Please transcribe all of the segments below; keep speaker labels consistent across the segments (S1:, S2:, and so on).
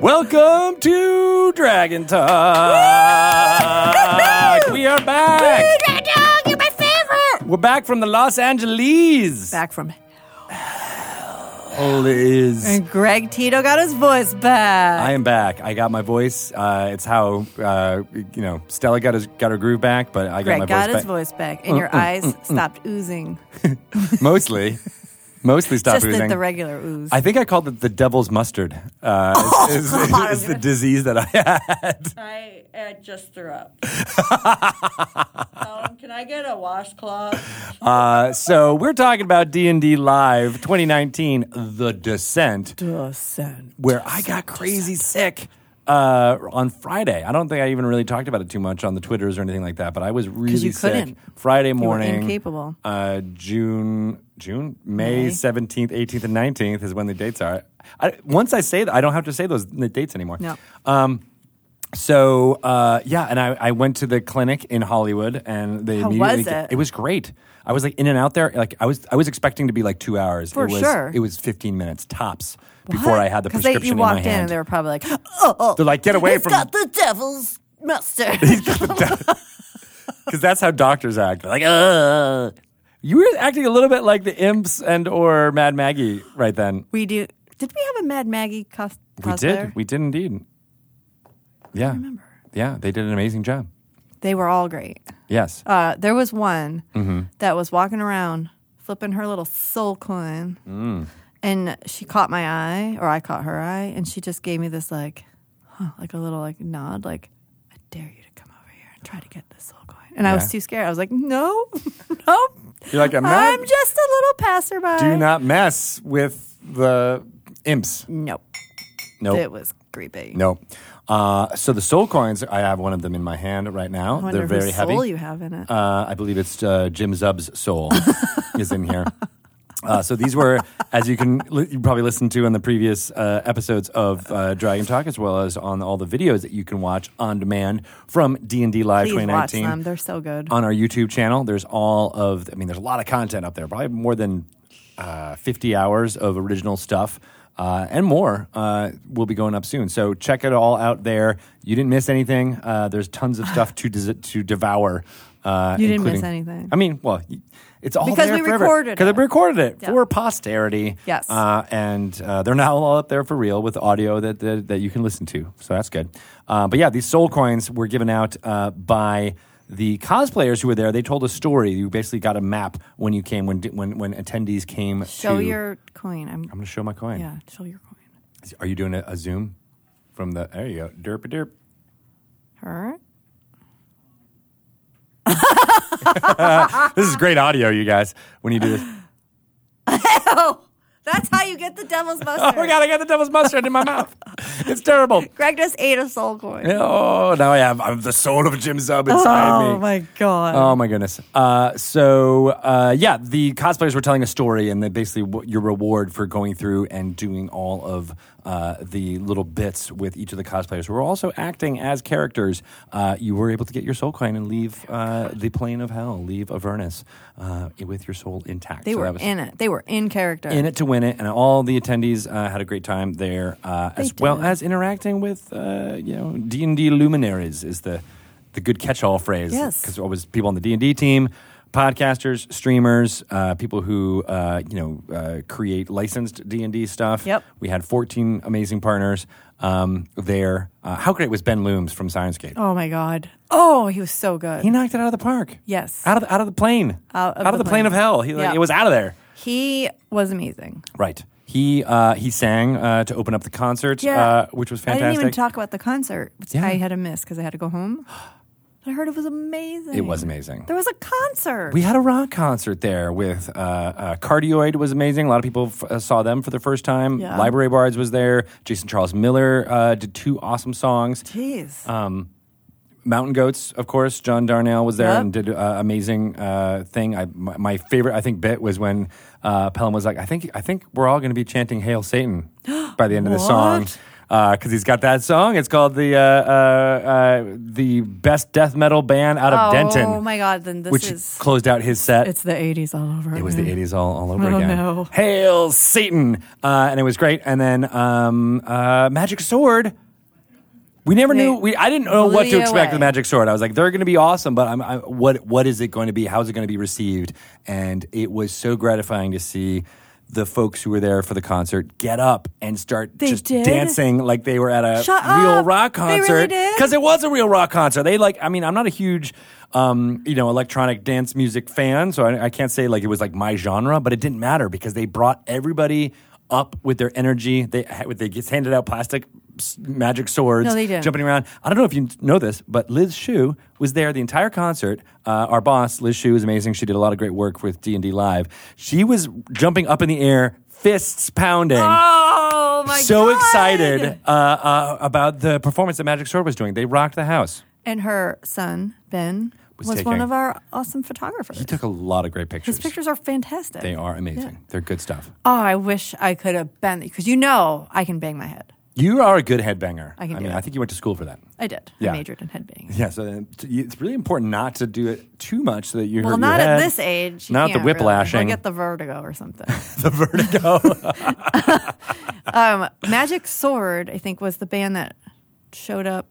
S1: Welcome to Dragon Talk. we are back.
S2: Dragon Talk, you're my favorite.
S1: We're back from the Los Angeles.
S2: Back from
S1: All it is.
S2: and Greg Tito got his voice back.
S1: I am back. I got my voice. Uh, it's how uh, you know Stella got his, got her groove back, but I
S2: Greg
S1: got my
S2: got
S1: voice back.
S2: his
S1: Mm,
S2: voice back, and your eyes stopped oozing.
S1: Mostly, mostly stop
S2: Just the,
S1: oozing.
S2: the regular ooze.
S1: I think I called it the devil's mustard. Uh, is,
S2: Oh,
S1: is- is the disease that I had.
S3: I uh, just threw up. um, can I get a washcloth?
S1: Uh, so we're talking about D and D Live 2019, The Descent,
S2: Descent.
S1: where I got crazy sick uh, on Friday. I don't think I even really talked about it too much on the Twitters or anything like that, but I was really
S2: you
S1: sick
S2: couldn't.
S1: Friday morning.
S2: incapable.
S1: Uh, June, June, May seventeenth, eighteenth, and nineteenth is when the dates are. I, once I say that, I don't have to say those the dates anymore. Um,
S2: No.
S1: So uh, yeah, and I, I went to the clinic in Hollywood, and they
S2: How
S1: immediately
S2: was it?
S1: it was great. I was like in and out there. Like I was I was expecting to be like two hours.
S2: For
S1: it was,
S2: sure.
S1: It was fifteen minutes tops before I had the
S2: Because
S1: prescription
S2: you
S1: in
S2: walked
S1: my
S2: in
S1: hand.
S2: and they were probably like, "Oh, oh
S1: They're like, get away
S2: it's
S1: from
S2: got the devil's mustard."
S1: because that's how doctors act. They're Like, Ugh. you were acting a little bit like the imps and or Mad Maggie right then.
S2: we do. Did we have a Mad Maggie cos-
S1: We
S2: cosplayer?
S1: did. We did indeed. Yeah. remember. Yeah, they did an amazing job.
S2: They were all great.
S1: Yes.
S2: Uh, there was one
S1: Mm-hmm.
S2: that was walking around flipping her little soul coin,
S1: Mm.
S2: and she caught my eye, or I caught her eye, and she just gave me this like, huh, like a little like nod, like I dare you to come over here and try to get this soul coin. And I
S1: Yeah.
S2: was too scared. I was like, no, no,
S1: You're like, I'm not-
S2: I'm just a little passerby.
S1: Do not mess with the imps.
S2: Nope.
S1: Nope.
S2: It was creepy.
S1: No. Uh, so the soul coins, I have one of them in my hand right now.
S2: I wonder
S1: They're very
S2: whose soul
S1: heavy.
S2: you have in it.
S1: Uh, I believe it's uh, Jim Zub's soul is in here. Uh, so these were, as you can li- you probably listen to in the previous uh, episodes of uh, Dragon Talk, as well as on all the videos that you can watch on demand from D and D Live
S2: Please watch
S1: 2019
S2: them. They're so good.
S1: on our YouTube channel. There's all of, I mean, there's a lot of content up there, probably more than uh, 50 hours of original stuff. Uh, and more uh, will be going up soon. So check it all out there. You didn't miss anything. Uh, there's tons of stuff to des- to devour. Uh,
S2: You didn't miss
S1: including-
S2: anything.
S1: I mean, well, y- it's all
S2: Because
S1: there
S2: we
S1: forever.
S2: recorded
S1: Because
S2: it.
S1: we recorded it
S2: Yeah.
S1: for posterity.
S2: Yes.
S1: Uh, and uh, they're now all up there for real with audio that, that, that you can listen to. So that's good. Uh, but yeah, these soul coins were given out uh, by the cosplayers who were there. They told a story. You basically got a map when you came, when when, when attendees came
S2: show
S1: to.
S2: your coin. I'm,
S1: I'm going to show my coin.
S2: yeah, show your coin.
S1: Are you doing a, a zoom from the. There you go. Derp a derp.
S2: Her?
S1: This is great audio, you guys, when you do this.
S2: Oh, that's how you get the devil's
S1: Oh
S2: mustard.
S1: my God, I got the devil's mustard in my mouth. It's terrible.
S2: Greg just ate a soul coin.
S1: Oh, now I have I have the soul of Jim Zub inside me.
S2: Oh my god.
S1: Oh my goodness! Uh, so uh, yeah, the cosplayers were telling a story, and that basically what your reward for going through and doing all of uh, the little bits with each of the cosplayers, who were also acting as characters. Uh, you were able to get your soul coin and leave uh, the plane of hell, leave Avernus uh, with your soul intact.
S2: they
S1: So
S2: were
S1: that was-
S2: in it. They were in character.
S1: in it to win it, and all the attendees uh, had a great time there, uh, as
S2: did.
S1: well as interacting with uh, you know D and D luminaries is the the good catch-all phrase.
S2: Yes.
S1: because always people on the D and D team, podcasters, streamers, uh, people who uh, you know uh, create licensed D and D stuff.
S2: Yep.
S1: we had 14 amazing partners um, there. Uh, how great was Ben Looms from Science
S2: oh my god. Oh, he was so good.
S1: He
S2: He,
S1: knocked it out of the park.
S2: Yes.
S1: out of the, out of the plane,
S2: Out of
S1: out of
S2: the
S1: the plane.
S2: plane.
S1: of hell. He, like,
S2: Yeah.
S1: It was out of there.
S2: was amazing.
S1: Right. He uh, he sang uh, to open up the concert, uh, which was fantastic.
S2: I didn't even talk about the concert, which
S1: Yeah.
S2: I had to miss because I had to go home. But I heard it was amazing.
S1: It was amazing.
S2: There was a concert.
S1: We had a rock concert there with uh, uh, Cardioid was amazing. A lot of people f- uh, saw them for the first time.
S2: Yeah.
S1: Library Bards was there. Jason Charles Miller uh, did two awesome songs.
S2: Jeez.
S1: Uh, Mountain Goats, of course. John Darnell was there
S2: Yep.
S1: and did an amazing uh, thing. I, my, my favorite, I think, bit was when uh, Pelham was like, "I think, I think we're all going to be chanting Hail Satan by the end of the song."
S2: What?
S1: because he's got that song. It's called the uh, uh, uh, the best death metal band out of
S2: oh,
S1: Denton,
S2: my God. Then this
S1: which
S2: is.
S1: closed out his set.
S2: It's the 80s all over.
S1: It was the 80s all, all over
S2: Oh,
S1: again.
S2: no.
S1: Hail Satan! Uh, and it was great. And then um, uh, Magic Sword. We never
S2: They
S1: knew. We I didn't know
S2: blew
S1: what to
S2: you
S1: expect with
S2: away.
S1: Magic Sword. I was like, they're going to be awesome, but I'm, I, what what is it going to be? How's it going to be received? And it was so gratifying to see the folks who were there for the concert get up and start
S2: They
S1: just
S2: did?
S1: dancing like they were at a
S2: Shut
S1: real
S2: up!
S1: rock
S2: They really
S1: concert
S2: did?
S1: it was a real rock concert. They like, I mean, I'm not a huge, um, you know, electronic dance music fan, so I, I can't say like it was like my genre, but it didn't matter because they brought everybody up with their energy. They had- they just handed out plastic s- magic swords,
S2: No, they didn't.
S1: jumping around. I don't know if you know this, but Liz Shu was there the entire concert. Uh, our boss, Liz Shu, is amazing. She did a lot of great work with D and D Live. She was jumping up in the air, fists pounding
S2: Oh, my
S1: so
S2: God.
S1: excited uh, uh, about the performance that Magic Sword was doing. They rocked the house.
S2: And her son, Ben,
S1: Was
S2: was,
S1: taking-
S2: one of our awesome photographers.
S1: He took a lot of great pictures.
S2: His pictures are fantastic.
S1: They are amazing. They're good stuff.
S2: Oh, I wish I could have been because you know I can bang my head.
S1: You are a good headbanger.
S2: I can do
S1: mean,
S2: it.
S1: I think you went to school for that.
S2: I did.
S1: Yeah.
S2: I majored in headbanging.
S1: Yeah, so then t- you- it's really important not to do it too much so that you
S2: Well,
S1: hurt
S2: not
S1: your
S2: at
S1: head.
S2: this age. you
S1: Not the
S2: can't really.
S1: whiplashing.
S2: I'll get the vertigo or something.
S1: the vertigo.
S2: um, Magic Sword, I think, was the band that showed up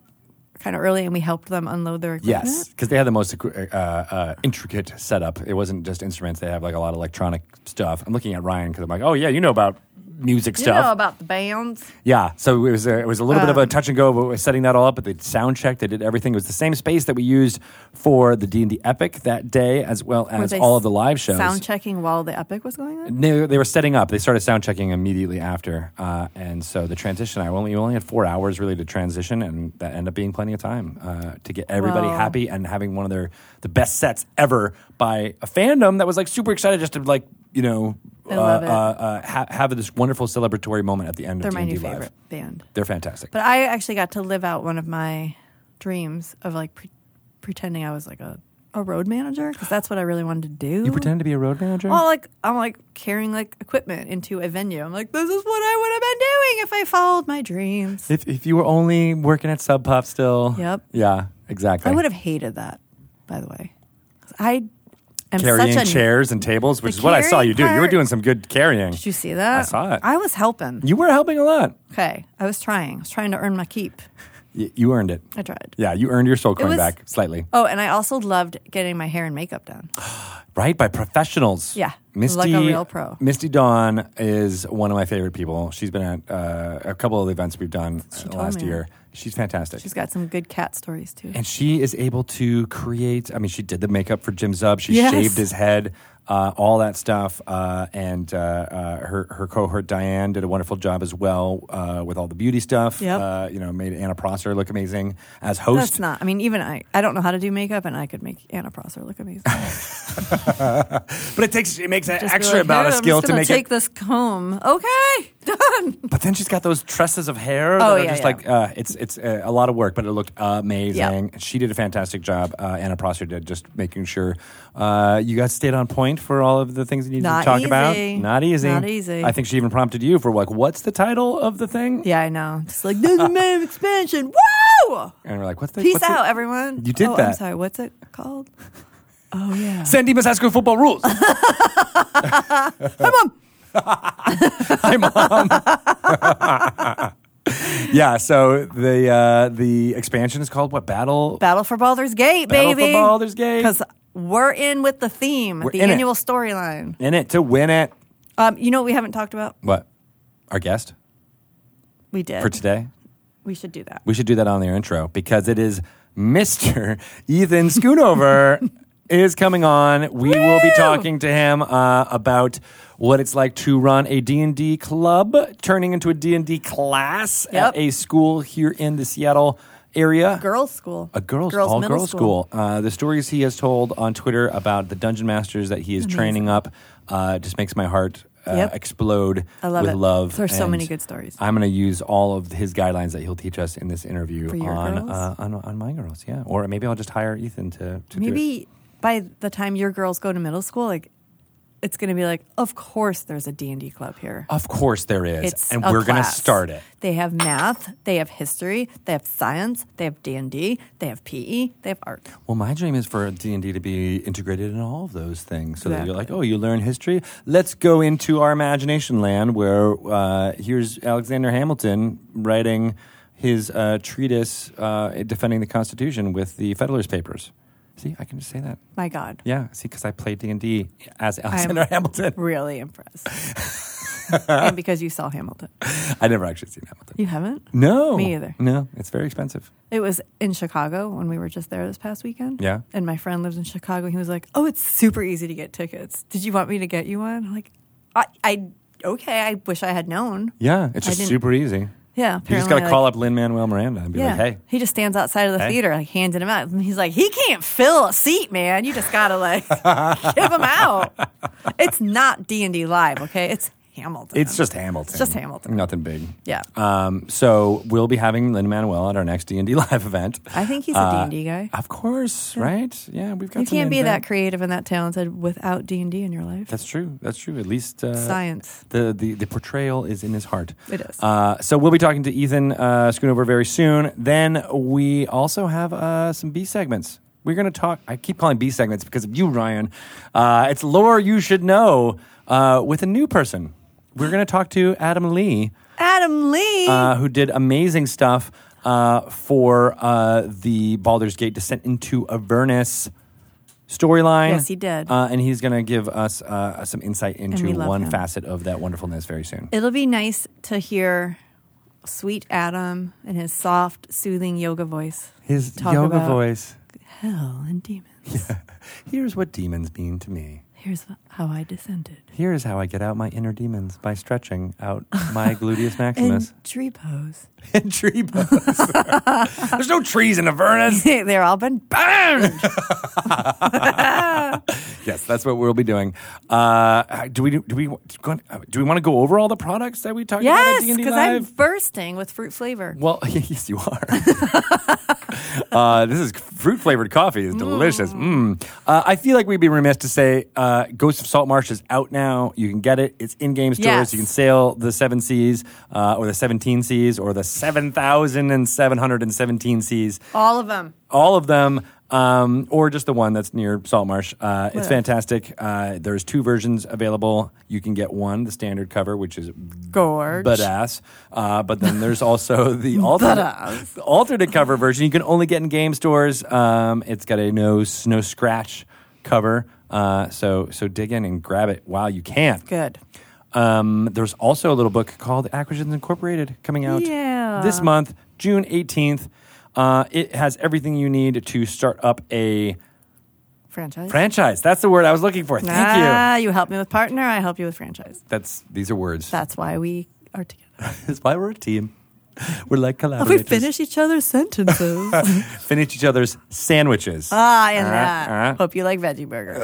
S2: kind of early, and we helped them unload their equipment.
S1: yes, because they had the most equi- uh, uh, intricate setup. It wasn't just instruments. They have like a lot of electronic stuff. I'm looking at Ryan because I'm like, oh yeah, you know about music
S2: You
S1: stuff.
S2: know about the bands.
S1: Yeah, so it was a, it was a little
S2: Um,
S1: bit of a touch and go but we're setting that all up, but they sound checked, they did everything. It was the same space that we used for the D and D Epic that day, as well as
S2: they
S1: all of the live shows.
S2: Sound checking while the epic was going on.
S1: they, they were setting up. They started sound checking immediately after, uh, and so the transition. I only you only had four hours really to transition, and that ended up being plenty of time uh, to get everybody
S2: Wow.
S1: happy and having one of their the best sets ever by a fandom that was like super excited just to like you know uh,
S2: I love
S1: uh,
S2: it.
S1: uh, ha- have this wonderful celebratory moment at the end
S2: They're
S1: of D
S2: my
S1: and D
S2: new
S1: Live.
S2: favorite band.
S1: They're fantastic.
S2: But I actually got to live out one of my dreams of like pre- pretending I was like a, a road manager because that's what I really wanted to do.
S1: You pretend to be a road manager?
S2: Well, like I'm like carrying like equipment into a venue. I'm like, this is what I would have been doing if I followed my dreams.
S1: if, if you were only working at Sub Pop still.
S2: Yep.
S1: Yeah, exactly.
S2: I would have hated that, by the way. 'Cause I am
S1: carrying
S2: such a
S1: chairs and tables, which
S2: The
S1: is what I saw you do. You were
S2: carrying part-
S1: doing some good carrying.
S2: Did you see that?
S1: I saw it.
S2: I was helping.
S1: You were helping a lot.
S2: Okay, I was trying. I was trying to earn my keep.
S1: Y- you earned it.
S2: I tried.
S1: Yeah, you earned your soul coin
S2: was-
S1: back slightly.
S2: Oh, and I also loved getting my hair and makeup done.
S1: Right? By professionals.
S2: Yeah,
S1: Misty,
S2: like a real pro.
S1: Misty Dawn is one of my favorite people. She's been at uh, a couple of the events we've done uh,
S2: told
S1: last
S2: me.
S1: year. She's fantastic.
S2: She's got some good cat stories too.
S1: and she is able to create. I mean, she did the makeup for Jim Zub. She
S2: Yes.
S1: shaved his head, uh, all that stuff. Uh, and uh, uh, her her cohort Diane did a wonderful job as well uh, with all the beauty stuff.
S2: Yep.
S1: Uh, you know, made Anna Prosser look amazing as host.
S2: That's not. I mean, even I. I don't know how to do makeup, and I could make Anna Prosser look amazing.
S1: but it takes it makes an
S2: Just be
S1: extra
S2: like,
S1: amount
S2: "Hey,
S1: of
S2: I'm
S1: skill
S2: just
S1: to
S2: gonna
S1: make
S2: take
S1: it.
S2: this comb. Okay, done.
S1: But then she's got those tresses of hair
S2: Oh,
S1: that are
S2: yeah,
S1: just
S2: yeah.
S1: like uh, it's it's uh, a lot of work, but it looked amazing. She did a fantastic job. Uh, Anna Prosser did just making sure uh, you guys stayed on point for all of the things you needed
S2: Not
S1: to talk about.
S2: easy.
S1: Not easy.
S2: Not easy.
S1: I think she even prompted you for like, what's the title of the thing?
S2: Yeah, I know. Just like there's a man of expansion. Woo!
S1: And we're like, what's the
S2: Peace
S1: what's the-
S2: out, everyone.
S1: You did
S2: oh, I'm
S1: that.
S2: sorry. What's it called? Oh yeah.
S1: Sandy Masasco football rules. Hi, mom. Hi, mom. yeah. So the uh, the expansion is called what? Battle.
S2: Battle for Baldur's Gate,
S1: Battle
S2: baby.
S1: for Baldur's Gate.
S2: Because we're in with the theme,
S1: We're
S2: the
S1: in it.
S2: annual storyline.
S1: In it to win it.
S2: Um, you know what we haven't talked about?
S1: What? Our guest
S2: We did.
S1: for today.
S2: we should do that.
S1: We should do that on their intro because it is Mr. Ethan Schoonover is coming on. We will be
S2: Woo!
S1: talking to him uh, about what it's like to run a D&D club turning into a D&D class
S2: Yep.
S1: at a school here in the Seattle area.
S2: Girls' school.
S1: a girls,
S2: girls
S1: all
S2: middle
S1: girls school. Uh, the stories he has told on Twitter about the dungeon masters that he is training up uh, just makes my heart uh,
S2: Yep.
S1: explode
S2: I love
S1: with
S2: it.
S1: love.
S2: There's so
S1: and
S2: many good stories.
S1: I'm going to use all of his guidelines that he'll teach us in this interview
S2: For your
S1: on,
S2: girls?
S1: uh, on on my girls. Yeah, or maybe I'll just hire Ethan to, to do it.
S2: Maybe by the time your girls go to middle school, like it's going to be like, of course, there's a D and D club here.
S1: Of course there is,
S2: It's
S1: Oh, and
S2: a
S1: we're going to
S2: class.
S1: start it.
S2: They have math, they have history, they have science, they have D and D, they have PE, they have art.
S1: Well, my dream is for D and D to be integrated in all of those things, so that you're
S2: Exactly.
S1: like, oh, you learn history. Let's go into our imagination land where uh, here's Alexander Hamilton writing his uh, treatise uh, defending the Constitution with the Federalist Papers. See, I can just say that.
S2: My God,
S1: Yeah, see, because I played D and D as Alexander Hamilton.
S2: really impressed. and because you saw Hamilton,
S1: I never actually seen Hamilton.
S2: you haven't.
S1: No,
S2: Me either.
S1: No, it's very expensive.
S2: It was in Chicago when we were just there this past weekend.
S1: Yeah.
S2: And my friend lives in Chicago. He was like, "Oh, it's super easy to get tickets. Did you want me to get you one?" I'm like, I, I okay. I wish I had known.
S1: Yeah, it's
S2: I
S1: just
S2: didn't-
S1: super easy.
S2: Yeah.
S1: You just got to call up Lin Manuel Miranda and be
S2: Yeah.
S1: like, hey.
S2: He just stands outside of the
S1: Hey.
S2: theater, like handing him out. And he's like, he can't fill a seat, man. You just gotta like give him out. It's not D and D live, okay? It's Hamilton.
S1: It's just Hamilton. It's
S2: just Hamilton.
S1: Nothing big.
S2: Yeah.
S1: Um, so we'll be having Lin Manuel at our next D and D live event.
S2: I think he's a
S1: Uh,
S2: D&D guy.
S1: Of course, right? Yeah, we've got.
S2: You can't
S1: something
S2: be
S1: in
S2: that
S1: there.
S2: creative and that talented without D and D in your life.
S1: That's true. That's true. At least uh,
S2: Science.
S1: The, the the portrayal is in his heart.
S2: It is.
S1: Uh, so we'll be talking to Ethan uh, Schoonover very soon. Then we also have uh, some B segments. We're going to talk. I keep calling B segments because of you, Ryan. Uh, it's lore you should know uh, with a new person. We're going to talk to Adam Lee.
S2: Adam Lee.
S1: uh, who did amazing stuff uh, for uh, the Baldur's Gate Descent into Avernus storyline.
S2: Yes, he did.
S1: Uh, and he's going to give us uh, some insight into
S2: we love
S1: one
S2: him.
S1: facet of that wonderfulness very soon.
S2: It'll be nice to hear sweet Adam in his soft, soothing yoga voice.
S1: His
S2: Talk
S1: yoga
S2: about-
S1: voice.
S2: Hell and demons.
S1: Here's what demons mean to me.
S2: Here's how I descended.
S1: Here is how I get out my inner demons by stretching out my gluteus
S2: In
S1: maximus
S2: tree pose.
S1: and tree bones. There's no trees in Avernus.
S2: They're all been burned.
S1: Yes, that's what we'll be doing. Uh, do we do we do we want to go over all the products that we talked about
S2: Yes,
S1: at D&D
S2: because I'm
S1: Live?
S2: bursting with fruit flavor.
S1: well, yes, you are. uh, this is fruit flavored coffee is delicious. Mm. Uh, I feel like we'd be remiss to say uh, Ghost of Salt Marsh is out now. You can get it. It's in game stores.
S2: Yes.
S1: You can sail the seven C's uh, or the seventeen C's or the seven thousand and seven hundred and seventeen C's
S2: All of them.
S1: all of them, um, or just the one that's near Saltmarsh. Uh, it's
S2: Yeah.
S1: fantastic. Uh, there's two versions available. You can get one, the standard cover, which is
S2: Gorge.
S1: badass. Uh, but then there's also the alternate, the alternate cover version. You can only get in game stores. Um, it's got a no no scratch cover. Uh, so so dig in and grab it while you can.
S2: Good.
S1: Um, there's also a little book called Acquisitions Incorporated coming out
S2: Yeah.
S1: this month, June 18th. Uh, it has everything you need to start up a
S2: Franchise.
S1: franchise. That's the word I was looking for. Thank you.
S2: ah, you. help me with partner. I help you with franchise.
S1: That's these are words.
S2: That's why we are together.
S1: That's why we're a team. We're like
S2: we
S1: collaborators.
S2: finish each other's sentences.
S1: Finish each other's sandwiches.
S2: ah, and
S1: Uh,
S2: that.
S1: uh.
S2: Hope you like veggie burgers.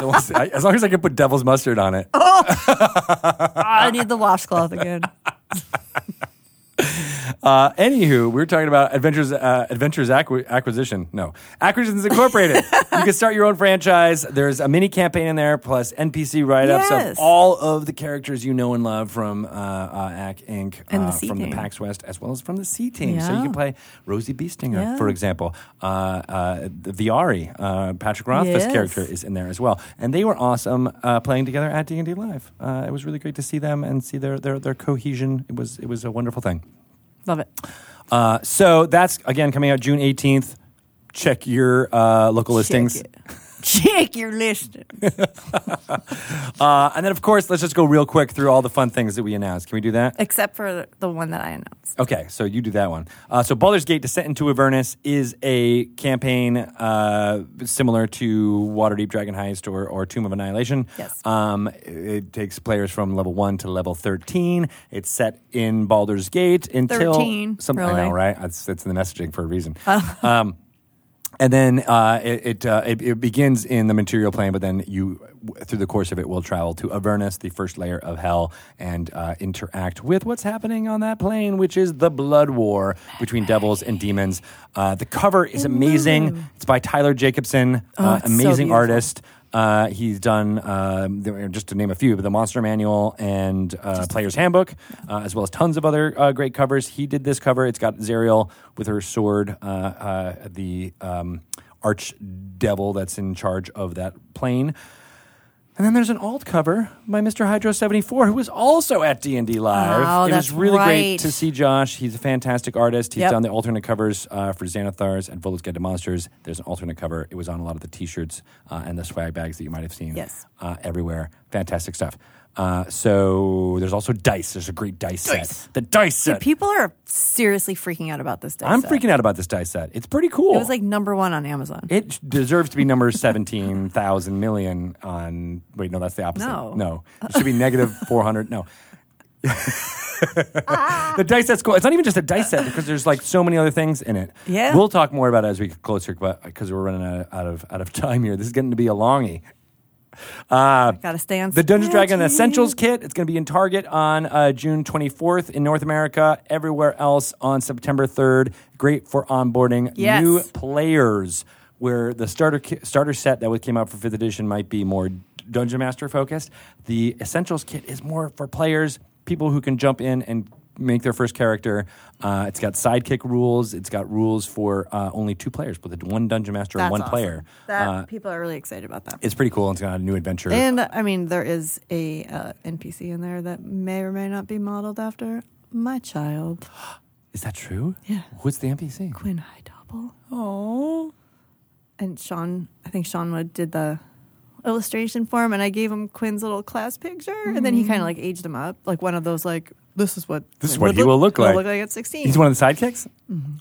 S1: So we'll see. I- as long as I can put devil's mustard on it.
S2: I need the washcloth again.
S1: Uh, anywho, we were talking about Adventures uh, Adventures Acqui- Acquisition. No, Acquisitions Incorporated. you can start your own franchise. There's a mini campaign in there, plus NPC write ups of
S2: Yes.
S1: all of the characters you know and love from uh, uh, Ack Inc.
S2: And the
S1: uh,
S2: C
S1: from the
S2: team.
S1: PAX West, as well as from the C team. So you
S2: Yeah.
S1: can play Rosie Beestinger,
S2: Yeah.
S1: for example. Uh, uh, the Viari, uh, Patrick Rothfuss
S2: Yes.
S1: character is in there as well, and they were awesome uh, playing together at D and D Live. Uh, it was really great to see them and see their their, their cohesion. It was it was a wonderful thing.
S2: Love it.
S1: Uh, so that's again coming out June 18th. Check your uh, local listings.
S2: Check, it. Check your listing.
S1: Uh, and then, of course, let's just go real quick through all the fun things that we announced. Can we do that?
S2: Except for the one that I announced.
S1: Okay, so you do that one. Uh, so Baldur's Gate Descent into Avernus is a campaign uh, similar to Waterdeep Dragon Heist or, or Tomb of Annihilation.
S2: Yes.
S1: Um, it takes players from level 1 to level 13. It's set in Baldur's Gate until...
S2: 13,
S1: some- I
S2: really? Oh.
S1: know, right? That's, that's in the messaging for a reason. um, and then uh, it it, uh, it it begins in the material plane, but then you w- through the course of it will travel to Avernus, the first layer of hell, and uh, interact with what's happening on that plane, which is the blood war between devils and demons. Uh, the cover is amazing. It's by Tyler Jacobson, uh,
S2: Oh, it's so
S1: amazing
S2: beautiful.
S1: artist. Uh, he's done um, there- just to name a few, but the Monster Manual and uh, Player's Handbook, uh, as well as tons of other uh, great covers. He did this cover. It's got Zariel with her sword, uh, uh, the um, arch devil that's in charge of that plane. And then there's an alt cover by Mr. Hydro 74, who was also at D and D Live.
S2: Oh,
S1: it
S2: that's
S1: was really great
S2: right.
S1: to see Josh. He's a fantastic artist. He's
S2: Yep.
S1: done the alternate covers uh, for Xanathars and Volo's Guide to Monsters. There's an alternate cover. It was on a lot of the T-shirts uh, and the swag bags that you might have seen.
S2: Yes.
S1: uh, everywhere. Fantastic stuff. Uh, so there's also dice. There's a great dice,
S2: Dice.
S1: set. The dice set.
S2: People are seriously freaking out about this dice.
S1: I'm
S2: set.
S1: freaking out about this dice set. It's pretty cool.
S2: It was like number one on Amazon.
S1: It deserves to be number 17,000 million on. Wait, no, that's the opposite.
S2: No.
S1: It should be negative 400. No. the dice set's cool. It's not even just a dice set because there's like so many other things in it.
S2: Yeah.
S1: We'll talk more about it as we get closer because we're running out out of, out of time here. This is getting to be a longie. Uh,
S2: Got to stay on
S1: the Dungeons Dragon
S2: schedule.
S1: Essentials Kit. It's going to be in Target on uh, June 24th in North America. Everywhere else on September 3rd. Great for onboarding
S2: Yes.
S1: new players. Where the starter ki- starter set that came out for fifth edition might be more Dungeon Master focused. The Essentials Kit is more for players, people who can jump in and make their first character. Uh, it's got sidekick rules. It's got rules for uh, only two players with a- one Dungeon Master and
S2: That's
S1: one
S2: awesome.
S1: player.
S2: That
S1: Uh,
S2: people are really excited about that.
S1: it's pretty cool. and It's got a new adventure.
S2: And I mean, there is a uh, NPC in there that may or may not be modeled after my child,
S1: Is that true?
S2: Yeah.
S1: What's the NPC?
S2: Quinn Highdouble.
S1: Oh.
S2: And Sean, I think Sean Wood did the illustration for him, and I gave him Quinn's little class picture, and then he kind of like aged him up, like one of those like this is what
S1: This is
S2: Quinn
S1: what
S2: would
S1: he will look like.
S2: look like at sixteen.
S1: He's one of the sidekicks?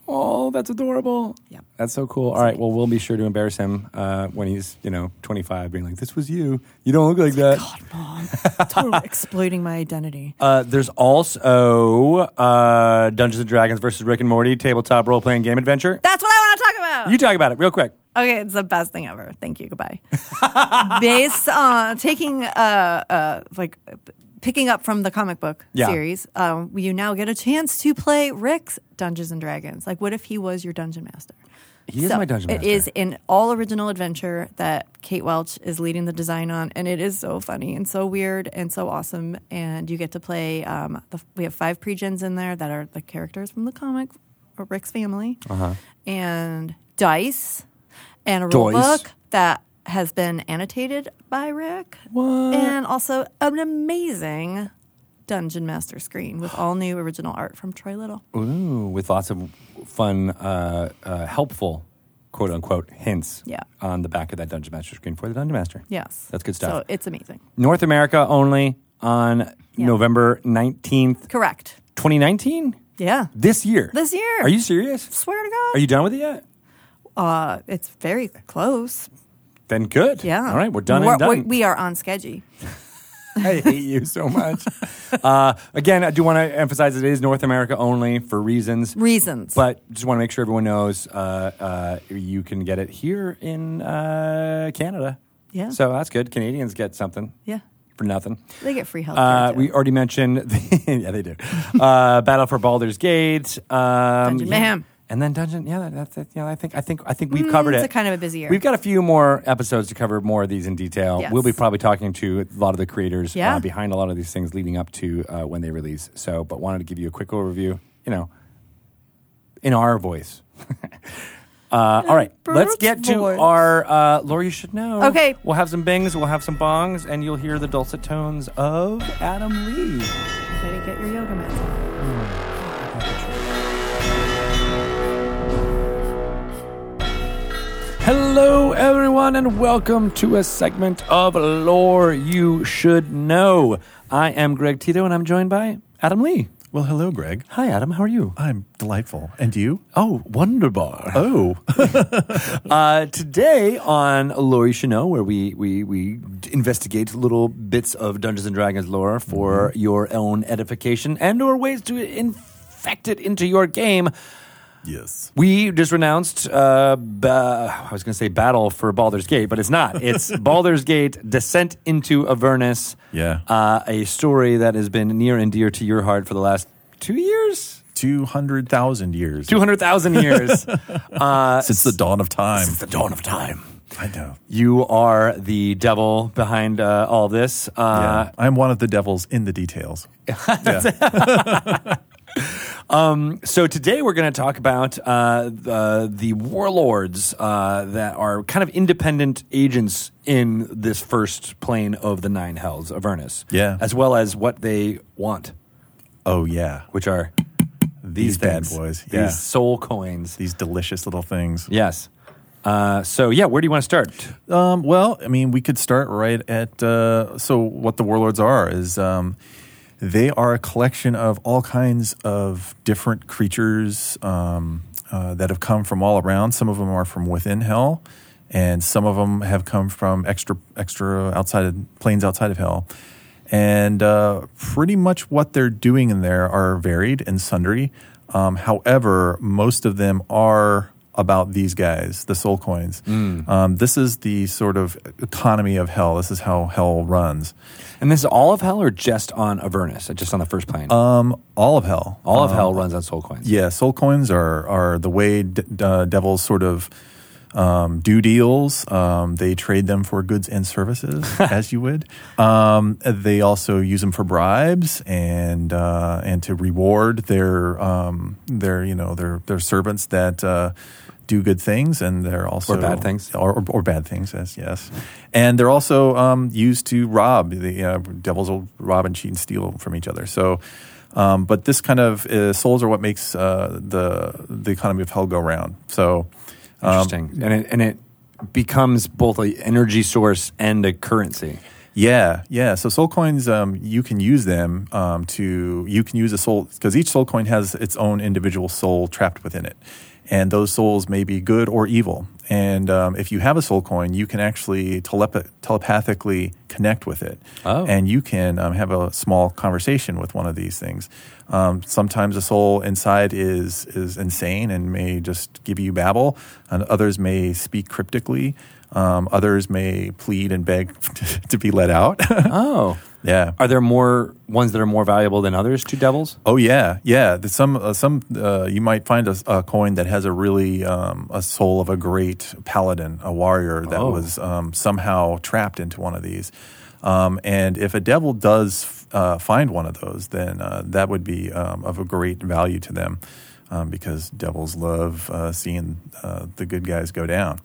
S1: Oh, that's adorable.
S2: Mm-hmm. Yeah.
S1: That's so cool. All right. Well, we'll be sure to embarrass him uh, when he's, you know, 25, being like, this was you. You don't look like that.
S2: God, mom, totally exploiting my identity.
S1: Uh, there's also uh, Dungeons and Dragons versus Rick and Morty tabletop role playing game adventure.
S2: That's what I want to talk about.
S1: You talk about it real quick.
S2: Okay, it's the best thing ever. Thank you. Goodbye. Based on taking, uh, uh, like, uh, picking up from the comic book
S1: Yeah.
S2: series, um, you now get a chance to play Rick's Dungeons and Dragons. Like, what if he was your dungeon master?
S1: He is my dungeon master.
S2: It is an all original adventure that Kate Welch is leading the design on, and it is so funny and so weird and so awesome. And you get to play. Um, the, we have five pre-gens in there that are the characters from the comic or Rick's family,
S1: Uh-huh.
S2: and dice, and a rule
S1: Dice.
S2: book that has been annotated by Rick,
S1: What?
S2: and also an amazing dungeon master screen with all new original art from Troy Little.
S1: Ooh, with lots of fun, uh, uh, helpful, quote unquote, hints
S2: Yeah.
S1: on the back of that Dungeon Master screen for the Dungeon Master.
S2: Yes,
S1: That's good stuff.
S2: So it's amazing.
S1: North America only on
S2: Yeah.
S1: November 19th,
S2: Correct.
S1: 2019?
S2: Yeah.
S1: This year.
S2: This year.
S1: Are you serious?
S2: Swear to God.
S1: Are you done with it yet?
S2: Uh, it's very close.
S1: Then good.
S2: Yeah.
S1: All right, we're done and
S2: We're-
S1: done.
S2: We are on schedule.
S1: I hate you so much. uh, again, I do want to emphasize it is North America only for reasons.
S2: Reasons.
S1: But just want to make sure everyone knows uh, uh, you can get it here in uh, Canada.
S2: Yeah.
S1: So that's good. Canadians get something
S2: yeah,
S1: for nothing.
S2: they get free health.
S1: Uh, we already mentioned, the, yeah, they do. Uh, Battle for Baldur's Gate, um,
S2: Dungeon
S1: yeah.
S2: Mayhem. Mm,
S1: and then Dungeon. Yeah, that- that's it. Yeah, I think I think I think we've covered
S2: it's
S1: it.
S2: a kind of a busy year.
S1: We've got a few more episodes to cover more of these in detail.
S2: Yes.
S1: We'll be probably talking to a lot of the creators
S2: Yeah.
S1: uh, behind a lot of these things leading up to uh, when they release. So, but wanted to give you a quick overview. You know, in our voice. Uh, all right, let's
S2: Bert's
S1: get to
S2: voice.
S1: our uh, Laura. You should know.
S2: Okay.
S1: we'll have some bings, we'll have some bongs, and you'll hear the dulcet tones of Adam Lee.
S2: Way to get your yoga mat. on.
S1: Hello, everyone, and welcome to a segment of Lore You Should Know. I am Greg Tito, and I'm joined by Adam Lee.
S4: Well, hello, Greg.
S1: Hi, Adam. How are you?
S4: I'm delightful. And you?
S1: Oh, Wonderbar.
S4: Oh,
S1: Uh, today on Lore Chanel, where we, we, we d- investigate little bits of Dungeons and Dragons lore for your own edification and or ways to infect it into your game.
S4: yes.
S1: We just renounced. Uh, ba- I was going to say battle for Baldur's Gate, but it's not. It's Baldur's Gate: Descent into Avernus.
S4: Yeah.
S1: uh, a story that has been near and dear to your heart for the last two years,
S4: 200,000 years
S1: two hundred thousand years.
S4: since the dawn of time.
S1: the dawn of time.
S4: I know.
S1: You are the devil behind uh, all this. Uh,
S4: Yeah. I'm one of the devils in the details. Yeah.
S1: So today we're going to talk about uh, the, the warlords uh, that are kind of independent agents in this first plane of the nine hells, Avernus.
S4: Yeah.
S1: As well as what they want,
S4: Oh yeah,
S1: which are
S4: these, bad
S1: things,
S4: boys.
S1: these
S4: Yeah, these,
S1: soul coins.
S4: delicious little things.
S1: Yes. Uh, so yeah, where do you want to start?
S4: Um, well, I mean, we could start right at. Uh, so, what the warlords are is um, they are a collection of all kinds of different creatures um, uh, that have come from all around. Some of them are from within hell, and some of them have come from extra, extra outside of, planes outside of hell. And uh, pretty much what they're doing in there are varied and sundry. Um, however, most of them are about these guys, the soul coins. Um, this is the sort of economy of hell. This is how hell runs.
S1: And this is all of hell, or just on Avernus, uh, just on the first plane?
S4: Um, all of hell.
S1: all of hell runs on soul coins.
S4: Yeah, soul coins are are the way d- d- uh, devils sort of um, do deals. Um, they trade them for goods and services, as you would. Um, they also use them for bribes and uh, and to reward their um, their you know their their servants that. Uh, do good things, and they're also
S1: Or bad things.
S4: or, or, or bad things. Yes, yes, and they're also um, used to rob. The uh, devils will rob and cheat and steal from each other. So, um, but this kind of uh, souls are what makes uh, the the economy of hell go round. So, um,
S1: Interesting. and it, and it becomes both an energy source and a currency.
S4: Yeah, yeah. So soul coins, um, you can use them um, to you can use a soul because each soul coin has its own individual soul trapped within it, and those souls may be good or evil. And um, if you have a soul coin, you can actually telep- telepathically connect with it,
S1: Oh.
S4: and you can um, have a small conversation with one of these things. Um, sometimes a soul inside is is insane and may just give you babble, and others may speak cryptically. Um, others may plead and beg to be let out.
S1: Oh.
S4: yeah.
S1: Are there more ones that are more valuable than others to devils?
S4: Oh yeah, yeah. There's some uh, some uh, you might find a, a coin that has a really um, a soul of a great paladin, a warrior that
S1: Oh.
S4: was um, somehow trapped into one of these. Um, and if a devil does uh, find one of those, then uh, that would be um, of a great value to them. Um, because devils love uh, seeing uh, the good guys go down.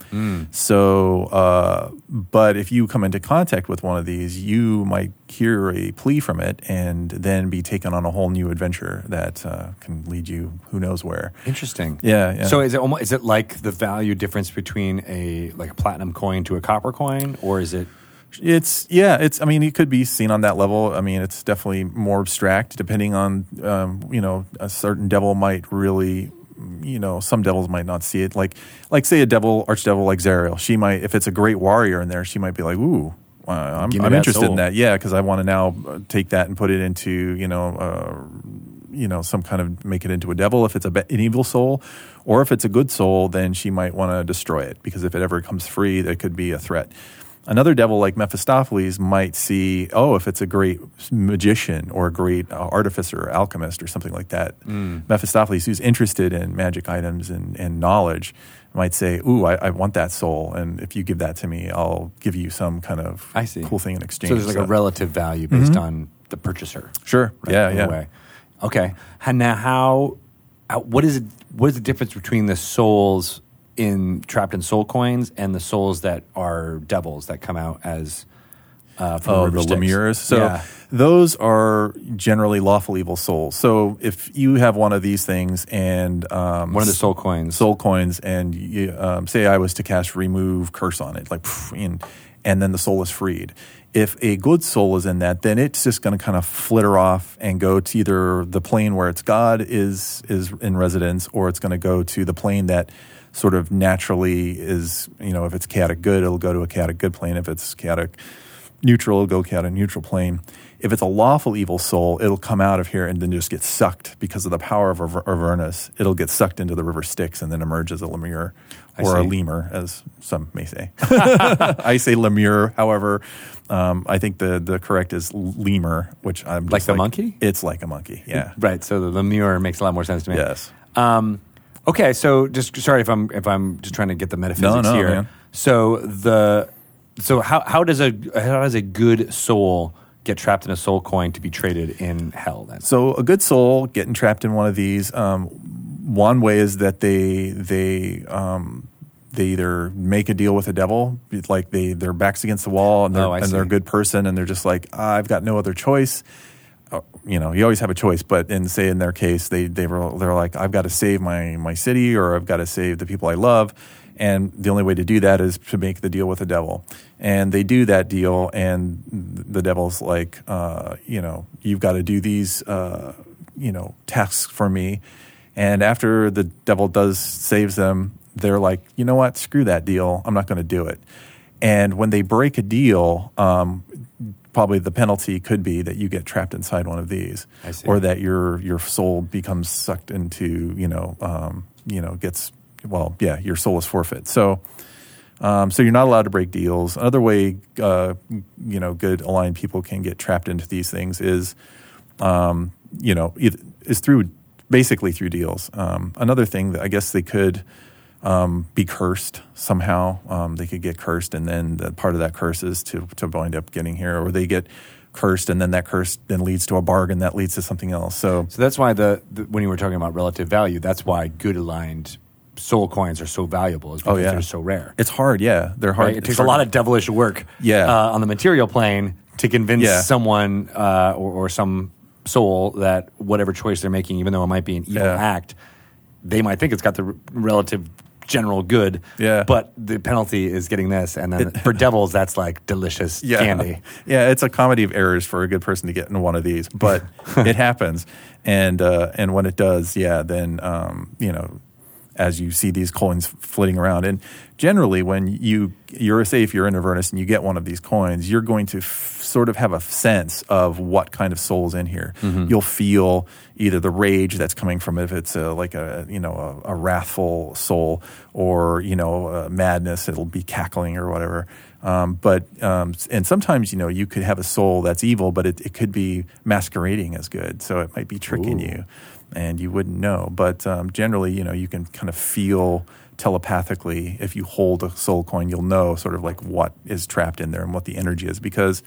S4: So, uh, but if you come into contact with one of these, you might hear a plea from it and then be taken on a whole new adventure that uh, can lead you who knows where.
S1: Interesting.
S4: Yeah, yeah.
S1: So is it almost, is it like the value difference between a like a platinum coin to a copper coin, or is it?
S4: It's yeah, it's. I mean, it could be seen on that level. I mean, it's definitely more abstract, depending on um, you know a certain devil might really. You know, some devils might not see it. Like, like say a devil, archdevil like Zariel. She might, if it's a great warrior in there, she might be like, "Ooh, uh, I'm,
S1: Give me
S4: I'm
S1: that
S4: interested
S1: soul."
S4: in that." Yeah, because I want to now uh, take that and put it into you know uh, you know some kind of make it into a devil if it's a, ba- an evil soul or if it's a good soul then she might want to destroy it because if it ever comes free that could be a threat another devil like mephistopheles might see oh if it's a great magician or a great uh, artificer or alchemist or something like that
S1: Mm.
S4: mephistopheles who's interested in magic items and, and knowledge might say ooh I, I want that soul and if you give that to me i'll give you some kind of
S1: I see.
S4: cool thing in exchange
S1: So Mm-hmm. there's like a relative value based on the purchaser.
S4: sure yeah
S1: in a
S4: yeah
S1: way. Okay. And now, how, how? What is it? What is the difference between the souls in trapped in soul coins and the souls that are devils that come out as? Uh, from
S4: Oh,
S1: river
S4: the
S1: Styx?
S4: Lemures. So
S1: Yeah.
S4: those are generally lawful evil souls. So if you have one of these things and um,
S1: one of the soul coins.
S4: soul coins, and you, um, say I was to cast remove curse on it, like, pff, and, and then the soul is freed. If a good soul is in that, then it's just going to kind of flitter off and go to either the plane where its God is is in residence, or it's going to go to the plane that sort of naturally is. You know, if it's chaotic good, it'll go to a chaotic good plane. If it's chaotic neutral, it'll go out a neutral plane. If it's a lawful evil soul, it'll come out of here and then just get sucked because of the power of Aver- Avernus. It'll get sucked into the river Styx and then emerge as a lemur
S1: I
S4: or a
S1: see.
S4: lemur, as some may say. I say lemur, however, um, I think the, the correct is lemur, which I'm just
S1: Like the monkey?
S4: It's like a monkey, yeah.
S1: Right. So the Lemur makes a lot more sense to me.
S4: Yes.
S1: Um, okay. So just sorry if I'm if I'm just trying to get the metaphysics
S4: no,
S1: here.
S4: man.
S1: So the so how how does a how does a good soul get trapped in a soul coin to be traded in hell? Then
S4: So a good soul getting trapped in one of these. Um, one way is that they they um, they either make a deal with the devil, it's like they their backs against the wall, and they're
S1: Oh, I
S4: and they're a
S1: see.
S4: good person, and they're just like "Ah, I've got no other choice. Uh, You know, you always have a choice, but in say in their case, they they were they're like I've got to save my my city, or I've got to save the people I love. And the only way to do that is to make the deal with the devil. And they do that deal, and the devil's like, uh, you know, you've got to do these uh, you know tasks for me and after the devil does saves them they're like you know what screw that deal i'm not going to do it and when they break a deal um, probably the penalty could be that you get trapped inside one of these
S1: I see.
S4: or that your your soul becomes sucked into you know um, you know gets well yeah your soul is forfeit so um, so you're not allowed to break deals. Another way, uh, you know, good aligned people can get trapped into these things is, um, you know, it- is through basically through deals. Um, another thing that I guess they could um, be cursed somehow. Um, they could get cursed, and then the part of that curse is to to wind up getting here, or they get cursed, and then that curse then leads to a bargain that leads to something else. So
S1: so that's why the, the when you were talking about relative value, that's why good aligned soul coins are so valuable is because
S4: Oh, yeah.
S1: they're so rare.
S4: it's hard. Yeah, they're hard.
S1: right? It
S4: it's
S1: takes a
S4: hard-
S1: lot of devilish work
S4: Yeah.
S1: uh, on the material plane to convince
S4: Yeah.
S1: someone uh, or, or some soul that whatever choice they're making, even though it might be an evil
S4: Yeah.
S1: act, they might think it's got the r- relative general good.
S4: Yeah.
S1: But the penalty is getting this. And then for devils, that's like delicious candy.
S4: Yeah, it's a comedy of errors for a good person to get in one of these, but it happens, and uh, and when it does, yeah, then um, you know, as you see these coins flitting around, and generally when you you're say if you're in Avernus and you get one of these coins, you're going to f- sort of have a sense of what kind of soul's in here. You'll feel either the rage that's coming from it, if it's a, like a you know a, a wrathful soul or you know uh, madness, it'll be cackling or whatever. Um, but um, s- and sometimes you know you could have a soul that's evil, but it, it could be masquerading as good, so it might be tricking you, and you wouldn't know. But um, generally, you know, you can kind of feel telepathically if you hold a soul coin, you'll know sort of like what is trapped in there and what the energy is, because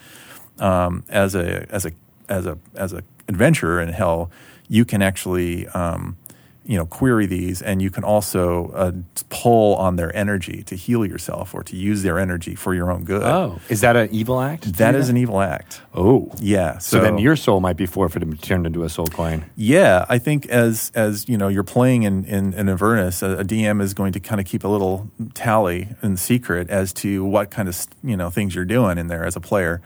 S4: um, as a as a as a as a adventurer in hell, you can actually um, you know query these, and you can also uh, pull on their energy to heal yourself or to use their energy for your own good.
S1: Oh. Is that an evil act?
S4: that is an evil act.
S1: Oh.
S4: Yeah.
S1: So,
S4: So,
S1: then your soul might be forfeited and turned into a soul coin.
S4: yeah. I think as as you know, you're playing in in, in Avernus, a, a DM is going to kind of keep a little tally in secret as to what kind of you know things you're doing in there as a player,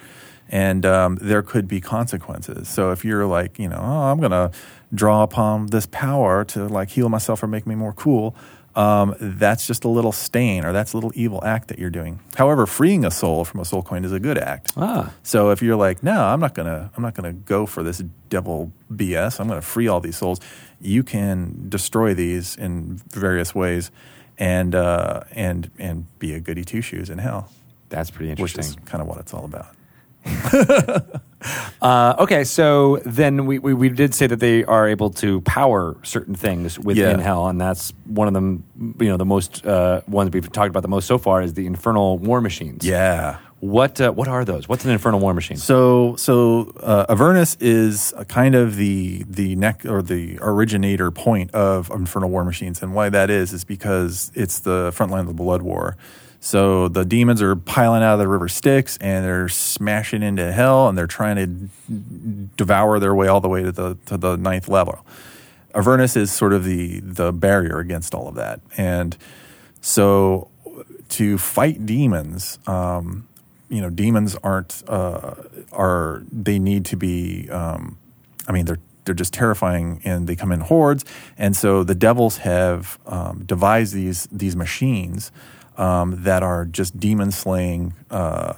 S4: and um, there could be consequences. So if you're like you know, oh, I'm gonna draw upon this power to like heal myself or make me more cool. Um, that's just a little stain, or that's a little evil act that you're doing. However, freeing a soul from a soul coin is a good act.
S1: Ah.
S4: So if you're like, no, I'm not gonna, I'm not gonna go for this devil BS. I'm gonna free all these souls. You can destroy these in various ways, and uh, and and be a goody two shoes in hell,
S1: That's pretty
S4: which
S1: interesting.
S4: is kind of what it's all about.
S1: Uh, okay, so then we, we, we did say that they are able to power certain things within
S4: Yeah.
S1: hell, and that's one of them. You know, the most uh, ones we've talked about the most so far is the infernal war machines.
S4: Yeah.
S1: What uh, what are those? What's an infernal war machine?
S4: So so uh, Avernus is a kind of the the neck or the originator point of infernal war machines, and why that is is because it's the front line of the blood war. So the demons are piling out of the river Styx, and they're smashing into hell, and they're trying to devour their way all the way to the to the ninth level. Avernus is sort of the the barrier against all of that, and so to fight demons, um, you know, demons aren't uh, are they need to be. Um, I mean, they're they're just terrifying, and they come in hordes, and so the devils have um, devised these these machines um, that are just demon slaying, uh,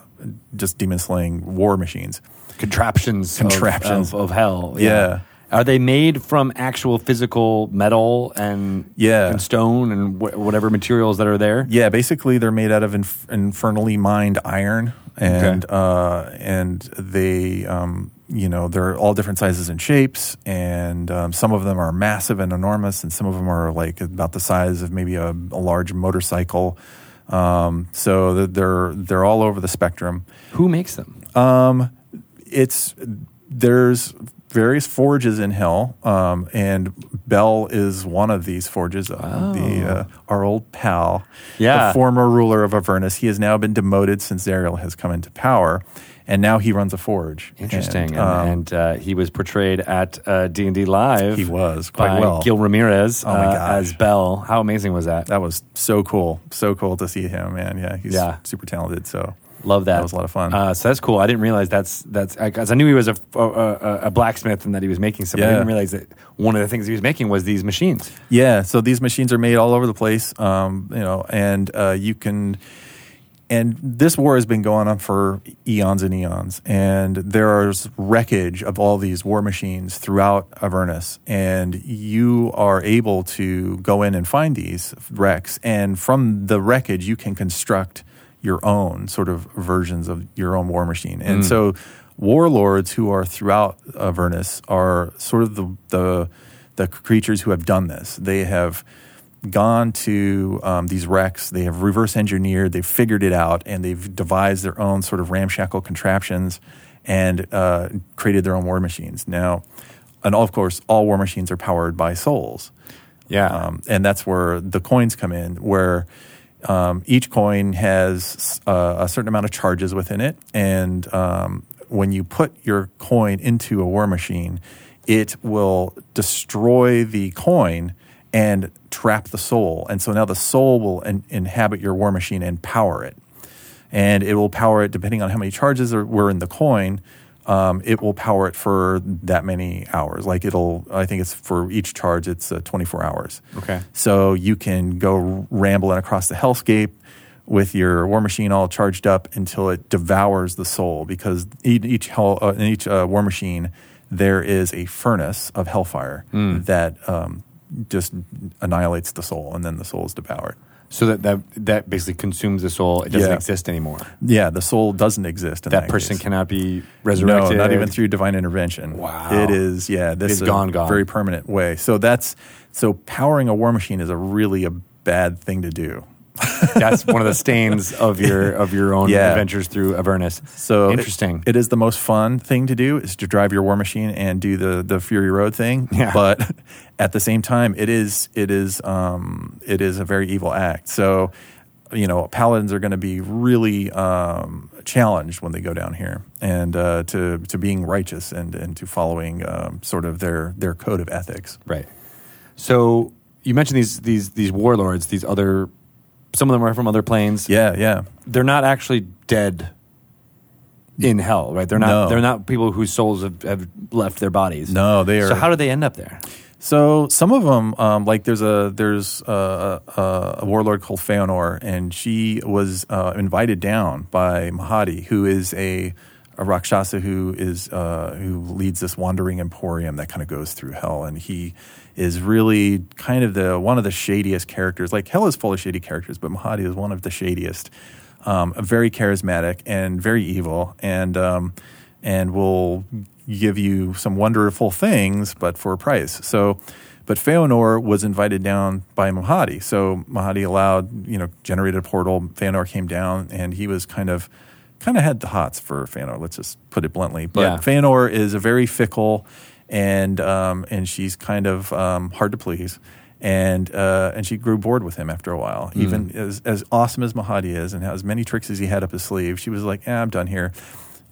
S4: just demon slaying war machines.
S1: contraptions, of-
S4: Contraptions.
S1: of, of hell.
S4: Yeah.
S1: Are they made from actual physical metal and
S4: Yeah.
S1: and stone and wh- whatever materials that are there?
S4: Yeah, basically they're made out of inf- infernally mined iron, and
S1: Okay.
S4: uh, and they, um, you know, they're all different sizes and shapes, and um, some of them are massive and enormous, and some of them are like about the size of maybe a, a large motorcycle. Um, so th- they're they're all over the spectrum.
S1: Who makes them?
S4: Uh, It's there's various forges in hell, um, and Bell is one of these forges. Uh, The uh, our old pal,
S1: Oh. Yeah.
S4: the former ruler of Avernus, he has now been demoted since Ariel has come into power, and now he runs a forge.
S1: Interesting. And,
S4: And, um,
S1: and, uh, he was portrayed at uh, D&D Live.
S4: He was, quite
S1: by
S4: well.
S1: Gil Ramirez
S4: Oh my
S1: uh,
S4: gosh.
S1: as Bell. How amazing was that?
S4: that was so cool, so cool to see him, man. Yeah, he's
S1: Yeah.
S4: super talented. So
S1: Love that.
S4: That was a lot of fun.
S1: Uh, so that's cool. I didn't realize that's that's because I knew he was a, a, a, a blacksmith and that he was making something. I
S4: Yeah.
S1: didn't realize that one of the things he was making was these machines.
S4: Yeah, so these machines are made all over the place, um, you know, and uh, you can. And this war has been going on for eons and eons, and there's wreckage of all these war machines throughout Avernus, and you are able to go in and find these wrecks, and from the wreckage you can construct your own sort of versions of your own war machine, and so warlords who are throughout Avernus are sort of the the the creatures who have done this. They have gone to um, these wrecks, they have reverse engineered, they've figured it out, and they've devised their own sort of ramshackle contraptions and uh, created their own war machines. Now, and of course, all war machines are powered by souls.
S1: Yeah.
S4: Um, and that's where the coins come in, where um, each coin has uh, a certain amount of charges within it. And um, when you put your coin into a war machine, it will destroy the coin and trap the soul. And so now the soul will in- inhabit your war machine and power it. And it will power it depending on how many charges are, were in the coin. Um, it will power it for that many hours. Like it'll, I think it's for each charge, it's uh, 24 hours.
S1: Okay.
S4: So you can go rambling across the hellscape with your war machine all charged up until it devours the soul. Because in each hell, uh, in each uh, war machine, there is a furnace of hellfire
S1: Hmm.
S4: that um, just annihilates the soul, and then the soul is devoured.
S1: So that, that that basically consumes the soul. It doesn't
S4: Yeah.
S1: exist anymore.
S4: Yeah, the soul doesn't exist. In
S1: That
S4: that,
S1: person
S4: case.
S1: cannot be resurrected.
S4: No, not even through divine intervention.
S1: Wow.
S4: It is, yeah, this
S1: It's
S4: is a
S1: gone, gone.
S4: very permanent way. So that's so powering a war machine is a really a bad thing to do.
S1: That's one of the stains of your of your own
S4: Yeah.
S1: adventures through Avernus.
S4: So
S1: interesting.
S4: it- it is the most fun thing to do is to drive your war machine and do the the Fury Road thing.
S1: Yeah.
S4: But at the same time, it is it is um, it is a very evil act. So you know, paladins are going to be really um, challenged when they go down here and uh, to to being righteous and and to following um, sort of their their code of ethics.
S1: Right. So you mentioned these these these warlords. These other some of them are from other planes.
S4: Yeah, yeah.
S1: They're not actually dead in hell, right? They're not.
S4: No.
S1: They're not people whose souls have, have left their bodies.
S4: No, they are.
S1: So how do they end up there?
S4: So some of them, um, like there's a there's a, a, a warlord called Feanor, and she was uh, invited down by Mahadi, who is a, a Rakshasa who is uh, who leads this wandering emporium that kind of goes through hell, and he is really kind of the one of the shadiest characters. Like hell is full of shady characters, but Mahadi is one of the shadiest. Um, very charismatic and very evil, and um, and will give you some wonderful things, but for a price. So, but Feanor was invited down by Mahadi. So Mahadi allowed, you know, generated a portal. Feanor came down, and he was kind of, kind of had the hots for Feanor. Let's just put it bluntly. But
S1: Yeah.
S4: Feanor is a very fickle, and um, and she's kind of um, hard to please. And uh, and she grew bored with him after a while. Even as, as awesome as Mahadi is, and as many tricks as he had up his sleeve, she was like, eh, "I'm done here."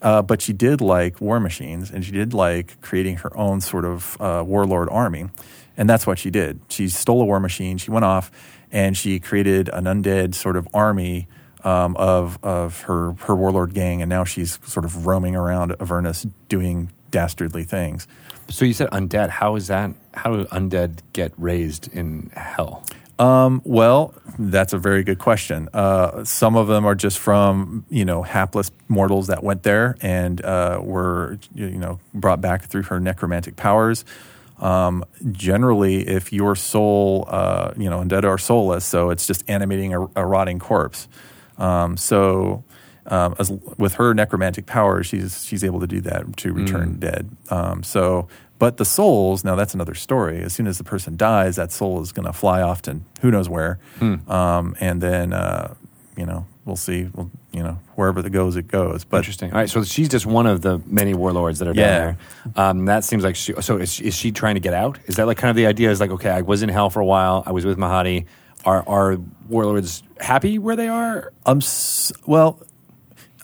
S4: Uh, but she did like war machines, and she did like creating her own sort of uh, warlord army, and that's what she did. She stole a war machine. She went off, and she created an undead sort of army um, of of her her warlord gang, and now she's sort of roaming around Avernus doing dastardly things.
S1: So you said undead. How is that? How do undead get raised in hell?
S4: Um, well, that's a very good question. Uh, some of them are just from you know hapless mortals that went there and uh, were you know brought back through her necromantic powers. Um, generally, if your soul, uh, you know, undead are soulless, so it's just animating a, a rotting corpse. Um, so, um, as, with her necromantic power, she's she's able to do that to return dead. Um, so, but the souls now that's another story. As soon as the person dies, that soul is going to fly off to who knows where, um, and then uh, you know, we'll see. We'll, you know, wherever it goes, it goes. But
S1: Interesting. All right, so she's just one of the many warlords that are
S4: Yeah.
S1: down there. Um, that seems like she. So is, is she trying to get out? Is that like kind of the idea? Is like, okay, I was in hell for a while. I was with Mahadi. Are are warlords happy where they are?
S4: I'm s- well.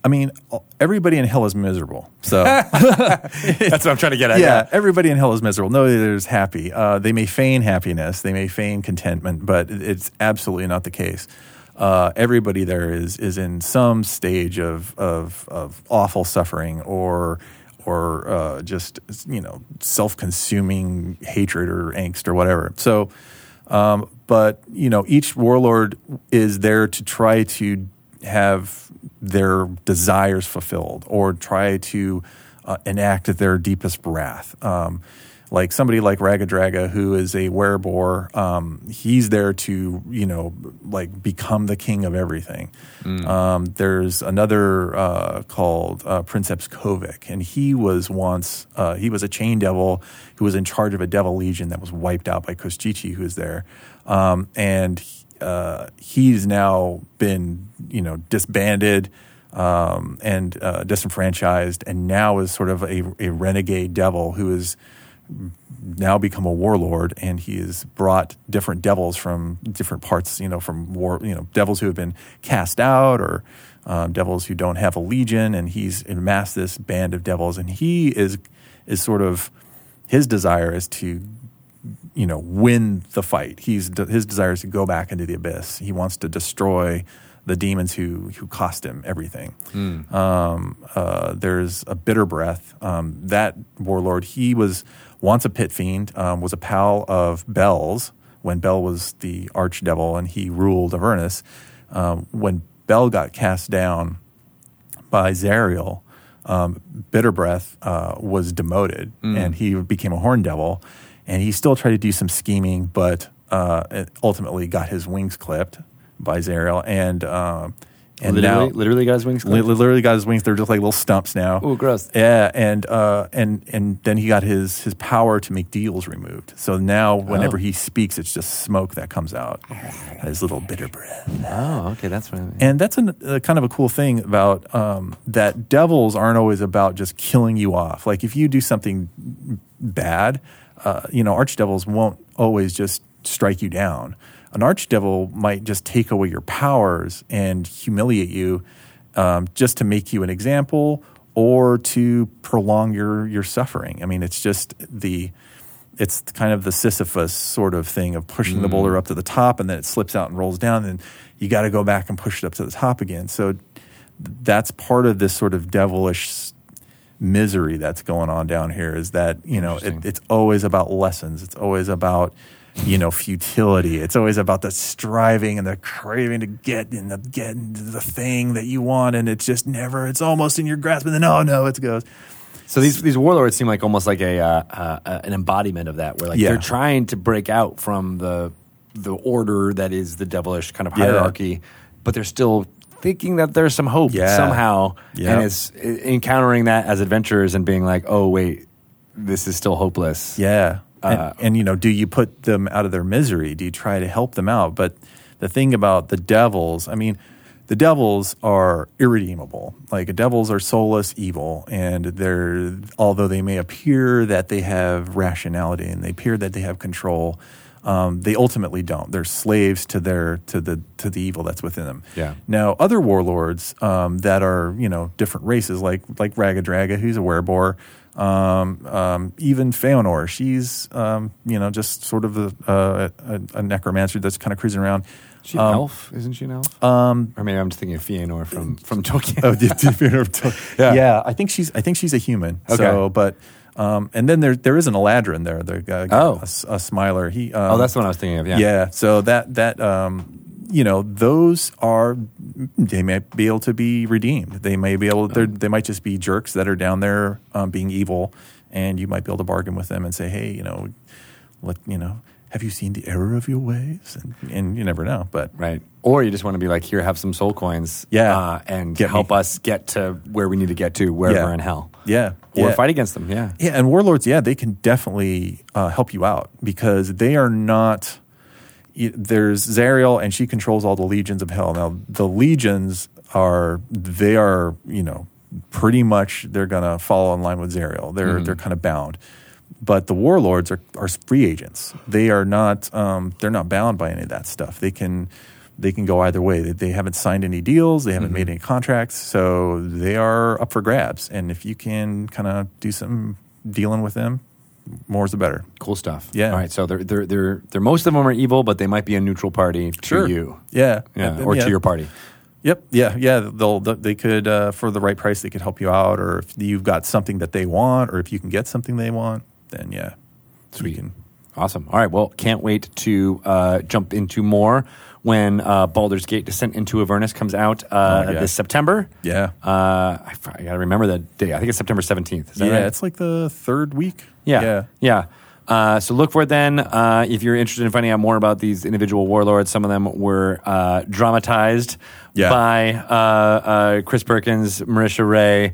S4: I mean, everybody in hell is miserable. So
S1: That's what I'm trying to get at.
S4: yeah, everybody in hell is miserable. Nobody there's happy. Uh, they may feign happiness, they may feign contentment, but it- it's absolutely not the case. Uh, everybody there is is in some stage of of, of awful suffering or or uh, just you know self consuming hatred or angst or whatever. So, um, but you know each warlord is there to try to have their desires fulfilled or try to uh, enact their deepest wrath. Um, like somebody like Ragadraga, who is a werebore, um, he's there to you know like become the king of everything. Um, there's another uh, called uh, Princeps Kovic, and he was once uh, he was a chain devil who was in charge of a devil legion that was wiped out by Kostichi, who was there, um, and uh, he's now been you know disbanded um, and uh, disenfranchised, and now is sort of a, a renegade devil who has now become a warlord, and he has brought different devils from different parts, you know, from war, you know, devils who have been cast out or um, devils who don't have a legion, and he's amassed this band of devils, and he is is sort of his desire is to you know win the fight. He's his desire is to go back into the abyss. He wants to destroy the demons who who cost him everything. Um, uh, there's a bitter breath. Um, that warlord he was once a pit fiend, um, was a pal of Bell's when Bell was the archdevil and he ruled Avernus. Um, when Bell got cast down, by Zariel, um, Bitter Breath uh, was demoted and he became a Horn Devil. And he still tried to do some scheming, but uh, it ultimately got his wings clipped by Zariel. And, um, and
S1: literally,
S4: now,
S1: literally got his wings.
S4: li-
S1: clipped?
S4: literally got his wings. They're just like little stumps now.
S1: Ooh, gross.
S4: Yeah, and uh, and and then he got his his power to make deals removed. So now,
S1: Oh.
S4: whenever he speaks, it's just smoke that comes out. His little bitter breath.
S1: Oh, okay, that's what I mean.
S4: And that's an, a kind of a cool thing about um, that devils aren't always about just killing you off. Like if you do something bad, uh, you know, archdevils won't always just strike you down. An archdevil might just take away your powers and humiliate you um, just to make you an example or to prolong your, your suffering. I mean, it's just the it's kind of the Sisyphus sort of thing of pushing the boulder up to the top and then it slips out and rolls down. And you got to go back and push it up to the top again. So th- that's part of this sort of devilish s- misery that's going on down here is that, you know, it, it's always about lessons. It's always about, you know, futility. It's always about the striving and the craving to get and the get into the thing that you want. And it's just never, it's almost in your grasp. And then, oh no, it goes.
S1: So these these warlords seem like almost like a uh, uh, uh, an embodiment of that, where like
S4: Yeah.
S1: they're trying to break out from the the order that is the devilish kind of
S4: Yeah.
S1: hierarchy, but they're still thinking that there's some hope
S4: Yeah.
S1: somehow,
S4: Yeah.
S1: and it's uh, encountering that as adventurers and being like, oh wait, this is still hopeless.
S4: Yeah. And,
S1: Uh,
S4: and, you know, do you put them out of their misery? Do you try to help them out? But the thing about the devils, I mean, the devils are irredeemable. Like devils are soulless evil, and they're although they may appear that they have rationality and they appear that they have control, um, they ultimately don't. They're slaves to their to the to the evil that's within them.
S1: Yeah.
S4: Now, other warlords um, that are you know different races, like like Ragadraga, who's a werebore, um, um, even Feanor, she's um, you know just sort of a, uh, a, a necromancer that's kind of cruising around.
S1: She an elf, isn't she an elf? Um, or maybe I'm just thinking of Fëanor from from Tolkien.
S4: Um, Oh, the- the Feanor of Tor-
S1: Yeah.
S4: yeah. I think she's I think she's a human.
S1: Okay.
S4: So, but um, and then there there is an Eladrin there. The guy,
S1: Oh.
S4: a, s- a smiler. He um,
S1: oh, that's the one I was thinking of. Yeah,
S4: So that that um, you know, those are they may be able to be redeemed. They may be able. they're They might just be jerks that are down there um, being evil, and you might be able to bargain with them and say, hey, you know, let you know. Have you seen the error of your ways? And, and you never know. But
S1: right. Or you just want to be like, here, have some soul coins,
S4: Yeah.
S1: uh, and
S4: Get me.
S1: help us get to where we need to get to, wherever
S4: Yeah.
S1: in hell.
S4: yeah,
S1: or
S4: yeah.
S1: fight against them. Yeah,
S4: Yeah, and warlords, yeah, they can definitely uh, help you out because they are not. y- there's Zariel, and she controls all the legions of hell. Now, the legions are they are you know pretty much they're gonna follow in line with Zariel. They're
S1: Mm-hmm.
S4: they're kind of bound, but the warlords are are free agents. They are not um, they're not bound by any of that stuff. They can they can go either way. They, they haven't signed any deals. They haven't
S1: Mm-hmm.
S4: made any contracts, so they are up for grabs. And if you can kind of do some dealing with them, more's the better.
S1: Cool stuff.
S4: Yeah.
S1: All right. So they're they're they're, they're most of them are evil, but they might be a neutral party to you.
S4: Yeah.
S1: Yeah,
S4: And-
S1: or
S4: yeah.
S1: to your party.
S4: Yep. Yeah. Yeah. They'll. They could uh, for the right price. They could help you out, or if you've got something that they want, or if you can get something they want, then yeah,
S1: Sweet.
S4: we can.
S1: Awesome. All right. Well, can't wait to uh, jump into more when uh, Baldur's Gate Descent into Avernus comes out uh,
S4: Oh, yeah.
S1: this September.
S4: Yeah.
S1: Uh, I, f- I gotta remember that day. I think it's September seventeenth. Is that
S4: yeah.
S1: right?
S4: It's like the third week.
S1: Yeah.
S4: Yeah.
S1: Yeah. Uh, so look for it then. Uh, if you're interested in finding out more about these individual warlords, some of them were uh, dramatized
S4: Yeah.
S1: by uh, uh, Chris Perkins, Marisha Ray,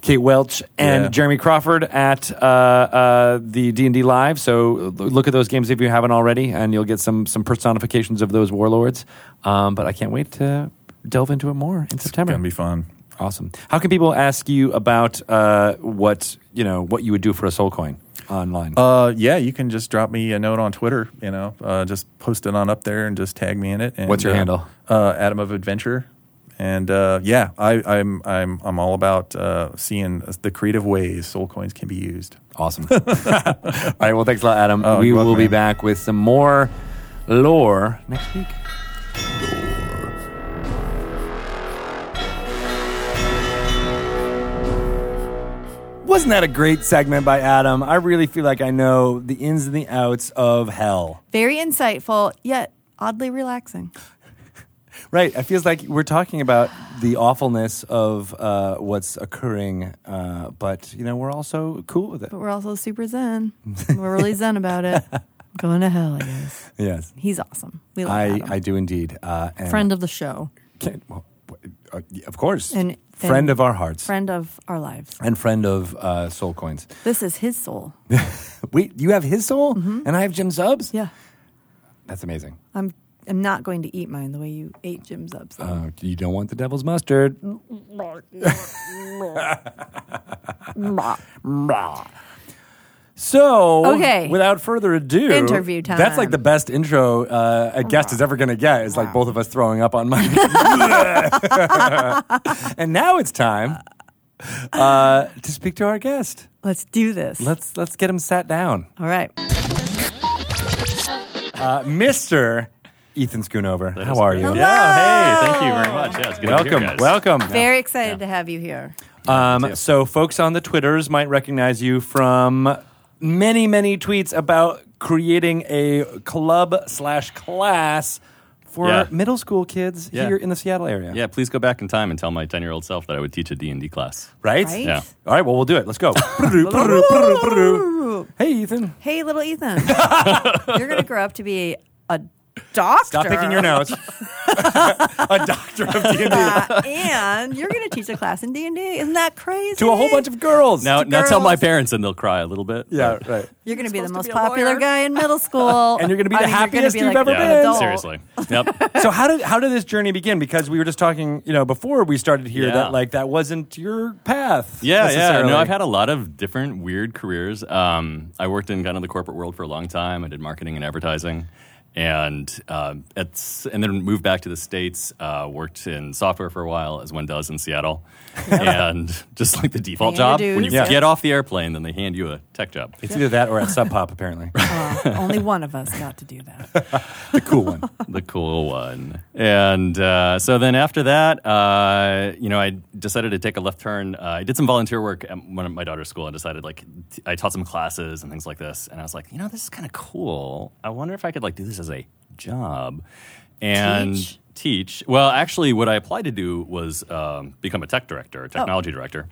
S1: Kate Welch, and
S4: Yeah.
S1: Jeremy Crawford at uh, uh, the D and D Live. So l- look at those games if you haven't already, and you'll get some some personifications of those warlords. Um, but I can't wait to delve into it more in
S4: It's
S1: September.
S4: gonna be fun.
S1: Awesome. How can people ask you about uh, what you know what you would do for a soul coin online?
S4: Uh, yeah, you can just drop me a note on Twitter. You know, uh, just post it on up there and just tag me in it. And,
S1: What's your
S4: uh,
S1: handle?
S4: Uh, Adam of Adventure. And uh, yeah, I, I'm I'm I'm all about uh, seeing the creative ways soul coins can be used.
S1: awesome. All right. Well, thanks a lot, Adam.
S4: Oh,
S1: we
S4: you're
S1: will
S4: welcome,
S1: be
S4: man.
S1: back with some more lore next week. Wasn't that a great segment by Adam? I really feel like I know the ins and the outs of hell.
S2: Very insightful, yet oddly relaxing.
S1: Right. It feels like we're talking about the awfulness of uh, what's occurring, uh, but you know we're also cool with it.
S2: But we're also super zen. We're really zen about it. Going to hell, I guess.
S1: Yes,
S2: He's awesome. We love
S1: I,
S2: Adam.
S1: I do indeed. Uh, and
S2: friend of the show,
S1: can- well, w- uh, y- of course,
S2: And- and-
S1: friend of our hearts,
S2: friend of our lives.
S1: and friend of uh, soul coins.
S2: This is his soul.
S1: Wait, you have his soul, and I have Jim Subs.
S2: Mm-hmm. Yeah,
S1: That's amazing.
S2: I'm. I'm not going to eat mine the way you ate Jim's up. So.
S1: Uh, you don't want the devil's mustard. Rah. So,
S2: Okay.
S1: without further ado,
S2: Interview time.
S1: That's like the best intro uh, a guest is ever going to get. It's like both of us throwing up on mic. and now it's time uh, to speak to our guest.
S2: Let's do this.
S1: Let's let's get him sat down,
S2: All right.
S1: uh, Mister Ethan Schoonover. How are you?
S2: Hello.
S5: Yeah. Hey. Thank you
S2: Oh.
S5: very much. Yeah. It's good To be
S1: Welcome,
S5: here, guys.
S1: welcome.
S2: Very excited to have you here.
S1: Um, so, folks on the Twitters might recognize you from many, many tweets about creating a club slash class for
S5: Yeah.
S1: middle school kids
S5: Yeah.
S1: here in the Seattle area.
S5: Yeah. Please go back in time and tell my ten-year-old self that I would teach a D and D class.
S1: Right?
S2: Right?
S5: Yeah.
S1: All right, well, we'll do it. Let's go. Prrroo, prrroo, prrroo, prrroo. hey, Ethan.
S2: Hey, little Ethan, you're going to grow up to be a doctor.
S1: Stop picking your nose. a doctor of D&D.
S2: Uh, and you're going to teach a class in D and D. Isn't that crazy?
S1: To a whole bunch of girls.
S5: Now, now tell
S2: girls.
S5: my parents and they'll cry a little bit.
S1: Yeah, right.
S2: You're going to be the
S1: supposed to
S2: most
S1: be a
S2: popular
S1: lawyer.
S2: guy in middle school,
S1: And you're gonna be
S2: I
S1: the
S2: mean, you're gonna
S1: happiest
S2: be
S1: you've
S2: like
S1: ever
S2: an
S1: been.
S2: adult.
S5: Seriously. Yep.
S1: so how did how did this journey begin? Because we were just talking, you know, before we started here
S5: Yeah.
S1: that like that wasn't your path.
S5: Yeah, yeah.
S1: necessarily.
S5: No, I've had a lot of different weird careers. Um, I worked in kind of the corporate world for a long time. I did marketing and advertising, and um it's, and then moved back to the states. Uh, worked in software for a while, as one does in Seattle, and just like the default
S2: Hand
S5: job,
S2: you
S5: when you
S2: dudes. Yeah.
S5: get off the airplane, then they hand you a tech job.
S1: It's either that or at Sub Pop, apparently.
S2: Uh, only one of us got to do that.
S1: the cool one.
S5: the cool one. And uh, so then after that, uh, you know, I decided to take a left turn. Uh, I did some volunteer work at one of my daughter's school and decided like t- I taught some classes and things like this. And I was like, you know, this is kind of cool. I wonder if I could like do this as a job and
S2: Teach?
S5: teach. Well, actually, what I applied to do was um, become a tech director, a technology director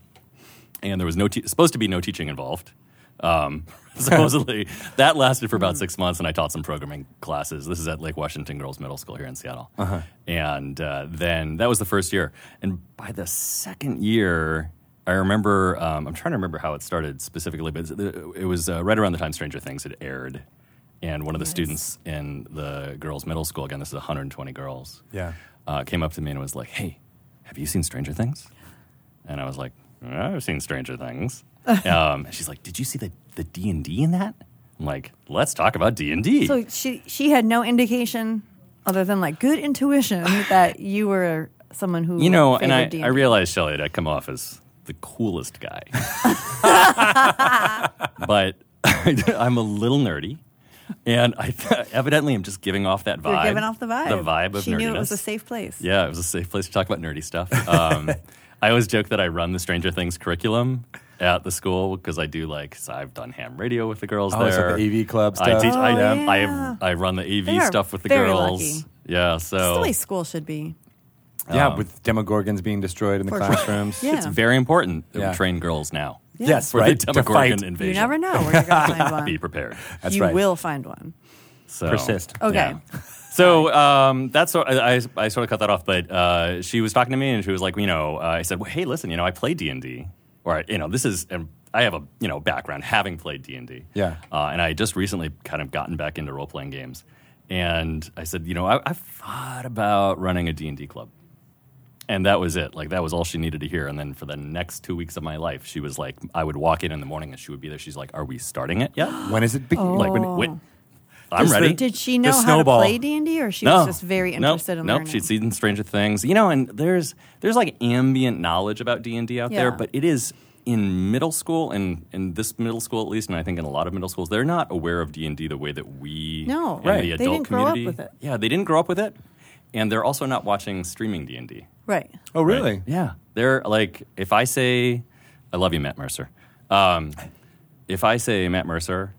S5: and there was no te- supposed to be no teaching involved. Um, supposedly, that lasted for about six months, and I taught some programming classes. This is at Lake Washington Girls Middle School here in Seattle, and uh, then that was the first year. And by the second year, I remember um, I'm trying to remember how it started specifically, but it was uh, right around the time Stranger Things had aired. and one of the students in the girls' middle school, again, this is 120 girls,
S1: Yeah.
S5: uh, came up to me and was like, "Hey, have you seen Stranger Things?" And I was like, "I've seen Stranger Things." um, and she's like, "Did you see the the D and D in that?" I'm like, "Let's talk about D and D."
S2: So she she had no indication other than like good intuition that you were someone who
S5: You know, and I,
S2: favored D&D.
S5: I realize, Shelly, that I come off as the coolest guy. but I'm a little nerdy. And I evidently am just giving off that vibe.
S2: You're giving off the vibe.
S5: The vibe of
S2: she
S5: nerdiness.
S2: knew it was a safe place.
S5: Yeah, it was a safe place to talk about nerdy stuff. Um, I always joke that I run the Stranger Things curriculum at the school because I do like so I've done ham radio with the girls
S1: Oh,
S5: there.
S1: it's like the AV club
S5: I
S1: stuff.
S5: teach. I,
S2: Oh,
S5: I,
S2: yeah.
S5: I run the AV
S2: They are
S5: stuff with the
S2: very
S5: girls.
S2: lucky.
S5: Yeah, so
S2: That's the way school should be.
S1: yeah,
S5: Um,
S1: with Demogorgons being destroyed in the
S2: For sure.
S1: classrooms.
S2: Yeah.
S5: it's very important that
S1: Yeah.
S5: we train girls now.
S1: Yes,
S5: for
S1: right.
S5: the
S1: to
S5: Demogorgon
S1: fight.
S5: invasion.
S2: You never know where you're going to find one.
S5: Be prepared.
S1: That's
S2: you
S1: right.
S2: will find one.
S1: Oh.
S5: So,
S1: Persist.
S2: Okay.
S5: So um, that's sort- I, I, I sort of cut that off, but uh, she was talking to me and she was like, you know, uh, I said, well, hey, listen, you know, I play D and D, or you know, this is and I have a you know background having played D and D,
S1: Yeah.
S5: uh, and I just recently kind of gotten back into role playing games, and I said, you know, I, I've thought about running a D and D club, and that was it. Like that was all she needed to hear. And then for the next two weeks of my life, she was like, I would walk in in the morning and she would be there. She's like, Are we starting it yet?
S1: When is it? Be-
S5: Like,
S1: when,
S5: wait, I'm
S1: Does the-
S5: ready.
S2: Did she know how
S1: snowball.
S2: to play D&D or she was just very
S5: Nope.
S2: interested in
S5: nope.
S2: learning?
S5: She'd seen Stranger Things, you know, and there's there's like ambient knowledge about D and D out there,
S2: Yeah.
S5: but it is in middle school and in this middle school at least, and I think in a lot of middle schools, they're not aware of D and D the way that we
S2: No.
S5: and
S2: Right.
S5: the
S2: They
S5: adult
S2: didn't grow up
S5: community.
S2: with it.
S5: Yeah, they didn't grow up with it, and they're also not watching streaming D and D.
S2: right.
S1: oh, really?
S5: Yeah. They're like, if I say, I love you, Matt Mercer. Um, if I say Matt Mercer,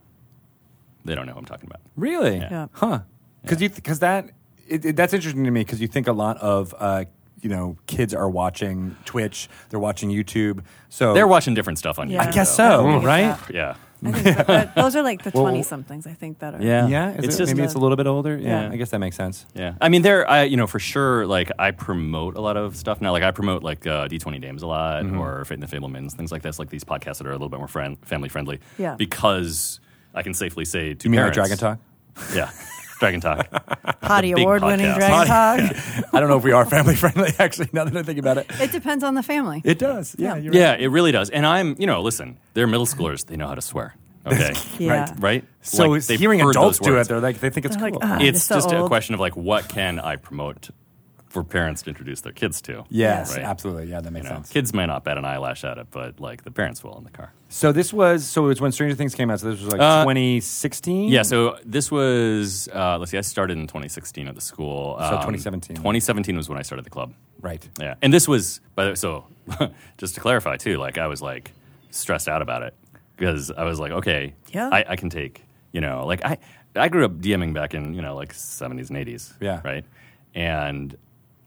S5: they don't know who I'm talking about.
S1: Really?
S2: Yeah.
S1: Huh? Because you because that it, it- that's interesting to me because you think a lot of uh, you know kids are watching Twitch, they're watching YouTube, so
S5: They're watching different stuff on
S2: Yeah.
S5: YouTube.
S1: Oh. I guess
S2: I
S1: so,
S2: don't think it's
S1: right?
S2: that.
S5: Yeah.
S2: I think that- that- those are like the
S1: Well-
S2: 20 somethings I think that are.
S5: Yeah.
S1: Yeah, is
S5: It's
S1: it-
S5: just-
S1: maybe it's a little bit older. Yeah,
S5: Yeah.
S1: I guess that makes sense.
S5: Yeah, I mean, there, I you know, for sure, like I promote a lot of stuff now. Like I promote like uh, D twenty Dames a lot,
S1: Mm-hmm.
S5: or Fate and the Fablemans, things like this. Like these podcasts that are a little bit more friend, family friendly.
S2: Yeah.
S5: because I can safely say to
S1: You mean like
S5: parents,
S1: Dragon Talk?
S5: Yeah, Dragon Talk.
S2: Potty
S5: big
S2: award-winning
S5: podcast.
S2: Dragon Talk.
S1: I don't know if we are family friendly. Actually, now that I think about it,
S2: It depends on the family.
S1: it does. Yeah, you're
S5: yeah, it really does. And I'm, you know, listen, they're middle schoolers. They know how to swear. Okay,
S2: Yeah.
S5: right, right.
S1: So
S5: Like, they've
S1: hearing
S5: heard
S1: adults
S5: those
S1: do it,
S5: words.
S1: they're like they think it's
S2: They're
S1: cool.
S2: like, "Ah."
S5: it's
S2: You're so
S5: just a
S2: old.
S5: question of like, what can I promote for parents to introduce their kids to?
S1: yes,
S5: Right.
S1: absolutely. Yeah, that makes
S5: You know,
S1: sense.
S5: kids may not bat an eyelash at it, but like the parents will in the car.
S1: So this was so it's when Stranger Things came out. So this was like
S5: Uh,
S1: 2016.
S5: Yeah, so this was, uh, let's see, I started in 2016 at the school.
S1: So 2017.
S5: 2017 was when I started the club.
S1: right.
S5: Yeah. And this was, by the way, so just to clarify too, like I was like stressed out about it because I was like, okay,
S2: Yeah.
S5: I, I can take, you know, like I, I grew up DMing back in, you know, like 70s and 80s.
S1: Yeah.
S5: Right. And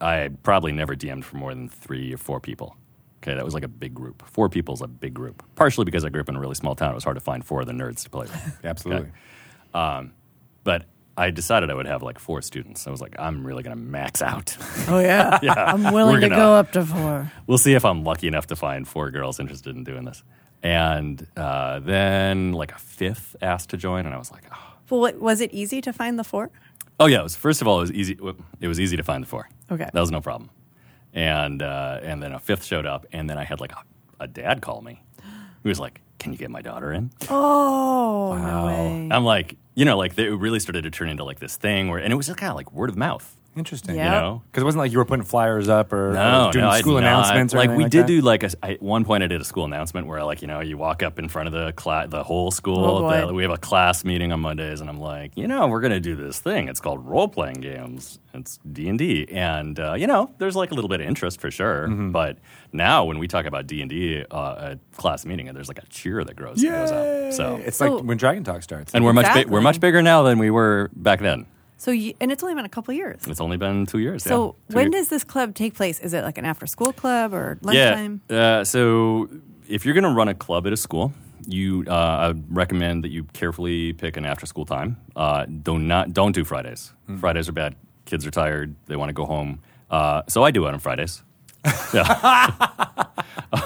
S5: I probably never DM'd for more than three or four people. Okay, that was like a big group. Four people's a big group. Partially because I grew up in a really small town. It was hard to find four of the nerds to play with.
S1: Absolutely.
S5: Okay. Um, but I decided I would have like four students. I was like, I'm really going to max out.
S2: Oh, yeah. I'm willing
S5: We're
S2: to
S5: gonna-
S2: go up to four.
S5: we'll see if I'm lucky enough to find four girls interested in doing this. And uh, then like a fifth asked to join, and I was like, oh,
S2: Well, what, was it easy to find the four?
S5: oh yeah. It was, first of all, it was easy. It was easy to find the four.
S2: Okay.
S5: that was no problem. And uh, and then a fifth showed up, and then I had like a, a dad call me. He was like, "Can you get my daughter in?"
S2: Oh, no way.
S5: I'm like, you know, like they, it really started to turn into like this thing where, and it was just kind of like word of mouth.
S1: Interesting.
S2: Yeah.
S5: You know,
S1: Because it wasn't like you were putting flyers up or,
S5: No,
S1: or doing
S5: no, I
S1: school
S5: did not.
S1: announcements. Or
S5: like
S1: anything
S5: we
S1: like
S5: did
S1: that?
S5: do like a, I- at one point I did a school announcement where like you know you walk up in front of the class, the whole school.
S2: Oh, boy.
S5: the- we have a class meeting on Mondays, and I'm like, you know, we're gonna do this thing. It's called role playing games. It's D and D, and uh, you know, there's like a little bit of interest for sure.
S1: Mm-hmm.
S5: But now when we talk about D and D uh, at class meeting, there's like a cheer that grows goes up. So
S1: it's
S2: So-
S1: like when Dragon Talk starts.
S5: and we're much big
S2: Exactly.
S5: we're much bigger now than we were back then.
S2: So, you, and it's only been a couple years.
S5: It's only been two years. yeah.
S2: So,
S5: Two
S2: when
S5: years.
S2: does this club take place? Is it like an after school club or lunchtime?
S5: Yeah. Uh, so if you're going to run a club at a school, you uh, I recommend that you carefully pick an after-school time. Uh, do not don't do Fridays.
S1: Mm-hmm.
S5: Fridays are bad. Kids are tired. They want to go home. Uh, so I do it on Fridays. Yeah.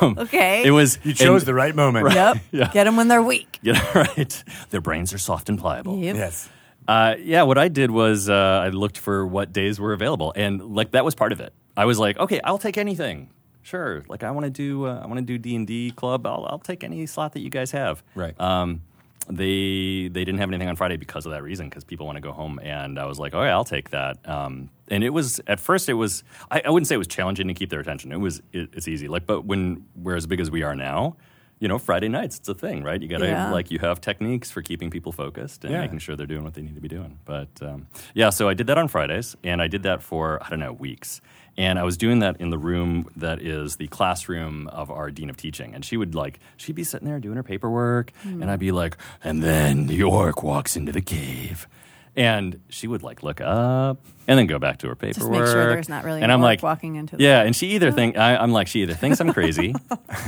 S2: Okay.
S5: it was
S1: you chose
S5: and-
S1: the right moment.
S2: Yep. Get them when they're weak.
S5: Yeah, right. Their brains are soft and pliable.
S2: Yep.
S1: Yes.
S5: Uh, yeah, what I did was uh, I looked for what days were available, and like that was part of it. I was like, okay, I'll take anything. Sure, like I want to do, uh, I want to do D and D club. I'll, I'll take any slot that you guys have.
S1: Right.
S5: Um, they they didn't have anything on Friday because of that reason, because people want to go home, and I was like, okay, I'll take that. Um, and it was at first, it was I, I wouldn't say it was challenging to keep their attention. It was it, it's easy, like, but when we're as big as we are now. You know, Friday nights, it's a thing, right? You gotta,
S2: Yeah.
S5: like, you have techniques for keeping people focused and
S1: Yeah.
S5: making sure they're doing what they need to be doing. But um, yeah, so I did that on Fridays, and I did that for I don't know weeks. And I was doing that in the room that is the classroom of our dean of teaching, and she would like she'd be sitting there doing her paperwork,
S2: Hmm.
S5: and I'd be like, and then the orc walks into the cave. And she would like look up and then go back to her paperwork.
S2: sure there's not really
S5: and
S2: an
S5: I'm
S2: orc
S5: like
S2: walking into the
S5: yeah. And she either think I, I'm like she either thinks I'm crazy,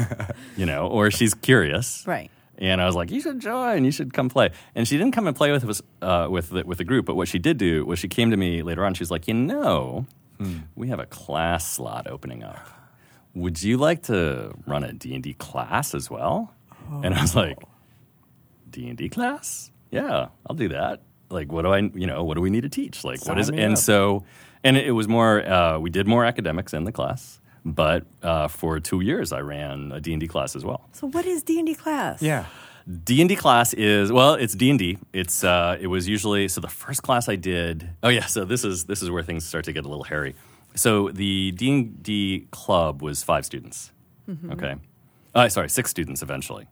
S5: you know, or she's curious,
S2: Right.
S5: and I was like, "You should join. You should come play." And she didn't come and play with us uh, with the, with the group. But what she did do was she came to me later on. She was like, "You know,
S1: Hmm.
S5: we have a class slot opening up. Would you like to run d and D class as well?" And I
S1: Oh.
S5: was like, "D and D class? Yeah, I'll do that. Like, what do I? You know, what do we need to teach? Like, what
S1: Sign
S5: is?"
S1: me
S5: And
S1: up.
S5: so, and it was more. Uh, we did more academics in the class, but uh, for two years, I ran a D and D class as well.
S2: So what is D and D class?
S4: Yeah.
S5: D and D class is well, it's D and D. It's uh, it was usually so the first class I did. Oh yeah, so this is this is where things start to get a little hairy. So the D and D club was five students. Okay, uh, sorry, six students eventually,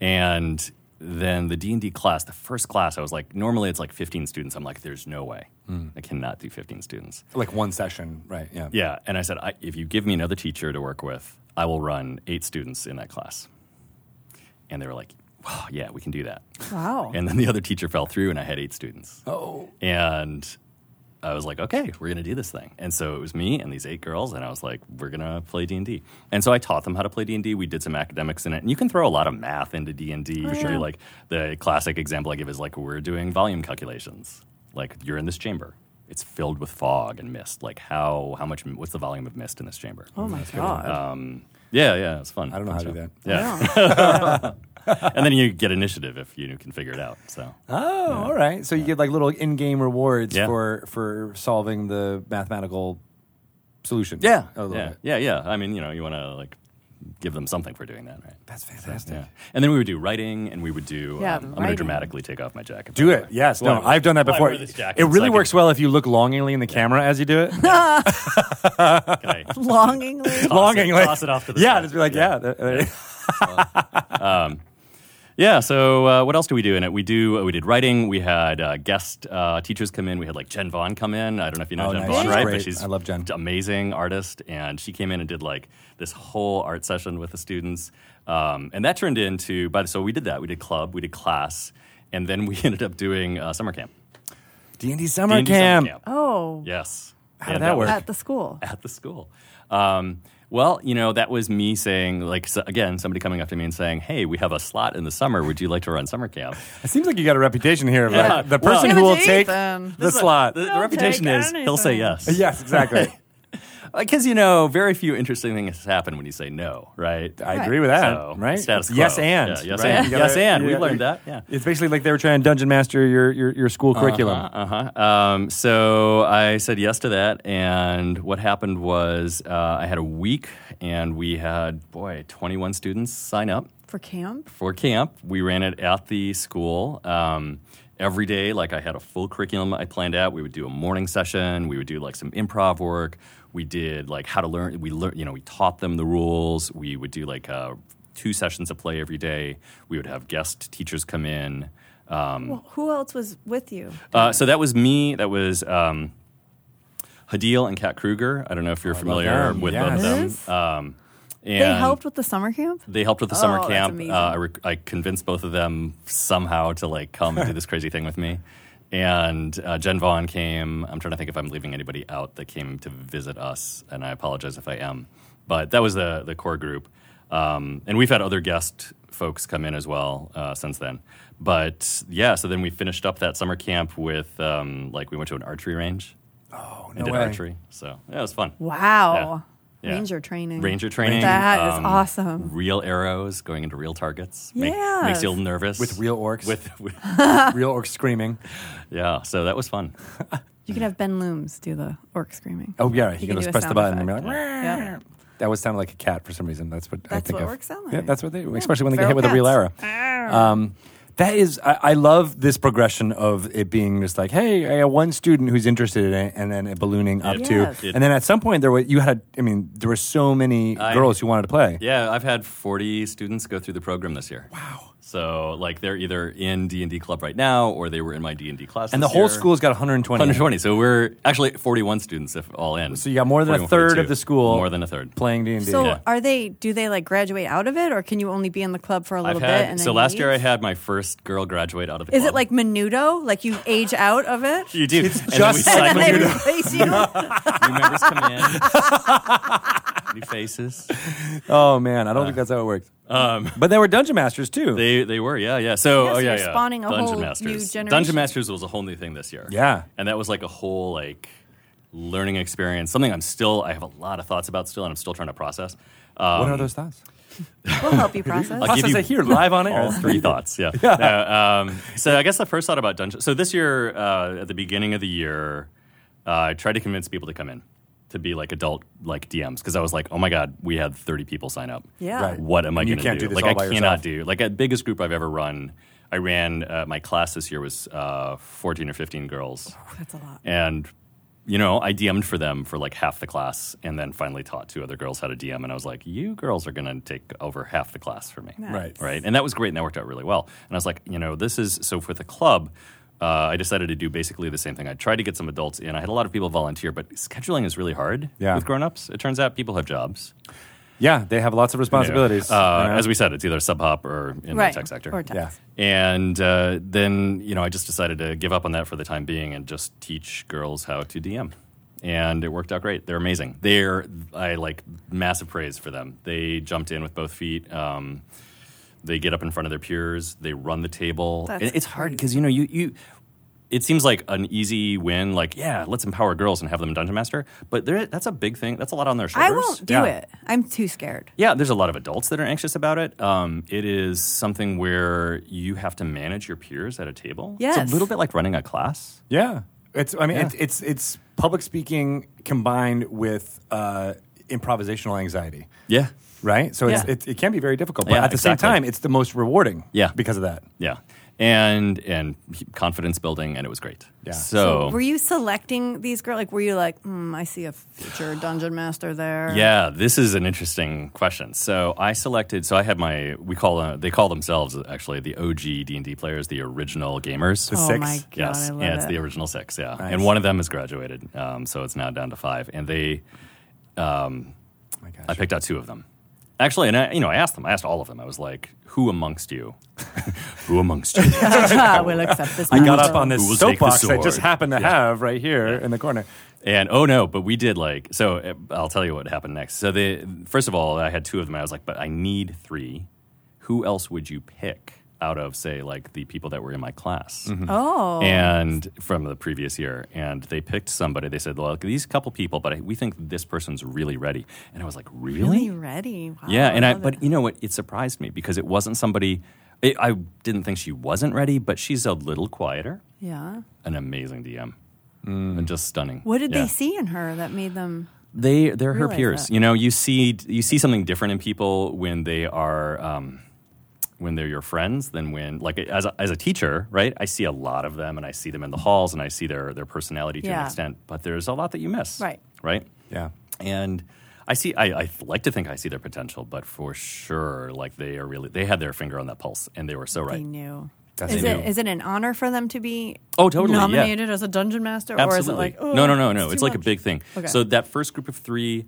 S5: and then the D and D class, the first class, I was like, normally it's like fifteen students. I'm like, there's no way I cannot do fifteen students.
S1: Like one session, right? Yeah.
S5: Yeah, and I said, I, if you give me another teacher to work with, I will run eight students in that class. And they were like, oh, yeah, we can do that.
S2: Wow.
S5: And then the other teacher fell through, and I had eight students.
S1: Oh.
S5: And I was like, okay, we're gonna do this thing. And so it was me and these eight girls, and I was like, we're gonna play D and D. And so I taught them how to play D and D. We did some academics in it, and you can throw a lot of math into D and
S1: Oh,
S5: D. Usually, like the classic example I give is like we're doing volume calculations. Like you're in this chamber, it's filled with fog and mist. Like how how much what's the volume of mist in this chamber?
S2: Oh my god.
S5: Um, yeah, yeah, it's fun.
S1: I don't know how to do that.
S5: Yeah, and then you get initiative if you can figure it out. So
S1: Oh, all right. So you get like little in-game rewards
S5: Yeah.
S1: for for solving the mathematical solution. Oh, I love
S5: yeah,
S1: it.
S5: yeah, yeah. I mean, you know, you want to like give them something for doing that, right?
S1: That's fantastic.
S5: Yeah. And then we would do writing, and we would do.
S2: Yeah,
S5: um, I'm going to
S2: writing.
S5: dramatically take off my jacket.
S1: Do it. Yes. No,
S5: Why-
S1: I've done that
S5: why
S1: before.
S5: wear this jacket
S1: It
S5: so I
S1: really
S5: can-
S1: works well if you look longingly in the camera as you do it.
S5: Can I-
S2: Longingly.
S1: longingly.
S5: toss it off to the
S1: yeah,
S5: side.
S1: just be like, yeah. there- there-
S5: yeah. So uh, what else do we do in it? We do. Uh, we did writing. We had uh, guest uh, teachers come in. We had like Jen Vaughn come in. I don't know if you know
S1: Oh,
S5: Jen
S1: nice.
S5: Vaughn,
S1: She's
S5: right?
S1: great.
S5: But she's
S1: I love Jen.
S5: amazing artist, and she came in and did like this whole art session with the students, um, and that turned into by the so we did that. We did club. We did class, and then we ended up doing uh, summer camp.
S1: D&D summer
S5: D&D
S1: camp.
S2: Oh.
S5: Yes.
S1: How did
S5: And
S1: that work?
S5: was-
S2: At the school.
S5: at the school. Um, well, you know, that was me saying, like, so, again, somebody coming up to me and saying, hey, we have a slot in the summer. Would you like to run summer camp?
S1: It seems like you got a reputation here of
S5: Yeah.
S1: like, the
S5: Well,
S1: person who
S2: Give it
S1: will
S2: to
S1: take
S2: Ethan.
S1: the slot.
S5: The, the
S3: I'll
S5: reputation
S3: take
S5: is he'll say yes.
S3: anything.
S1: yes, exactly.
S5: Because, you know, very few interesting things happen when you say no, right?
S1: I um,
S2: Right.
S1: agree with that.
S5: So,
S1: right?
S5: status quo.
S1: Yes, and
S5: Yeah, yes
S1: right?
S5: and.
S1: You gotta-
S5: Yes, and.
S1: you
S5: We
S1: gotta-
S5: learned that, yeah.
S1: It's basically like they were trying to dungeon master your your, your school curriculum.
S5: Uh huh. Um, so I said yes to that, and what happened was uh, I had a week, and we had boy, 21 students sign up.
S2: For camp?
S5: for camp. We ran it at the school um, every day. Like I had a full curriculum I planned out. We would do a morning session. We would do like some improv work. We did like how to learn. We learned, you know, we taught them the rules. We would do like uh, two sessions of play every day. We would have guest teachers come in. Um,
S2: Well, who else was with you?
S5: uh, so that was me. That was um, Hadil and Kat Kruger. I don't know if you're familiar
S1: Oh, them.
S5: with both of
S1: Yes.
S5: them. Um, and
S2: They helped with the summer camp?
S5: they helped with the
S2: Oh,
S5: summer
S2: that's
S5: camp.
S2: amazing.
S5: Uh, I, rec- I convinced both of them somehow to like come do this crazy thing with me. And uh, Jen Vaughn came. I'm trying to think if I'm leaving anybody out that came to visit us, and I apologize if I am. But that was the the core group, um, and we've had other guest folks come in as well uh, since then. But yeah, so then we finished up that summer camp with um, like we went to an archery range
S1: Oh,
S5: and
S1: no
S5: did
S1: way.
S5: archery. So yeah, it was fun.
S2: Wow.
S5: Yeah.
S2: Ranger training.
S5: Ranger training.
S2: That is
S5: um,
S2: awesome.
S5: Real arrows going into real targets. Ma-
S2: Yes.
S5: makes you a little nervous.
S1: With real orcs.
S5: With, with
S1: real orcs screaming.
S5: yeah. So that was fun.
S2: You could have Ben Looms do the orc screaming.
S1: Oh yeah, he,
S2: He
S1: can
S2: can do
S1: just
S2: a
S1: press the
S2: sound
S1: button and
S2: effect.
S1: be like,
S2: Yep.
S1: that would sound like a cat for some reason. That's what I
S2: That's
S1: think
S2: what
S1: of.
S2: orcs sound
S1: Yeah,
S2: like.
S1: that's what they,
S2: Yeah,
S1: especially when they get hit
S2: feral
S1: with a real arrow.
S2: cats. Ah.
S1: Um, that is, I, I love this progression of it being just like, hey, I got one student who's interested in it, and then it ballooning up to,
S2: Yes.
S5: It-
S1: and then at some point there was you had, I mean, there were so many
S5: I-
S1: girls who wanted to play.
S5: Yeah, I've had 40 students go through the program this year. Wow. So like they're either in D and D club right now, or they were in my D and D class.
S1: And the
S5: this
S1: whole
S5: year.
S1: school's got 120.
S5: 120. So we're actually 41 students if all in.
S1: So you got more than a
S5: 41,
S1: third
S5: 42.
S1: of the school
S5: More than a third.
S1: playing D and D.
S2: So
S5: Yeah.
S2: are they? Do they like graduate out of it, or can you only be in the club for a little
S5: I've had
S2: bit? And then
S5: so
S2: you
S5: last year I
S2: leave?
S5: had my first girl graduate out of the
S2: Is it
S5: club.
S2: like Menudo? Like you age out of it?
S5: you do? It's
S1: just
S5: then
S2: and
S5: we
S2: they
S5: cycle
S2: replace you.
S5: through- new members come in, new faces.
S1: Oh man, I don't think that's how it works. but there were dungeon masters too.
S5: Uh, um, They they were yeah yeah. So
S2: Yeah,
S5: oh
S2: so
S5: yeah
S2: you're
S5: yeah.
S2: spawning a
S5: Dungeon
S2: whole new
S5: Masters.
S2: generation.
S5: Dungeon Masters was a whole new thing this year.
S1: Yeah.
S5: and that was like a whole like learning experience. Something I'm still I have a lot of thoughts about still, and I'm still trying to process. Um,
S1: what are those thoughts?
S2: We'll help you process.
S5: I'll give
S1: Process
S5: you
S1: it here live on air.
S5: all three thoughts. Yeah. No, um, so I guess the first thought about dungeon. So this year, uh, at the beginning of the year, uh, I tried to convince people to come in to be like adult like DMs because I was like, oh my god, we had thirty people sign up.
S2: Yeah. Right.
S5: What am I
S1: And you
S5: going to
S1: can't
S5: do?
S1: do this
S5: Like
S1: all
S5: I
S1: by
S5: cannot
S1: yourself.
S5: do. Like the biggest group I've ever run. I ran uh, my class this year was uh, fourteen or fifteen girls
S2: That's a lot.
S5: and you know i dm'd for them for like half the class and then finally taught two other girls how to dm and i was like you girls are going to take over half the class for me
S2: Nice.
S1: Right.
S5: right and that was great and that worked out really well and i was like you know this is so for the club uh, i decided to do basically the same thing i tried to get some adults in i had a lot of people volunteer but scheduling is really hard
S1: Yeah.
S5: with grown-ups it turns out people have jobs
S1: Yeah, they have lots of responsibilities.
S5: Uh,
S1: you know?
S5: as we said it's either sub hop or in
S2: right.
S5: the tech sector
S2: Or tech.
S1: yeah.
S5: and uh, then, you know, I just decided to give up on that for the time being and just teach girls how to DM. And it worked out great. They're amazing. They're, I like massive praise for them. They jumped in with both feet. Um, they get up in front of their peers. They run the table.
S2: That's
S5: And it's hard because, you know, you, you, it seems like an easy win, like, yeah, let's empower girls and have them Dungeon Master. But there- that's a big thing. That's a lot on their shoulders.
S2: I won't do
S1: Yeah.
S2: it. I'm too scared.
S5: Yeah, there's a lot of adults that are anxious about it. Um, it is something where you have to manage your peers at a table. It's
S2: Yes.
S5: a little bit like running a class.
S1: Yeah, it's. I mean, it's, it's it's public speaking combined with uh, improvisational anxiety,
S5: Yeah.
S1: right? So
S2: Yeah.
S1: it's, it, it can be very difficult, but
S5: Yeah,
S1: at the
S5: exactly.
S1: same time, it's the most rewarding.
S5: Yeah.
S1: because of that. Oh
S5: Yeah. And and confidence building, and it was great.
S1: Yeah.
S5: So,
S2: Were you selecting these girls? Like, were you like, hmm, I see a future dungeon master there?
S5: yeah, this is an interesting question. So I selected. So I had my we call uh, they call themselves actually the OG D and D players, the original gamers.
S2: Oh
S1: Six?
S2: my god,
S5: yes,
S2: I love
S5: yeah, it's
S2: it.
S5: the original six. Yeah, and one of them has graduated, um, so it's now down to five. And they
S1: Oh my gosh.
S5: I picked out two of them. Actually, and I, you know, I asked them. I asked all of them. I was like, "Who amongst you? Who amongst you?"
S2: Ah, we'll accept this.
S1: I got
S2: master.
S1: up on
S5: Who will
S1: this
S5: take the
S1: soapbox I just
S5: sword?
S1: happened to have right here in the corner.
S5: and oh no, but we did like. So uh, I'll tell you what happened next. So they first of all, I had two of them. I was like, "But I need three. Who else would you pick out of say like the people that were in my class?"
S2: Oh,
S5: And from the previous year, and they picked somebody. They said, "Well, these couple people, but I, we think this person's really ready." And I was like,
S2: really ready? Wow,
S5: Yeah, and I,
S2: Oh, love
S5: but
S2: it.
S5: you know what? It surprised me because it wasn't somebody. It, I didn't think she wasn't ready, but she's a little quieter.
S2: yeah.
S5: An amazing DM, and just stunning.
S2: What did
S5: Yeah.
S2: they see in her that made them?
S5: They they're her
S2: Realize
S5: peers.
S2: that.
S5: You know, you see you see something different in people when they are. Um, when they're your friends, than when like as a, as a teacher, right? I see a lot of them, and I see them in the halls, and I see their their personality to an
S2: Yeah.
S5: extent. But there's a lot that you miss,
S2: Right.
S5: Right
S1: Yeah,
S5: and I see. I, I like to think I see their potential, but for sure, like they are really they had their finger on that pulse, and they were so
S2: They
S5: right.
S2: knew.
S1: That's
S2: is
S1: they
S2: it
S1: knew.
S2: is it an honor for them to be
S5: Oh, totally, yeah.
S2: nominated as a dungeon master, or is it
S5: Absolutely.
S2: like oh,
S5: no, no, no, no? It's,
S2: too
S5: like a
S2: much.
S5: big thing.
S2: Okay.
S5: So that first group of three.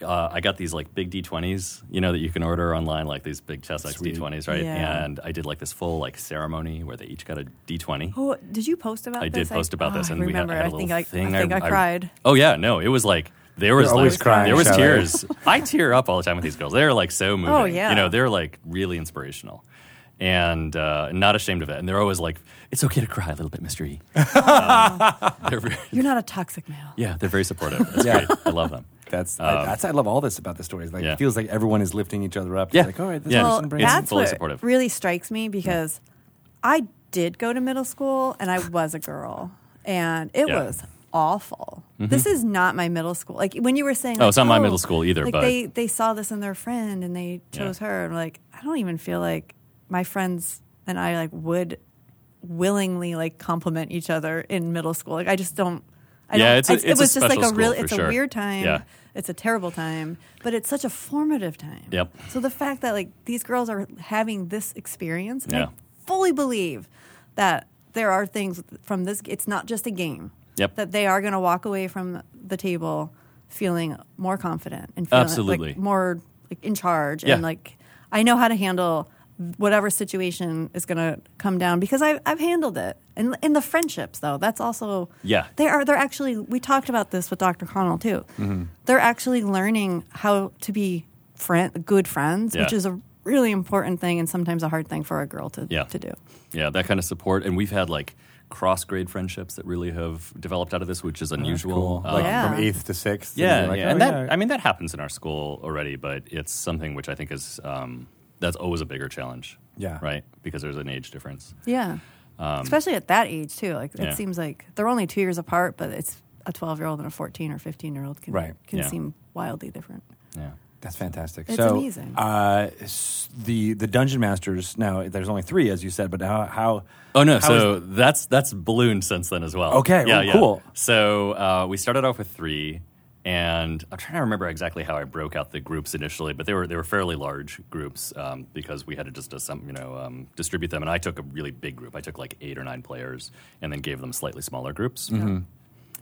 S5: Uh, I got these like big D20s, you know, that you can order online, like these big Chessex D20s, right?
S2: Yeah.
S5: And I did like this full like ceremony where they each got a D20.
S2: Oh, did you post about?
S5: I
S2: this?
S5: did post about
S2: oh,
S5: this,
S2: I
S5: and we had,
S2: remember.
S5: I had a
S2: I
S5: little
S2: think I,
S5: thing.
S2: I think I, cried.
S5: oh yeah, no, it was like there was
S1: always
S5: like,
S1: crying,
S5: There was
S1: Shelley.
S5: tears. I tear up all the time with these girls. They're like so moving.
S2: Oh, yeah.
S5: you know they're like really inspirational. And uh, not ashamed of it. And they're always like, it's okay to cry a little bit, Mr. E. Um, they're very,
S2: You're not a toxic male.
S5: yeah, they're very supportive. It's
S1: Uh, Yeah.
S5: great. I love them.
S1: That's I,
S5: Um,
S1: that's I love all this about the stories. Like
S5: yeah.
S1: it feels like everyone is lifting each other up.
S5: Yeah.
S1: like all right, this
S5: Yeah.
S1: person
S2: Well,
S1: brings
S5: It's
S2: that's
S5: fully
S2: what
S5: supportive.
S2: really strikes me because I did go to middle school and I was a girl and it
S5: Yeah. Mm-hmm.
S2: was awful. This is not my middle school. Like when you were saying,
S5: Oh,
S2: like,
S5: it's not my middle school either,
S2: Like
S5: but-
S2: they they saw this in their friend and they chose her. And like I don't even feel like my friends and I like would willingly like compliment each other in middle school. Like I just don't. I
S5: Yeah,
S2: don't,
S5: it's a-
S2: I-
S5: it's a
S2: it was just like
S5: special
S2: a real.
S5: school for
S2: It's
S5: sure.
S2: a weird time.
S5: Yeah.
S2: It's a terrible time, but it's such a formative time.
S5: Yep.
S2: So the fact that like these girls are having this experience, and
S5: Yeah.
S2: I fully believe that there are things from this. It's not just a game.
S5: Yep.
S2: That they are going to walk away from the table feeling more confident and feeling like,
S5: Absolutely.
S2: more like in charge
S5: Yeah.
S2: and like I know how to handle whatever situation is going to come down because I've I've handled it. And in the friendships though, that's also
S5: Yeah.
S2: they are they're actually we talked about this with Dr. Connell too.
S1: Mm-hmm.
S2: They're actually learning how to be friend, good friends, which
S5: Yeah.
S2: is a really important thing and sometimes a hard thing for a girl to
S5: Yeah.
S2: to do.
S5: Yeah, that kind of support. And we've had like cross grade friendships that really have developed out of this, which is unusual. Um,
S1: Ah, like
S2: Yeah.
S1: from eighth to sixth. and
S5: yeah,
S1: you're like,
S5: yeah.
S1: oh,
S5: and that
S1: yeah.
S5: I mean that happens in our school already, but it's something which I think is um, that's always a bigger challenge.
S1: Yeah.
S5: right, because there's an age difference.
S2: Yeah.
S1: Um,
S2: Especially at that age too. Like
S5: yeah.
S2: it seems like they're only 2 years apart, but it's a 12-year-old and a 14 or 15-year-old can
S1: Right.
S2: can
S5: Yeah.
S2: seem wildly different.
S5: Yeah,
S1: That's fantastic.
S2: It's
S1: so,
S2: amazing.
S1: Uh, s- the the dungeon masters. Now, there's only three, as you said, but how? how
S5: Oh no!
S1: how
S5: so
S1: is-
S5: that's that's ballooned since then as well.
S1: Okay, well, cool.
S5: So uh, we started off with three, and I'm trying to remember exactly how I broke out the groups initially, but they were they were fairly large groups um, because we had to just do some, you know um, distribute them. And I took a really big group. I took like eight or nine players, and then gave them slightly smaller groups,
S1: Mm-hmm.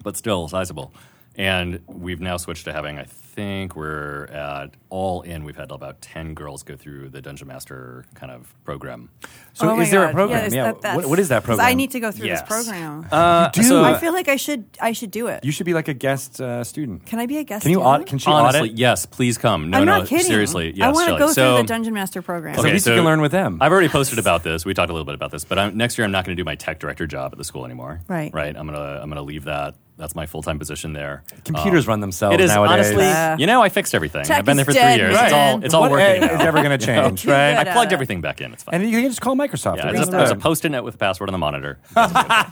S5: but still sizable. And we've now switched to having, I think we're at all in. We've had about ten girls go through the dungeon master kind of program.
S1: so
S2: Oh my
S1: is there a
S2: God.
S1: program?
S2: is
S1: Yeah,
S2: that-
S1: what,
S2: that's-
S1: what is that
S2: 'cause
S1: program?
S2: I need to go through
S5: Yes.
S2: this program.
S5: Uh,
S1: You do. so-
S2: I feel like I should I should do it.
S1: You should be like a guest uh, student.
S2: can I be a guest?
S1: Can you
S2: student?
S1: audit? Can she
S5: Honestly,
S1: audit?
S5: yes. Please come. No,
S2: I'm
S5: no,
S2: not kidding.
S5: seriously.
S2: I
S5: Yes,
S2: want to
S5: Shelley.
S2: go
S5: so,
S2: through the dungeon master program.
S1: So at
S5: Okay,
S1: least you
S5: so-
S1: can learn with them.
S5: I've already posted about this. We talked a little bit about this, but I'm, next year I'm not going to do my tech director job at the school anymore.
S2: Right.
S5: Right. I'm gonna I'm gonna leave that. That's my full time position there. Uh,
S1: Computers run themselves
S5: Oh. it is
S1: nowadays.
S5: honestly,
S2: Yeah.
S5: you know, I fixed everything.
S2: Tech
S5: I've been there
S2: is
S5: for
S2: dead,
S5: three years.
S2: man.
S5: It's all it's all
S1: What
S5: working
S1: is
S5: now.
S1: ever going to change,
S2: Too
S1: right?
S2: good.
S5: I
S2: at
S5: plugged
S2: it.
S5: everything back in. It's fine.
S1: And you can just call Microsoft.
S5: yeah,
S1: It's
S5: it's a,
S1: not
S5: it's a
S1: bad.
S5: post-it note with a password on the monitor.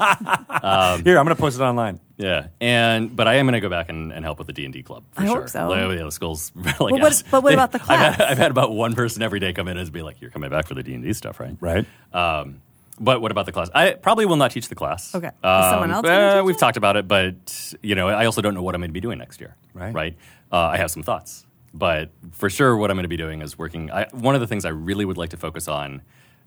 S1: Here, I'm going to post it online.
S5: yeah, and but I am going to go back and, and help with the D and D club. For
S2: I
S5: sure.
S2: hope so.
S5: Like, yeah, the school's really
S2: But what-
S5: ass.
S2: but what about the
S5: I've had,
S2: class?
S5: I've had about one person every day come in and be like, "You're coming back for the D and D stuff, right?"
S1: Right.
S5: Um, but what about the class? I probably will not teach the class.
S2: Okay. Is
S5: Um,
S2: someone else
S5: eh,
S2: gonna teach
S5: we've
S2: it?
S5: talked about it, but you know, I also don't know what I'm going to be doing next year.
S1: Right.
S5: Right. Uh, I have some thoughts, but for sure, what I'm going to be doing is working. I, one of the things I really would like to focus on,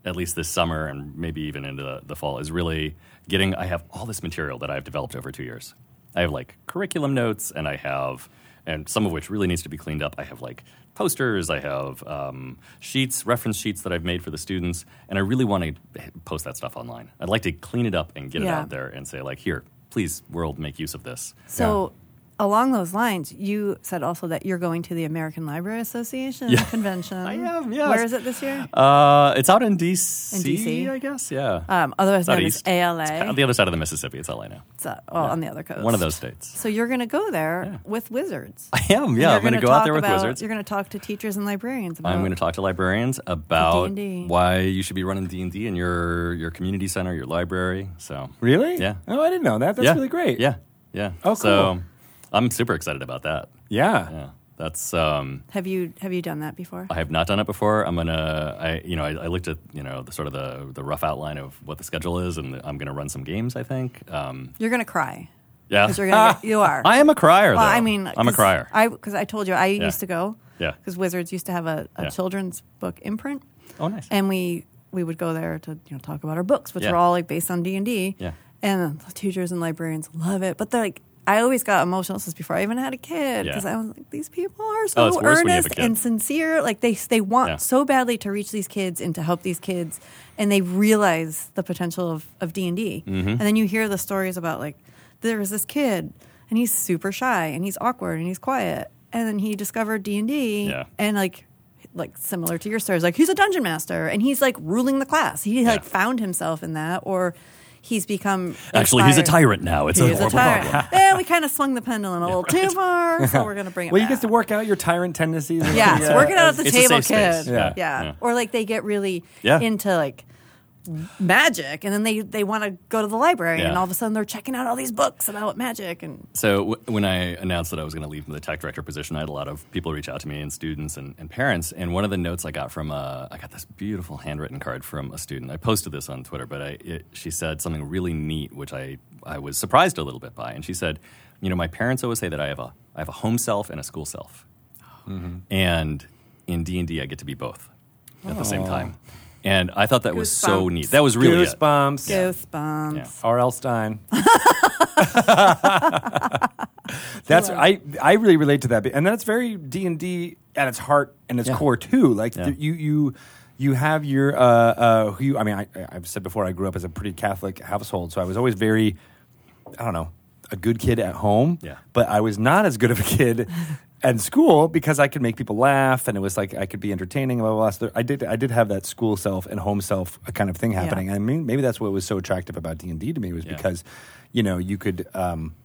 S5: at least this summer and maybe even into the, the fall, is really getting. I have all this material that I've developed over two years. I have like curriculum notes, and I have, and some of which really needs to be cleaned up. I have like posters, I have um, sheets, reference sheets that I've made for the students, and I really want to post that stuff online. I'd like to clean it up and get it
S2: Yeah.
S5: out there and say like, here, please, world, make use of this.
S2: So along those lines, you said also that you're going to the American Library Association convention. I
S5: am, yes.
S2: Where is it this year?
S5: Uh, it's out in DC,
S2: In DC?
S5: I guess. Yeah,
S2: Um, otherwise
S5: It's out
S2: known as
S5: east.
S2: ALA.
S5: It's on the other side of the Mississippi. It's all I know.
S2: It's, uh, well, on the other coast.
S5: One of those states.
S2: So you're going to go there with wizards.
S5: I am. Yeah,
S2: You're
S5: I'm going to
S2: gonna
S5: go out
S2: talk
S5: there with
S2: about-
S5: wizards.
S2: You're going to talk to teachers and librarians about
S5: I'm going to talk to librarians about
S2: D&D.
S5: why you should be running D and D in your your community center, your library. So
S1: Really?
S5: Yeah.
S1: Oh, I didn't know that. That's really great.
S5: Yeah, yeah.
S1: Oh, cool.
S5: So I'm super excited about that.
S1: Yeah.
S5: Yeah, that's. Um,
S2: Have you have you done that before?
S5: I have not done it before. I'm gonna. I you know I, I looked at you know the sort of the the rough outline of what the schedule is, and I'm gonna run some games. I think. Um,
S2: You're going to cry.
S5: yeah.
S2: 'Cause you're gonna get- you are.
S5: I am a crier.
S2: Well,
S5: though.
S2: I mean,
S5: I'm a
S2: 'cause
S5: crier.
S2: I because I told you I used to go.
S5: Yeah.
S2: Because Wizards used to have a, a
S5: Yeah.
S2: children's book imprint,
S5: oh, nice.
S2: and we we would go there to you know talk about our books, which
S5: Yeah.
S2: were all like based on D and D.
S5: Yeah.
S2: And the teachers and librarians love it, but they're like. I always got emotional since before I even had a kid
S5: Yeah.
S2: because I was like, these people are
S5: Oh, it's
S2: so
S5: worse when you have a
S2: earnest
S5: kid.
S2: and sincere. Like they they want
S5: Yeah.
S2: so badly to reach these kids and to help these kids, and they realize the potential of of D and D.
S5: Mm-hmm.
S2: And then you hear the stories about like there was this kid and he's super shy and he's awkward and he's quiet, and then he discovered D and D,
S5: Yeah.
S2: and like like similar to your stories, like he's a dungeon master and he's like ruling the class. He like
S5: Yeah.
S2: found himself in that, or he's become
S5: Actually, he's a
S2: inspired.
S5: tyrant now. It's a
S2: He's a
S5: horrible problem.
S2: tyrant. and we kind of swung the pendulum a little too far, so we're going to bring it
S1: Well, you
S2: back.
S1: get to work out your tyrant tendencies. uh,
S2: Yeah, so work it out at the
S5: uh, It's a
S2: table,
S5: safe space.
S2: kid.
S1: Yeah.
S2: Yeah.
S5: Yeah.
S2: Or like they get really
S5: Yeah.
S2: into like magic, and then they they want to go to the library, and
S5: Yeah.
S2: all of a sudden they're checking out all these books about magic, and
S5: So w- when I announced that I was going to leave the tech director position, I had a lot of people reach out to me and students and, and parents. And one of the notes I got from uh, I got this beautiful handwritten card from a student. I posted this on Twitter, but I, it, she said something really neat, which I I was surprised a little bit by. And she said, "You know, my parents always say that I have a I have a home self and a school self, and in D and D I get to be both at the same time." And I thought that was so
S2: Goosebumps.
S5: neat. That was really it.
S1: Goosebumps.
S2: goosebumps.
S5: Yeah.
S1: R.L. Stein. that's I I really relate to that, be- and that's very D and D at its heart and its
S5: Yeah.
S1: core too. Like
S5: Yeah.
S1: th- you you you have your uh, uh, who you, I mean I, I- I've said before I grew up as a pretty Catholic household, so I was always very I don't know a good kid at home,
S5: Yeah.
S1: but I was not as good of a kid. at school because I could make people laugh, and it was like I could be entertaining. Blah blah. blah. So there- I did. I did have that school self and home self kind of thing happening. I mean, maybe that's what was so attractive about D and D to me was
S5: Yeah.
S1: because, you know, you could um,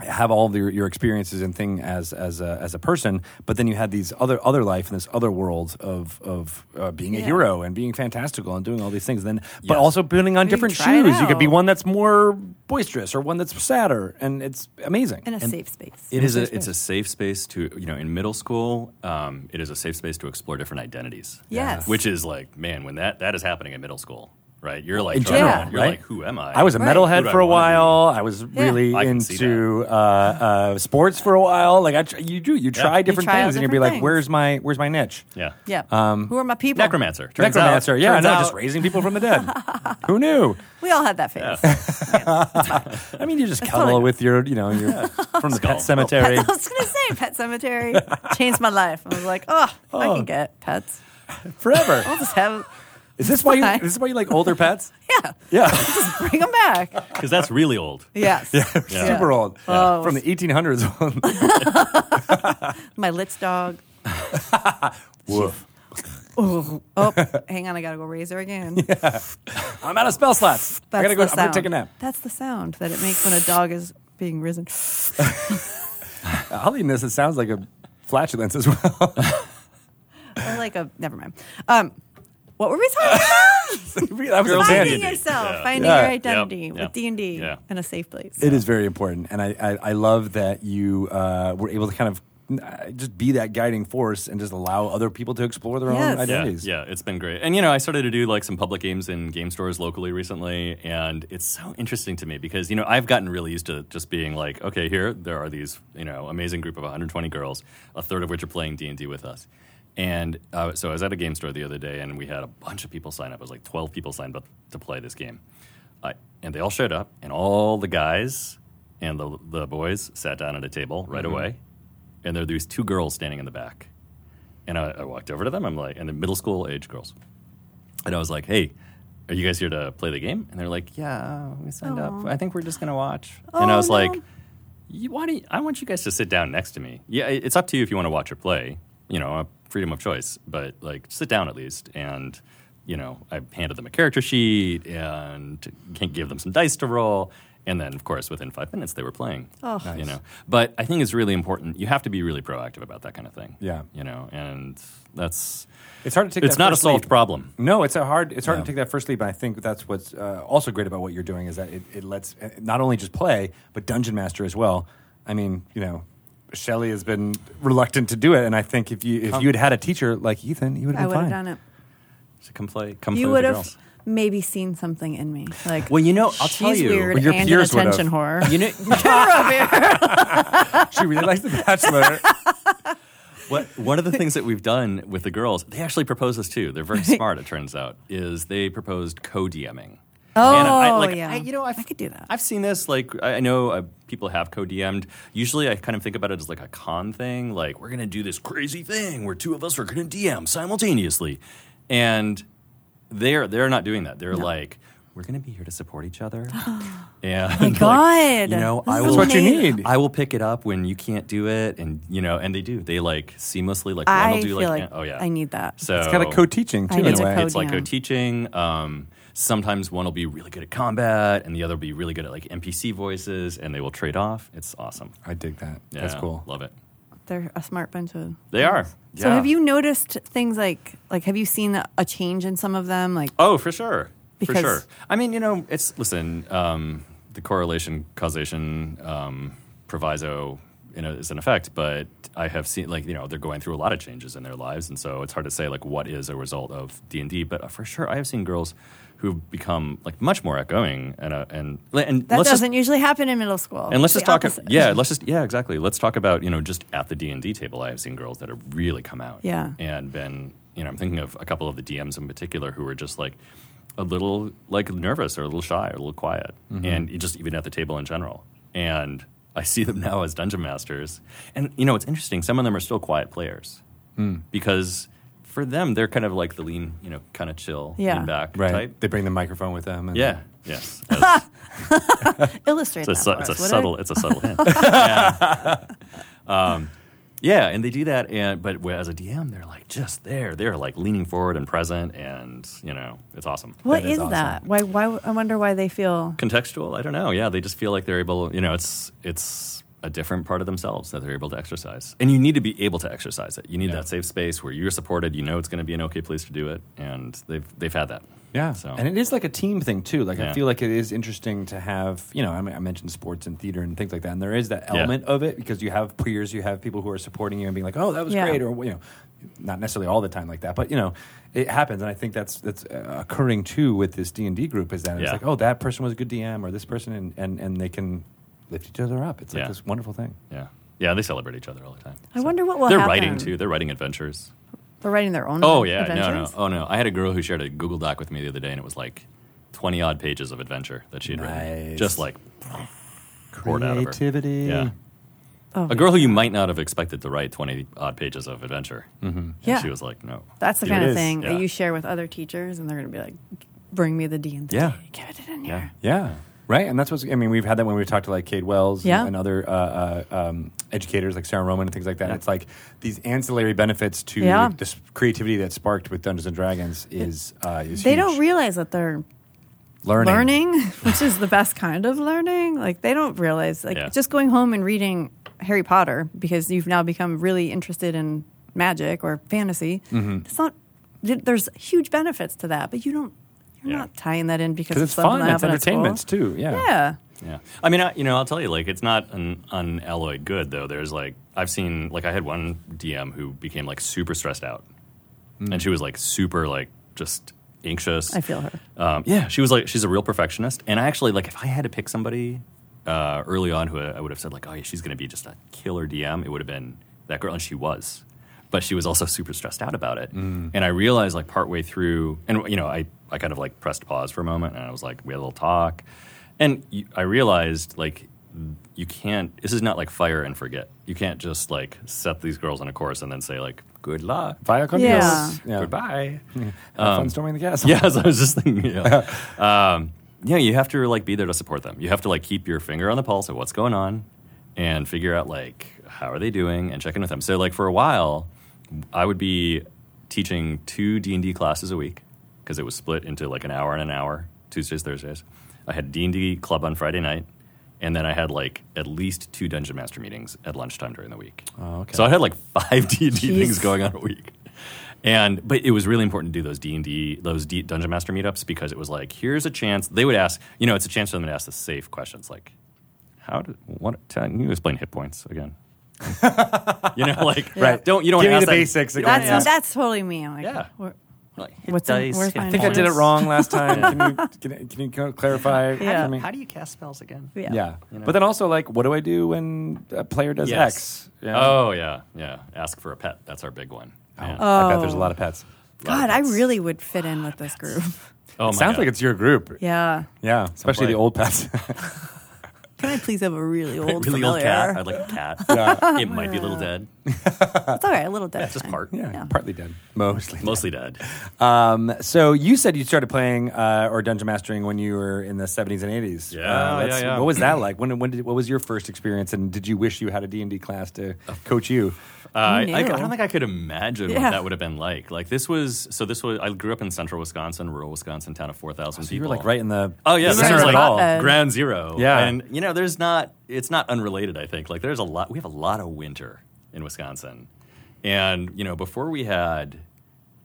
S1: have all of your, your experiences and thing as as a, as a person, but then you had these other other life and this other world of of uh, being a
S2: Yeah.
S1: hero and being fantastical and doing all these things. Then, but
S5: Yeah.
S1: also putting on
S2: You
S1: different
S2: try it
S1: shoes, you could be
S2: out.
S1: one that's more boisterous or one that's sadder, and it's amazing.
S2: in a safe space.
S5: It is a it's a safe space to you know in middle school. Um, it is a safe space to explore different identities.
S2: Yes.
S5: which is like man, when that that is happening in middle school, right? You're like
S1: in
S5: trying to-
S1: general,
S2: Yeah.
S5: you're
S1: right?
S5: like who am I?
S1: I was a
S2: Right.
S5: Who do
S1: metalhead
S5: I
S1: for a
S5: wanna
S1: while. I was really
S5: I can see
S1: into uh, uh, sports for a while. Like I, tr- you do, you try different
S2: try out
S1: things, and you'd be
S2: different
S1: like,
S2: things.
S1: "Where's my, where's my niche?"
S5: be? Yeah,
S2: Yeah. Who are my people?
S5: Um, necromancer. Turns
S1: Necromancer,
S5: out-
S1: yeah,
S5: turns
S1: no,
S5: out-
S1: just raising people from the dead. Who knew?
S2: We all had that phase.
S1: I mean, you just
S2: totally
S1: cuddle with your, you know, your from the
S5: Skull.
S1: pet cemetery.
S2: I was gonna say Pet Cemetery changed my life. I was like, oh, I can get pets.
S1: forever.
S2: I'll just have,
S1: Is this why you?
S2: Bye.
S1: This is why you like older pets?
S2: yeah,
S1: Yeah,
S2: just bring them back.
S5: because that's really old.
S2: Yes.
S5: Yeah.
S1: super old
S2: Oh.
S1: from the 1800s.
S2: My Litz dog.
S1: Woof.
S2: Oh, oh, hang on, I gotta go raise her again.
S1: I'm out of spell slots. I gotta
S2: That's
S1: go.
S2: the
S1: I'm gonna
S2: sound.
S1: take a nap.
S2: That's the sound that it makes when a dog is being risen.
S1: I'll eat this. It sounds like a flatulence as well.
S2: Or like a never mind. Um, what were we talking
S1: that
S2: about?
S1: was a
S5: Girls
S1: tangent.
S2: finding
S5: D&D.
S2: yourself,
S5: Yeah.
S2: finding
S1: Yeah.
S2: your identity
S5: Yep.
S2: with D and D
S5: Yeah.
S2: in a safe place.
S1: It is very important, and I, I, I love that you uh, were able to kind of uh, just be that guiding force and just allow other people to explore their
S2: Yes.
S1: own
S2: Yeah,
S5: Yeah,
S1: identities.
S5: yeah, it's been great. And you know, I started to do like some public games in game stores locally recently, and it's so interesting to me because you know I've gotten really used to just being like, okay, here there are these you know amazing group of 120 girls, a third of which are playing D and D with us. And uh, so I was at a game store the other day, and we had a bunch of people sign up. It was like 12 people signed up to play this game, I, and they all showed up, and all the guys and the the boys sat down at a table right away, and there are these two girls standing in the back. And I, I walked over to them. I'm like, and the middle school age girls. And I was like, hey, are you guys here to play the game? And they're like, yeah, we signed up. I think we're just going to watch. and I
S2: Oh,
S5: was
S2: no.
S5: like, you, why do you, I want you guys to sit down next to me. Yeah, it- it's up to you if you want to watch or play. You know, uh, freedom of choice, but like sit down at least. And you know, I handed them a character sheet and can give them some dice to roll. And then, of course, within five minutes, they were playing. Oh, you know. But I think it's really important. You have to be really proactive about that kind of thing.
S1: Yeah.
S5: you know, and that's
S1: It's hard to take.
S5: it's
S1: that
S5: not a
S1: first
S5: solved
S1: leap.
S5: problem.
S1: No, it's a hard. It's hard
S5: Yeah.
S1: to take that first leap. And I think that's what's uh, also great about what you're doing is that it, it lets uh, not only just play but dungeon master as well. I mean, you know, Shelley has been reluctant to do it, and I think if you if you had had a teacher like Ethan, you would
S2: I
S1: have
S2: would
S1: been
S2: have
S1: fine.
S2: done it.
S5: So come play, come
S2: You
S5: play with
S2: would
S5: the
S2: have
S5: girls.
S2: maybe seen something in me, like
S5: Well, you know, I'll tell
S2: she's
S5: you,
S2: weird
S1: Well, your
S2: and an
S1: peers would have.
S2: attention whore.
S5: You know,
S1: She really likes the Bachelor.
S5: What, one of the things that we've done with the girls, they actually proposed this too. They're very smart, it turns out, is they proposed co-DMing.
S2: Oh,
S5: And I- like,
S2: yeah.
S5: I- you know, I've-
S2: I could do that.
S5: I've seen this. Like, I I know uh, people have co-DM'd. Usually, I kind of think about it as like a con thing. Like, we're going to do this crazy thing where two of us are going to DM simultaneously, and they're they're not doing that. They're like, we're going to be here to support each other. yeah.
S2: Oh my God.
S5: you know,
S2: This
S5: I
S2: is
S5: will,
S1: That's what you
S2: amazing.
S1: need.
S5: I will pick it up when you can't do it, and you know, and they do. They like seamlessly, like one
S2: I
S5: will do
S2: feel
S5: like,
S2: like
S5: an- oh yeah,
S2: I need that.
S5: So
S1: It's kind of co-teaching too,
S2: I
S1: in
S2: need
S1: a
S2: to
S1: way.
S2: co-
S5: it's like
S2: yeah.
S5: co-teaching. Um, sometimes one will be really good at combat, and the other will be really good at like NPC voices, and they will trade off. It's awesome.
S1: I dig that. That's
S5: Yeah,
S1: cool.
S5: Love it.
S2: They're a smart bunch of.
S5: They are.
S2: So
S5: Yeah.
S2: have you noticed things like like have you seen a change in some of them? Like
S5: Oh, for sure.
S2: Because-
S5: for sure. I mean, you know, it's listen. Um, the correlation causation um, proviso you know, is an effect, but I have seen like you know they're going through a lot of changes in their lives, and so it's hard to say like what is a result of D and D. But uh, for sure, I have seen girls who've become like much more outgoing and uh, and and
S2: that
S5: let's just-
S2: doesn't usually happen in middle school.
S5: and let's
S2: It's
S5: just
S2: the
S5: talk.
S2: opposite.
S5: Yeah, let's just yeah, exactly. Let's talk about you know just at the D and D table. I have seen girls that have really come out.
S2: Yeah.
S5: and been you know I'm thinking of a couple of the DMs in particular who were just like a little like nervous or a little shy or a little quiet,
S1: Mm-hmm.
S5: and it just even at the table in general. And I see them now as dungeon masters, and you know it's interesting. Some of them are still quiet players
S1: Hmm.
S5: because for them they're kind of like the lean, you know, kind of chill,
S2: Yeah.
S5: lean back
S1: Right.
S5: type.
S1: They bring the microphone with them. And
S5: Yeah. Yes. That's-
S2: illustrate
S5: it's a,
S2: that
S5: su-
S2: for
S5: it's a
S2: us, would it?
S5: subtle it's a subtle hint. yeah. Um, yeah, and they do that, and but wh- as a DM, they're like just there. They're like leaning forward and present, and you know, it's awesome.
S2: What
S1: That is
S2: is
S1: awesome.
S2: that? Why? Why? I wonder why they feel.
S5: Contextual, I don't know. Yeah, they just feel like they're able. You know, it's it's a different part of themselves that they're able to exercise, and you need to be able to exercise it. You need
S1: Yeah.
S5: that safe space where you're supported. You know, it's going to be an okay place to do it, and they've they've had that.
S1: Yeah,
S5: So
S1: and it is like a team thing too. Like I
S5: Yeah.
S1: feel like it is interesting to have. You know, I, mean, I mentioned sports and theater and things like that, and there is that
S5: Yeah.
S1: element of it because you have peers, you have people who are supporting you and being like, "Oh, that was
S2: Yeah.
S1: great," or you know, not necessarily all the time like that, but you know, it happens, and I think that's that's uh, occurring too with this D and D group is that it's
S5: Yeah.
S1: like, "Oh, that person was a good DM," or this person, and and, and they can lift each other up. It's like
S5: Yeah.
S1: this wonderful thing.
S5: yeah, yeah, they celebrate each other all the time.
S2: I wonder what will
S5: they're
S2: happen.
S5: writing too. They're writing adventures.
S2: They're writing their own.
S5: Oh yeah, no, no,
S2: adventures?
S5: oh no. I had a girl who shared a Google Doc with me the other day, and it was like twenty odd pages of adventure that she had written,
S1: Nice.
S5: just like poured out of her.
S1: Creativity.
S5: Yeah,
S2: Oh,
S5: a girl who you might not have expected to write twenty odd pages of adventure. Mm-hmm.
S2: Yeah.
S5: she was like, no,
S2: That's the
S5: It
S2: kind of
S5: is,
S2: thing
S5: yeah.
S2: that you share with other teachers, and they're going to be like, "Bring me the D and D.
S1: Yeah.
S2: give it in
S5: yeah,
S2: here."
S1: Yeah. Right, and that's what's. I mean, we've had that when we talked to like Cade Wells
S2: Yeah.
S1: and, and other uh, uh, um, educators like Sarah Roman and things like that. It's like these ancillary benefits to
S2: Yeah.
S1: this creativity that's sparked with Dungeons and Dragons is uh, is
S2: They
S1: huge.
S2: don't realize that they're
S1: learning.
S2: learning, which is the best kind of learning. Like they don't realize, like
S5: Yeah.
S2: just going home and reading Harry Potter because you've now become really interested in magic or fantasy. It's not. th- There's huge benefits to that, but you don't. You're
S5: Yeah.
S2: not tying that in because
S1: because
S2: of
S1: it's
S2: something
S1: fun.
S2: that
S1: It's
S2: happened at school.
S1: entertainment too. Yeah.
S2: Yeah.
S5: Yeah, I mean, I, you know, I'll tell you, like, it's not an unalloyed good though. There's like, I've seen, like, I had one DM who became like super stressed out, and she was like super, like, just anxious.
S2: I feel her.
S5: Um, yeah, she was like, she's a real perfectionist, and I actually like, if I had to pick somebody uh, early on who I, I would have said like, oh yeah, she's going to be just a killer DM, it would have been that girl, and she was. But she was also super stressed out about it,
S1: Mm.
S5: and I realized like partway through, and you know, I I kind of like pressed pause for a moment, and I was like, we had a little talk, and you, I realized like you can't. This is not like fire and forget. You can't just like set these girls on a course and then say like, good luck,
S1: Via
S2: Yeah.
S1: yeah.
S5: goodbye. Um,
S1: Have fun storming the castle.
S5: Yeah, so I was just thinking. Yeah. um, yeah, you have to like be there to support them. You have to like keep your finger on the pulse of what's going on, and figure out like how are they doing and check in with them. So like for a while, I would be teaching two D and D classes a week because it was split into like an hour and an hour Tuesdays Thursdays. I had D and D club on Friday night. And then I had like at least two dungeon master meetings at lunchtime during the week.
S1: Oh, okay.
S5: So I had like five D and D things
S2: Jeez.
S5: going on a week. And but it was really important to do those D and D, those D, Dungeon Master meetups because it was like, here's a chance. They would ask, you know, it's a chance for them to ask the safe questions like, how do what? Can you explain hit points again? you know, like
S1: Right.
S5: Don't you don't
S1: Give me
S5: ask
S1: the
S5: that-
S1: basics
S5: you don't
S2: That's
S5: ask-
S2: that's totally me. I'm like,
S5: Yeah.
S2: we're-
S5: like, hit
S2: What's in- where's
S5: hit
S2: my
S1: I think I did it
S5: points.
S1: wrong last time. can, you, can, you- can you clarify?
S2: Yeah.
S1: I mean-
S5: do you cast spells again?
S2: yeah.
S1: yeah.
S5: You know.
S1: But then also, like, what do I do when a player does
S5: Yes.
S1: X?
S5: Oh yeah, yeah. Ask for a pet. That's our big one. Yeah.
S1: I bet there's a lot of pets.
S2: Oh. God, I really would fit in with this group.
S5: Oh, my
S1: it sounds
S5: God.
S1: like it's your group.
S2: Yeah.
S1: Yeah, especially
S5: play.
S1: the old pets.
S2: Can I please have a really old
S5: really
S2: familiar?
S5: old cat. I'd like a cat.
S1: Yeah.
S5: It might be a little dead.
S2: It's all right, a little dead.
S5: Just
S2: fine.
S5: part.
S1: Yeah,
S2: Yeah.
S1: partly dead, mostly.
S5: Mostly dead.
S1: Um, so you said you started playing uh, or dungeon mastering when you were in the seventies and eighties.
S5: Yeah,
S1: uh,
S5: yeah,
S1: let's-
S5: yeah.
S1: What was that like? When, when did, what was your first experience? And did you wish you had a D and D class to coach you?
S5: Uh, I, I
S2: knew?
S5: don't think I could imagine
S2: Yeah.
S5: what that would have been like. Like this was so. This was I grew up in central Wisconsin, rural Wisconsin, town of four thousand
S1: You
S5: people.
S1: were like right in the
S5: Oh yeah,
S1: the
S5: this
S1: center
S5: is
S1: of
S5: like
S1: it all.
S2: hotbed.
S5: ground zero.
S1: Yeah.
S5: and you know, there's not. It's not unrelated. I think like there's a lot. We have a lot of winter in Wisconsin, and you know, before we had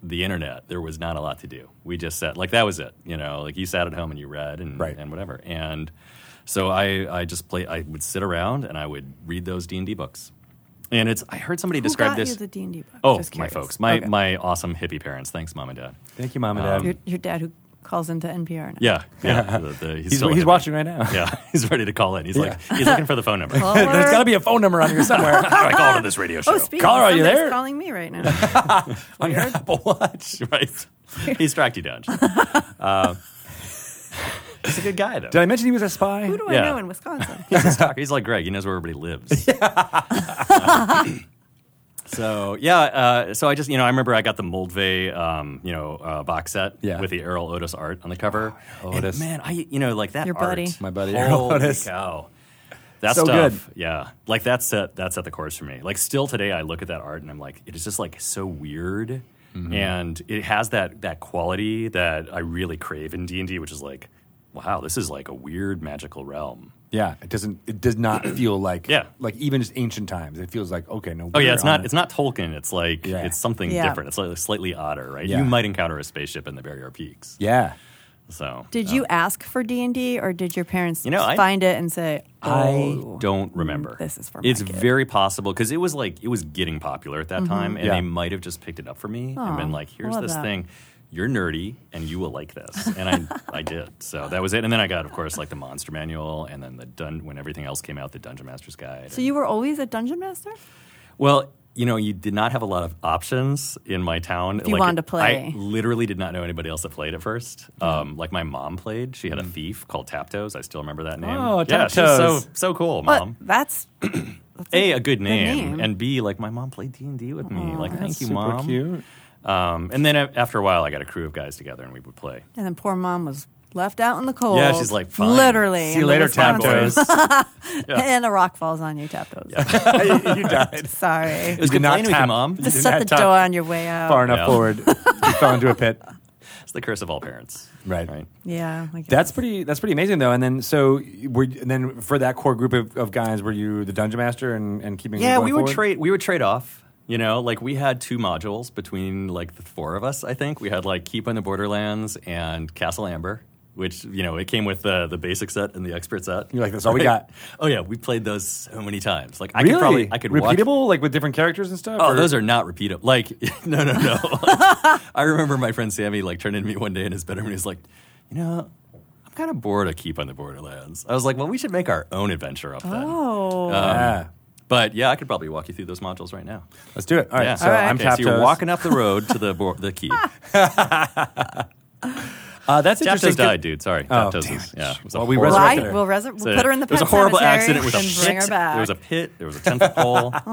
S5: the internet, there was not a lot to do. We just sat like that was it. You know, like you sat at home and you read and
S1: Right.
S5: and whatever. And so I I just play. I would sit around and I would read those D and D books. And it's I heard somebody
S2: Who
S5: describe
S2: got
S5: this.
S2: you the D and D book?
S5: Oh,
S2: Just
S5: my
S2: curious.
S5: folks, my
S2: Okay.
S5: my awesome hippie parents. Thanks, mom and dad.
S1: Thank you, mom and dad.
S5: um,
S2: your, your dad who calls into NPR now.
S5: Yeah, yeah. the- the- he's
S1: he's
S5: still a
S1: he's
S5: hippie.
S1: watching right now.
S5: Yeah, he's ready to call in. He's like, he's looking for the phone number. How
S1: There's got to be a phone number on here somewhere.
S5: do I call into this radio show?
S2: Oh, speaking
S1: Caller,
S2: of
S1: are you
S2: somebody's
S1: there?
S2: calling me right now.
S1: on your Apple Watch.
S5: right. He's tracked you down. Uh, he's a good guy, though.
S1: Did I mention he was a spy?
S2: Who do I
S5: Yeah.
S2: know in Wisconsin?
S5: He's a stalker. He's like Greg. He knows where everybody lives. so yeah, uh, so I just you know I remember I got the Moldvay um, you know uh, box set
S1: Yeah. Oh,
S5: with the Errol Otis art on the cover. And,
S1: Otis.
S5: man, I you know like that
S2: Your
S5: art.
S2: buddy.
S1: My buddy,
S5: Holy
S1: Errol Otis.
S5: cow. That
S1: So
S5: stuff, yeah. Like that's at that's at the course for me. Like still today, I look at that art and I'm like, it is just like so weird,
S1: Mm-hmm.
S5: and it has that that quality that I really crave in D and D, which is like, wow, this is like a weird magical realm.
S1: Yeah, it doesn't. It does not feel like
S5: Yeah.
S1: like even just ancient times. It feels like okay, no.
S5: Oh yeah, it's not it's not Tolkien. It's like
S1: Yeah.
S5: it's something
S2: Yeah.
S5: different. It's like slightly odder, right?
S1: Yeah.
S5: You might encounter a spaceship in the Barrier Peaks.
S1: Yeah,
S5: So
S2: Did you ask for D and D, or did your parents
S5: You know, I-
S2: find it and say,
S5: I
S2: "Oh,
S5: don't remember.
S2: this is for my
S5: It's
S2: kid. Mm-hmm.
S5: very possible because it was like it was getting popular at that time, and
S1: Yeah.
S5: they might have just picked it up for me and been like, "Here's
S2: love
S5: this
S2: that.
S5: thing. You're nerdy, and you will like this." And I, I did. So that was it. And then I got, of course, like the Monster Manual, and then the dun- when everything else came out, the Dungeon Master's Guide.
S2: So you were always a dungeon master?
S5: Well, you know, you did not have a lot of options in my town.
S2: you wanted to play.
S5: I literally did not know anybody else that played at first. Um, like my mom played. She had a thief called Taptoes. I still remember that name.
S1: Oh,
S5: yeah, she was
S1: Taptoes.
S5: so so cool,
S2: But
S5: mom.
S2: that's
S5: a a good name,
S2: name.
S5: and B like my mom played D and D with me. like thank you,
S1: super
S5: mom.
S1: cute.
S5: Um, and then a- after a while, I got a crew of guys together, and we would play.
S2: and then poor mom was left out in the cold.
S5: Yeah, she's like, "Fine.
S2: literally.
S1: See
S2: in
S1: you
S2: the
S1: later,
S2: Wisconsin-
S1: Taptoes.
S2: And a rock falls on you, Taptoes.
S1: you died.
S2: Sorry.
S5: was
S1: You did
S5: good
S1: not
S5: playing with you,
S1: tap-
S5: Mom.
S1: you
S2: Just
S1: did
S2: shut
S1: not
S2: the
S1: tap
S2: door on your way out.
S1: Far enough
S5: Yeah.
S1: forward, you fell into a pit.
S5: It's the curse of all parents,
S1: Right.
S2: Yeah. I guess.
S1: That's pretty. That's pretty amazing, though. And then, so were and then for that core group of, of guys, were you the dungeon master and, and keeping? it
S5: Yeah,
S1: going
S5: we would
S1: forward?
S5: trade. We would trade off. You know, like we had two modules between like the four of us. I think we had like Keep on the Borderlands and Castle Amber, which you know it came with the the basic set and the expert set.
S1: You're like, "That's all we got."
S5: Oh yeah, we played those so many times. Like I
S1: Really?
S5: could probably I could watch-
S1: repeatable, like with different characters and stuff.
S5: Oh,
S1: or-
S5: those are not repeatable. Like, no, no, no. I remember my friend Sammy like turned into me one day in his bedroom and he's like, you know, I'm kind of bored of Keep on the Borderlands. I was like, well, we should make our own adventure up then.
S2: Oh.
S5: um,
S1: Yeah.
S5: But yeah, I could probably walk you through those modules right now.
S1: Let's do it. All right.
S5: yeah.
S1: So I'm
S5: okay, so you're
S1: Taptoes.
S5: walking up the road to the bo- the key.
S1: Uh, that's interesting.
S5: Taptoes
S1: 'cause-
S5: died, dude. Sorry.
S1: Oh,
S5: Taptoes
S1: damn
S5: is-
S1: it.
S5: Yeah, it was a
S1: Well, we
S5: horrible-
S2: Well, I,
S1: resurrected
S2: we'll resu-
S5: It's
S2: we'll
S5: a-
S2: put her in the
S5: There was a
S2: pet
S5: horrible
S2: cemetery
S5: accident with a
S2: and
S5: pit.
S2: bring her back.
S5: There was a pit. There was a ten foot pole.
S2: oh,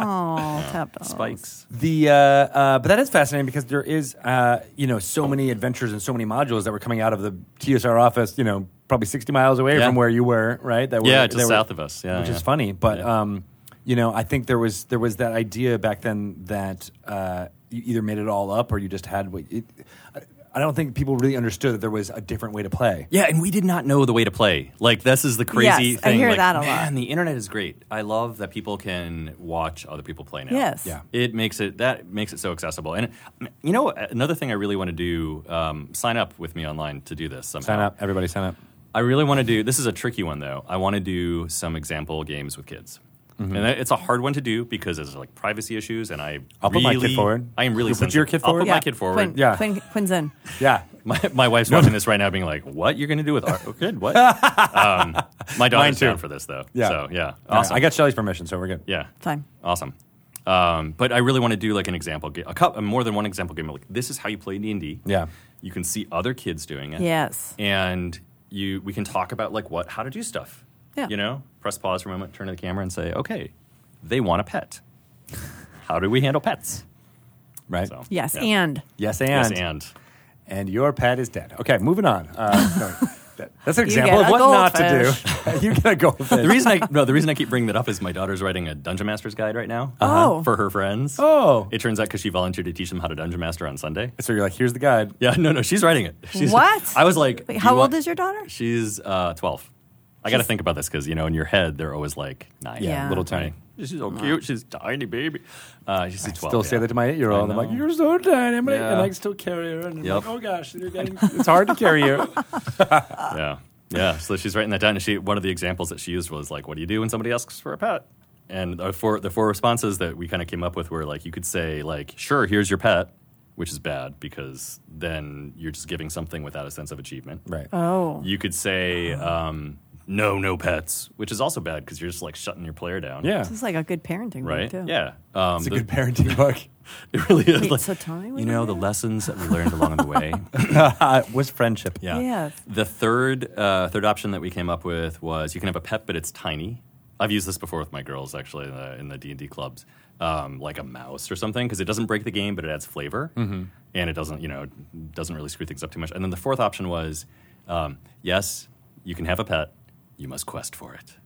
S2: Taptoes.
S5: Spikes.
S1: The uh, uh, but that is fascinating because there is uh, you know so many adventures and so many modules that were coming out of the TSR office. You know, probably sixty miles away
S5: Yeah.
S1: from where you were, right? That were,
S5: Yeah, just
S1: that were-
S5: south of us. Yeah,
S1: which is
S5: yeah.
S1: funny. But
S5: Yeah.
S1: um, you know, I think there was there was that idea back then that uh, you either made it all up or you just had what. It, I- I don't think people really understood that there was a different way to play.
S5: Yeah, and we did not know the way to play. Like this is the crazy
S2: Yes, I
S5: thing.
S2: hear
S5: like,
S2: that a lot.
S5: Man, the internet is great. I love that people can watch other people play now.
S2: Yes.
S1: Yeah.
S5: It makes it that makes it so accessible. And you know, another thing I really want to do, um, sign up with me online to do this somehow.
S1: Sign up, everybody, sign up.
S5: I really want to do. This is a tricky one though. I want to do some example games with kids,
S1: Mm-hmm.
S5: and that- it's a hard one to do because there's like privacy issues, and I
S1: I'll put my kid
S5: really-
S1: forward.
S5: I am really
S1: You'll put your
S5: sensitive.
S1: kid
S5: I'll
S1: forward?
S5: put my kid forward.
S2: Quinn,
S1: Yeah.
S2: Quinn, Quinn's in.
S1: Yeah,
S5: My, my wife's watching this right now, being like, "What you're going to do with our kid? What?" um, my daughter's
S1: too.
S5: down for this though.
S1: Yeah.
S5: So yeah,
S1: All right,
S5: awesome.
S1: I got Shelly's permission, so we're good.
S5: yeah,
S2: Fine.
S5: awesome. Um, but I really want to do like an example, ga- a couple, more than one example game. Like this is how you play D and D.
S1: Yeah.
S5: you can see other kids doing it.
S2: Yes.
S5: and you we can talk about like what how to do stuff.
S2: Yeah.
S5: you know, press pause for a moment, turn to the camera, and say, "Okay, they want a pet." How do we handle pets?
S1: right?
S5: So,
S2: Yes,
S5: yeah.
S2: and
S1: Yes, and,
S5: yes, and
S1: And your pet is dead. Okay, moving on. Uh, no, that- that's an
S2: You
S1: example
S2: get
S1: of
S2: a
S1: what not to do. you get a goldfish.
S5: the reason I no, the reason I keep bringing that up is my daughter's writing a dungeon master's guide right now Uh-huh.
S2: Oh.
S5: for her friends.
S1: Oh.
S5: it turns out because she volunteered to teach them how to dungeon master on Sunday.
S1: so you're like, here's the guide.
S5: Yeah, no, no, she's writing it. She's,
S2: What?
S5: I was like,
S2: Wait,
S5: do
S2: how
S5: you
S2: old
S5: want-
S2: is your daughter?
S5: She's uh, twelve. I got to think about this because you know, in your head, they're always like nine,
S2: Yeah.
S1: little
S5: tiny.
S1: tiny.
S5: She's so cute. She's tiny baby. Uh, she's twelve.
S1: Still say
S5: yeah.
S1: that to my eight year old.
S5: I
S1: I'm like,
S5: know.
S1: you're so tiny. I'm
S5: Yeah.
S1: And I still carry her. And I'm
S5: Yep.
S1: like, oh gosh, you're getting, it's hard to carry her.
S5: yeah. Yeah. So she's writing that down. And she one of the examples that she used was like, what do you do when somebody asks for a pet? And the four the four responses that we kind of came up with were like you could say like, sure, here's your pet, which is bad because then you're just giving something without a sense of achievement.
S1: Right.
S2: oh,
S5: You could say, um, no, no pets, which is also bad because you're just like shutting your player down.
S1: yeah.
S2: this is like a good parenting
S5: Right.
S2: book too.
S5: Yeah. Um,
S1: It's a
S5: the-
S1: good parenting book.
S5: It really is.
S2: Wait,
S5: like,
S2: so tell me what
S5: you
S2: it
S5: know the
S2: is.
S5: lessons that we learned along the way.
S1: was Uh, friendship.
S5: Yeah.
S2: Yes.
S5: The third uh, third option that we came up with was you can have a pet, but it's tiny. I've used this before with my girls actually in the in the D and D clubs, um, like a mouse or something, because it doesn't break the game, but it adds flavor,
S1: Mm-hmm.
S5: and it doesn't you know doesn't really screw things up too much. And then the fourth option was, um, yes, you can have a pet, you must quest for it,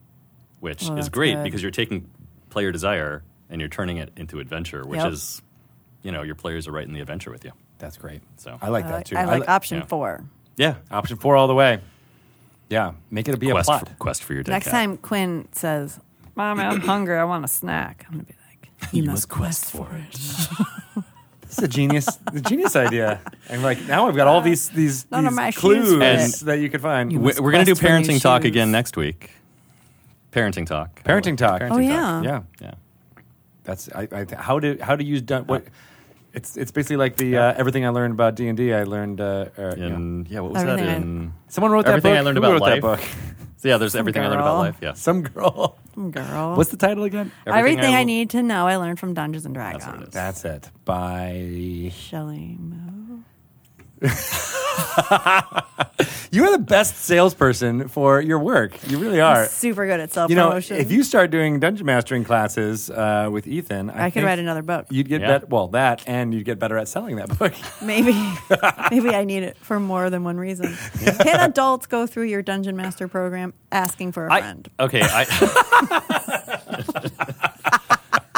S5: which
S2: Oh,
S5: is
S2: that's
S5: great
S2: good.
S5: because you're taking player desire and you're turning it into adventure, which
S2: Yep.
S5: is, you know, your players are right in the adventure with you.
S1: That's great.
S5: So
S1: I like
S2: I
S1: that
S2: like,
S1: too.
S2: Uh, I like
S1: li-
S2: option
S5: yeah.
S2: four.
S5: Yeah,
S1: option four all the way. Yeah. Make it be a
S5: quest
S1: plot.
S5: for, quest for your dead
S2: Next
S5: cat.
S2: time Quinn says, "Mom, I'm hungry. I want a snack," I'm gonna be like, "You, must quest for it."
S1: This is a genius, a genius idea. And like now I've got all these these,
S2: None of
S1: these
S2: my shoes
S1: clues
S5: fit.
S1: that you could find.
S5: We-
S2: must
S5: We're going to do
S2: quest for new
S5: parenting talk
S2: shoes.
S5: again next week. Parenting talk.
S1: Parenting talk.
S2: Oh yeah.
S1: yeah,
S5: Yeah.
S1: that's I, I, how do how do you done
S5: Uh,
S1: what? It's it's basically like the uh, everything I learned about D and D. I learned uh, uh, you know.
S5: And yeah, what was
S2: Everything I-
S5: that in?
S1: someone wrote that
S5: Everything
S1: book.
S5: I learned
S1: Who
S5: about
S1: wrote that
S5: life.
S1: book?
S5: So yeah, there's everything I learned about
S2: girl.
S5: life. Yeah.
S1: Some girl.
S2: Girl,
S1: What's the title again?
S2: everything, I,
S5: will-
S2: need to know I learned from Dungeons and Dragons.
S5: That's what it is.
S1: That's it. By
S2: Shelley Moe.
S1: you are the best salesperson for your work. You really are.
S2: Super good at self
S1: You know,
S2: promotion.
S1: if you start doing dungeon mastering classes uh, with Ethan, I,
S2: I could
S1: think
S2: write another book.
S1: You'd get
S5: Yeah.
S1: better. Well, that and you'd get better at selling that book.
S2: Maybe, maybe I need it for more than one reason. Can adults go through your dungeon master program asking for a
S5: I,
S2: friend?
S5: okay. I,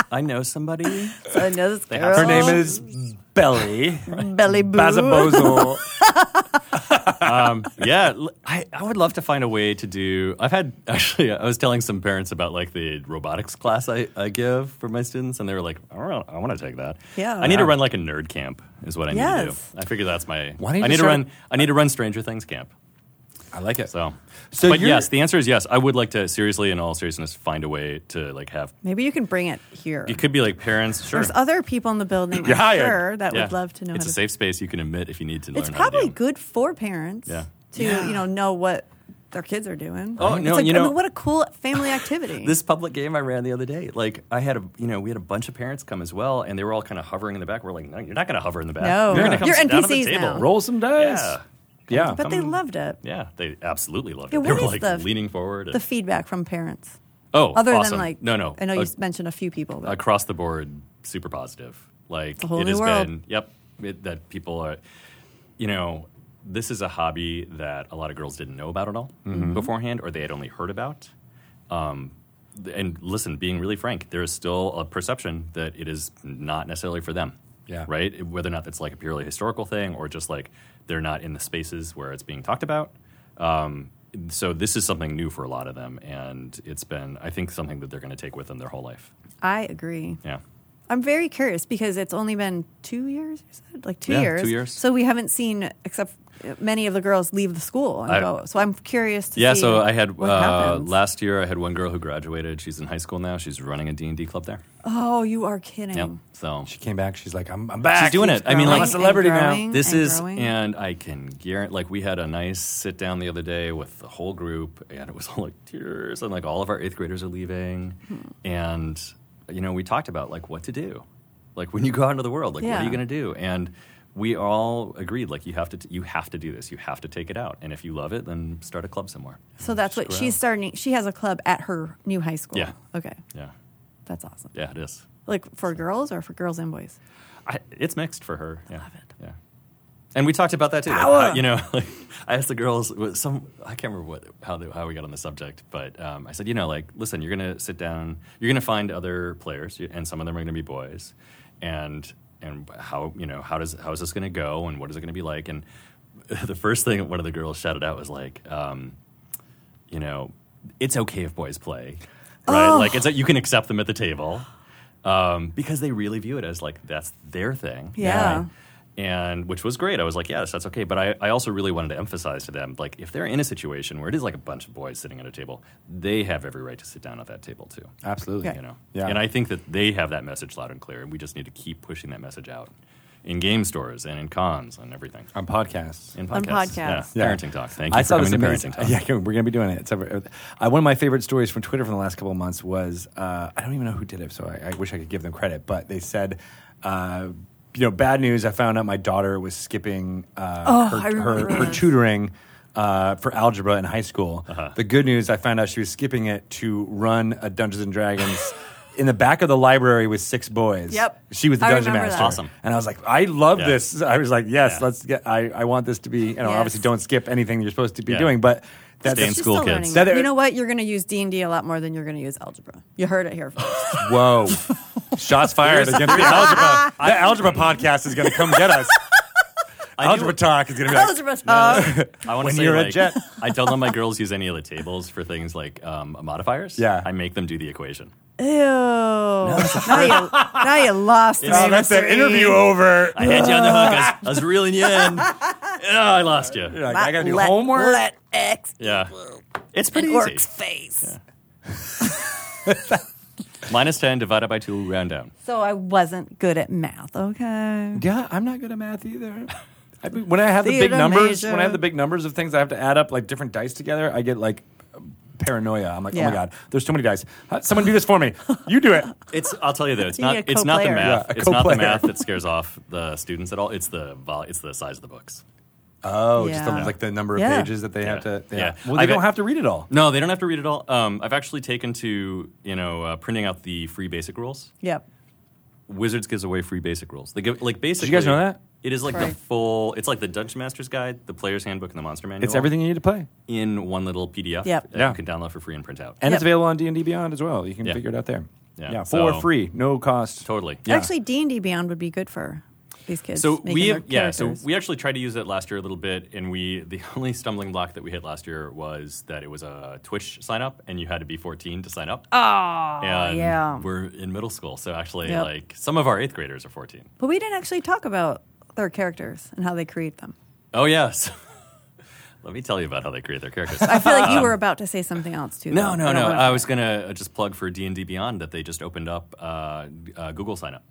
S5: I know somebody.
S2: So I know this
S5: They
S2: girl.
S5: have-
S1: Her name is Belly
S2: Belly Boo.
S1: Bazabozel.
S5: um, yeah, l- I, I would love to find a way to do. I've had actually, I was telling some parents about like the robotics class I, I give for my students, and they were like, "I don't, I want to take that."
S2: Yeah.
S5: I need to run like a nerd camp is what I need to
S2: Yes.
S5: do. I figure that's my.
S1: Why
S5: I
S1: don't you
S5: need to
S1: start-
S5: run. I need to run Stranger Things camp.
S1: I like it.
S5: So,
S1: So
S5: but
S1: you're-
S5: yes, the answer is yes. I would like to seriously, in all seriousness, find a way to like have.
S2: Maybe you can bring it here.
S5: It could be like parents. Sure,
S2: There's other people in the building, I'm
S1: You're hired.
S2: sure, that
S5: Yeah.
S2: would love to know.
S5: It's
S2: how
S5: a
S2: to-
S5: safe space. You can admit if you need to learn.
S2: It's
S5: how to do
S2: probably
S5: it.
S2: good for parents
S5: Yeah.
S2: to you know know what their kids are doing.
S5: Oh,
S2: It's
S5: no,
S2: like-
S5: you
S2: I
S5: know-
S2: mean, what a cool family activity.
S5: this public game I ran the other day, like I had a, you know, we had a bunch of parents come as well, and they were all kind of hovering in the back. We're like, no, you're not going to hover in the back.
S2: No.
S5: you're going
S1: Yeah.
S5: to come
S2: You're
S5: sit down at the
S2: NPCs
S5: table.
S2: now.
S1: Roll some dice.
S5: Yeah.
S1: Yeah.
S2: but they loved it.
S5: Yeah, they absolutely loved
S2: Yeah,
S5: it. They
S2: what
S5: were
S2: is
S5: like
S2: the-
S5: leaning forward. and-
S2: The feedback from parents,
S5: oh,
S2: other
S5: awesome.
S2: than like
S5: no, no,
S2: I know you
S5: A-
S2: mentioned a few people. But
S5: across the board, super positive. Like
S2: a whole
S5: it
S2: new
S5: has
S2: world.
S5: been, yep, it, that people are, you know, this is a hobby that a lot of girls didn't know about at all beforehand, or they had only heard about. Um, th- and listen, being really frank, there is still a perception that it is not necessarily for them.
S1: Yeah.
S5: Right. It- Whether or not that's like a purely historical thing, or just like they're not in the spaces where it's being talked about. Um, so this is something new for a lot of them, and it's been, I think, something that they're going to take with them their whole life.
S2: I agree.
S5: Yeah.
S2: I'm very curious because it's only been two years, you said, like two
S5: Yeah,
S2: years.
S5: two years.
S2: So we haven't seen except uh, many of the girls leave the school and
S5: I-
S2: go. So I'm curious to
S5: yeah
S2: see
S5: so i had
S2: what
S5: uh,
S2: happens.
S5: last year i had one girl who graduated she's in high school now she's running a d&d club there
S2: Oh, you are kidding.
S5: yep so
S1: she came back. She's like, I'm, I'm back.
S5: She's doing it. I
S2: Growing
S5: mean, like-
S1: I'm a
S2: and
S1: celebrity
S2: growing
S1: now.
S5: this
S2: and
S5: is
S2: growing.
S5: and i can guarantee like we had a nice sit down the other day with the whole group and it was all like tears and like all of our eighth graders are leaving
S2: Hmm.
S5: and you know we talked about like what to do like when you go out into the world like what
S2: Yeah.
S5: are you going to do and we all agreed like you have to t- you have to do this you have to take it out and if you love it then start a club somewhere
S2: So that's what
S5: grow.
S2: she's starting. She has a club at her new high school.
S5: Yeah.
S2: Okay.
S5: yeah
S2: That's awesome.
S5: yeah it is
S2: Like for girls or for girls and boys?
S5: I, it's mixed for her. Yeah. Yeah. And we talked about that too. like, how- you know, like, I asked the girls was some I can't remember what how the, how we got on the subject, but um, I said, you know, like listen, you're gonna sit down, you're gonna find other players, you- and some of them are gonna be boys, and and how you know how does how is this gonna go, and what is it gonna be like? And the first thing one of the girls shouted out was like, um, you know, it's okay if boys play, right? Like it's a, you can accept them at the table um, because they really view it as like that's their thing.
S2: Yeah.
S5: Right? And which was great. I was like, yes, that's okay. But I, I also really wanted to emphasize to them, like, if they're in a situation where it is like a bunch of boys sitting at a table, they have every right to sit down at that table too.
S1: Absolutely.
S5: You know?
S1: Uh, Yeah.
S5: And I think that they have that message loud and clear, and we just need to keep pushing that message out in game stores and in cons and everything.
S1: Um, on podcasts.
S5: In podcasts.
S2: On
S5: Yeah.
S2: podcasts.
S1: Yeah.
S5: Parenting talk. Thank you for coming to
S1: amazing-
S5: parenting talk.
S1: Yeah, we're going to be doing it. It's every, uh, one of my favorite stories from Twitter from the last couple of months was uh, I don't even know who did it, so I, I wish I could give them credit, but they said, uh, you know, bad news. I found out my daughter was skipping uh,
S2: Oh, I
S1: her, her,
S2: remember
S1: her
S2: this.
S1: tutoring. Uh, for algebra in high school.
S5: Uh-huh.
S1: The good news, I found out she was skipping it to run a Dungeons and Dragons in the back of the library with six boys.
S2: Yep.
S1: She was the
S2: I
S1: dungeon
S2: remember
S1: master.
S2: that.
S5: Awesome.
S1: And I was like, I love
S5: Yeah.
S1: this. I was like, yes,
S5: Yeah.
S1: let's get, I, I want this to be, you know,
S2: Yes.
S1: obviously don't don't skip anything you're supposed to be
S5: Yeah.
S1: doing. But that's
S5: Stay in
S2: She's
S5: school,
S2: still
S5: kids.
S2: learning
S1: So
S2: it.
S1: there-
S2: you know what? You're going to use D and D a lot more than you're going to use algebra. You heard it here first.
S1: whoa. Shots fired against the algebra. The algebra podcast is going to come get us.
S5: do-
S1: algebra talk is going to be like,
S2: algebra talk.
S5: I
S1: When
S5: want to say
S1: you're a
S5: like,
S1: jet.
S5: I tell them my girls use any of the tables for things like um, modifiers.
S1: Yeah.
S5: I make them do the equation.
S2: Ew. now, you, now you lost me.
S1: oh, that's that
S2: Mr. E.
S1: interview over.
S5: I had you on the hook. I was, I was reeling you in. Oh, I lost you.
S1: You're like,
S2: Let-
S1: I got to do
S2: let-
S1: homework.
S2: Let X
S5: Yeah. It's pretty
S2: in Orc's
S5: easy.
S2: face.
S5: Minus 10 divided by 2, round down.
S2: So I wasn't good at math. Okay.
S1: Yeah, I'm not good at math either. I mean, when I have the big
S2: Theater
S1: numbers,
S2: major.
S1: when I have the big numbers of things I have to add up, like different dice together, I get like paranoia. I'm like, oh
S2: Yeah.
S1: my god, there's too many dice. Huh, Someone do this for me. You do it.
S5: It's. I'll tell you though, it's
S2: You need
S5: not.
S2: a
S5: It's not the
S2: co-player.
S5: math.
S1: Yeah, a
S5: it's not the
S1: co-player.
S5: math that scares off the students at all. It's the. vol- It's the size of the books.
S1: Oh, just
S2: Yeah.
S1: the, like the number of
S2: Yeah.
S1: pages that they have
S5: Yeah.
S1: to. Yeah.
S5: Yeah.
S1: Well, they
S5: I've-
S1: don't have to read it all.
S5: No, they don't have to read it all. Um, I've actually taken to you know uh, printing out the free basic rules.
S2: Yep.
S5: Wizards gives away free basic rules. They give like basically.
S1: you guys know that?
S5: It is like the
S2: Right.
S5: full. It's like the Dungeon Master's Guide, the Player's Handbook, and the Monster Manual.
S1: It's everything you need to play.
S5: in one little PDF.
S2: Yep.
S5: that
S1: Yeah.
S5: you can download for free and print out.
S1: and
S2: Yep.
S1: it's available on D and D Beyond as well. You can
S5: Yeah.
S1: figure it out there.
S5: Yeah.
S1: Yeah, for
S5: So-
S1: free, no cost.
S5: totally.
S1: Yeah.
S2: Actually, D and D Beyond would be good for these kids.
S5: So
S2: making
S5: we
S2: their
S5: have, yeah. So
S2: characters.
S5: we actually tried to use it last year a little bit, and we the only stumbling block that we hit last year was that it was a Twitch sign up, and you had to be 14 to sign up. Oh, and
S2: yeah.
S5: We're in middle school, so actually,
S2: Yep.
S5: like some of our eighth graders are 14.
S2: but we didn't actually talk about their characters and how they create them.
S5: Oh yes. Let me tell you about how they create their characters.
S2: I feel like you were about to say something else too.
S5: No,
S2: though.
S5: no,
S2: I don't
S5: no. uh,
S2: wanna-
S5: I was gonna just plug for D and D Beyond that they just opened up uh, uh, Google sign up,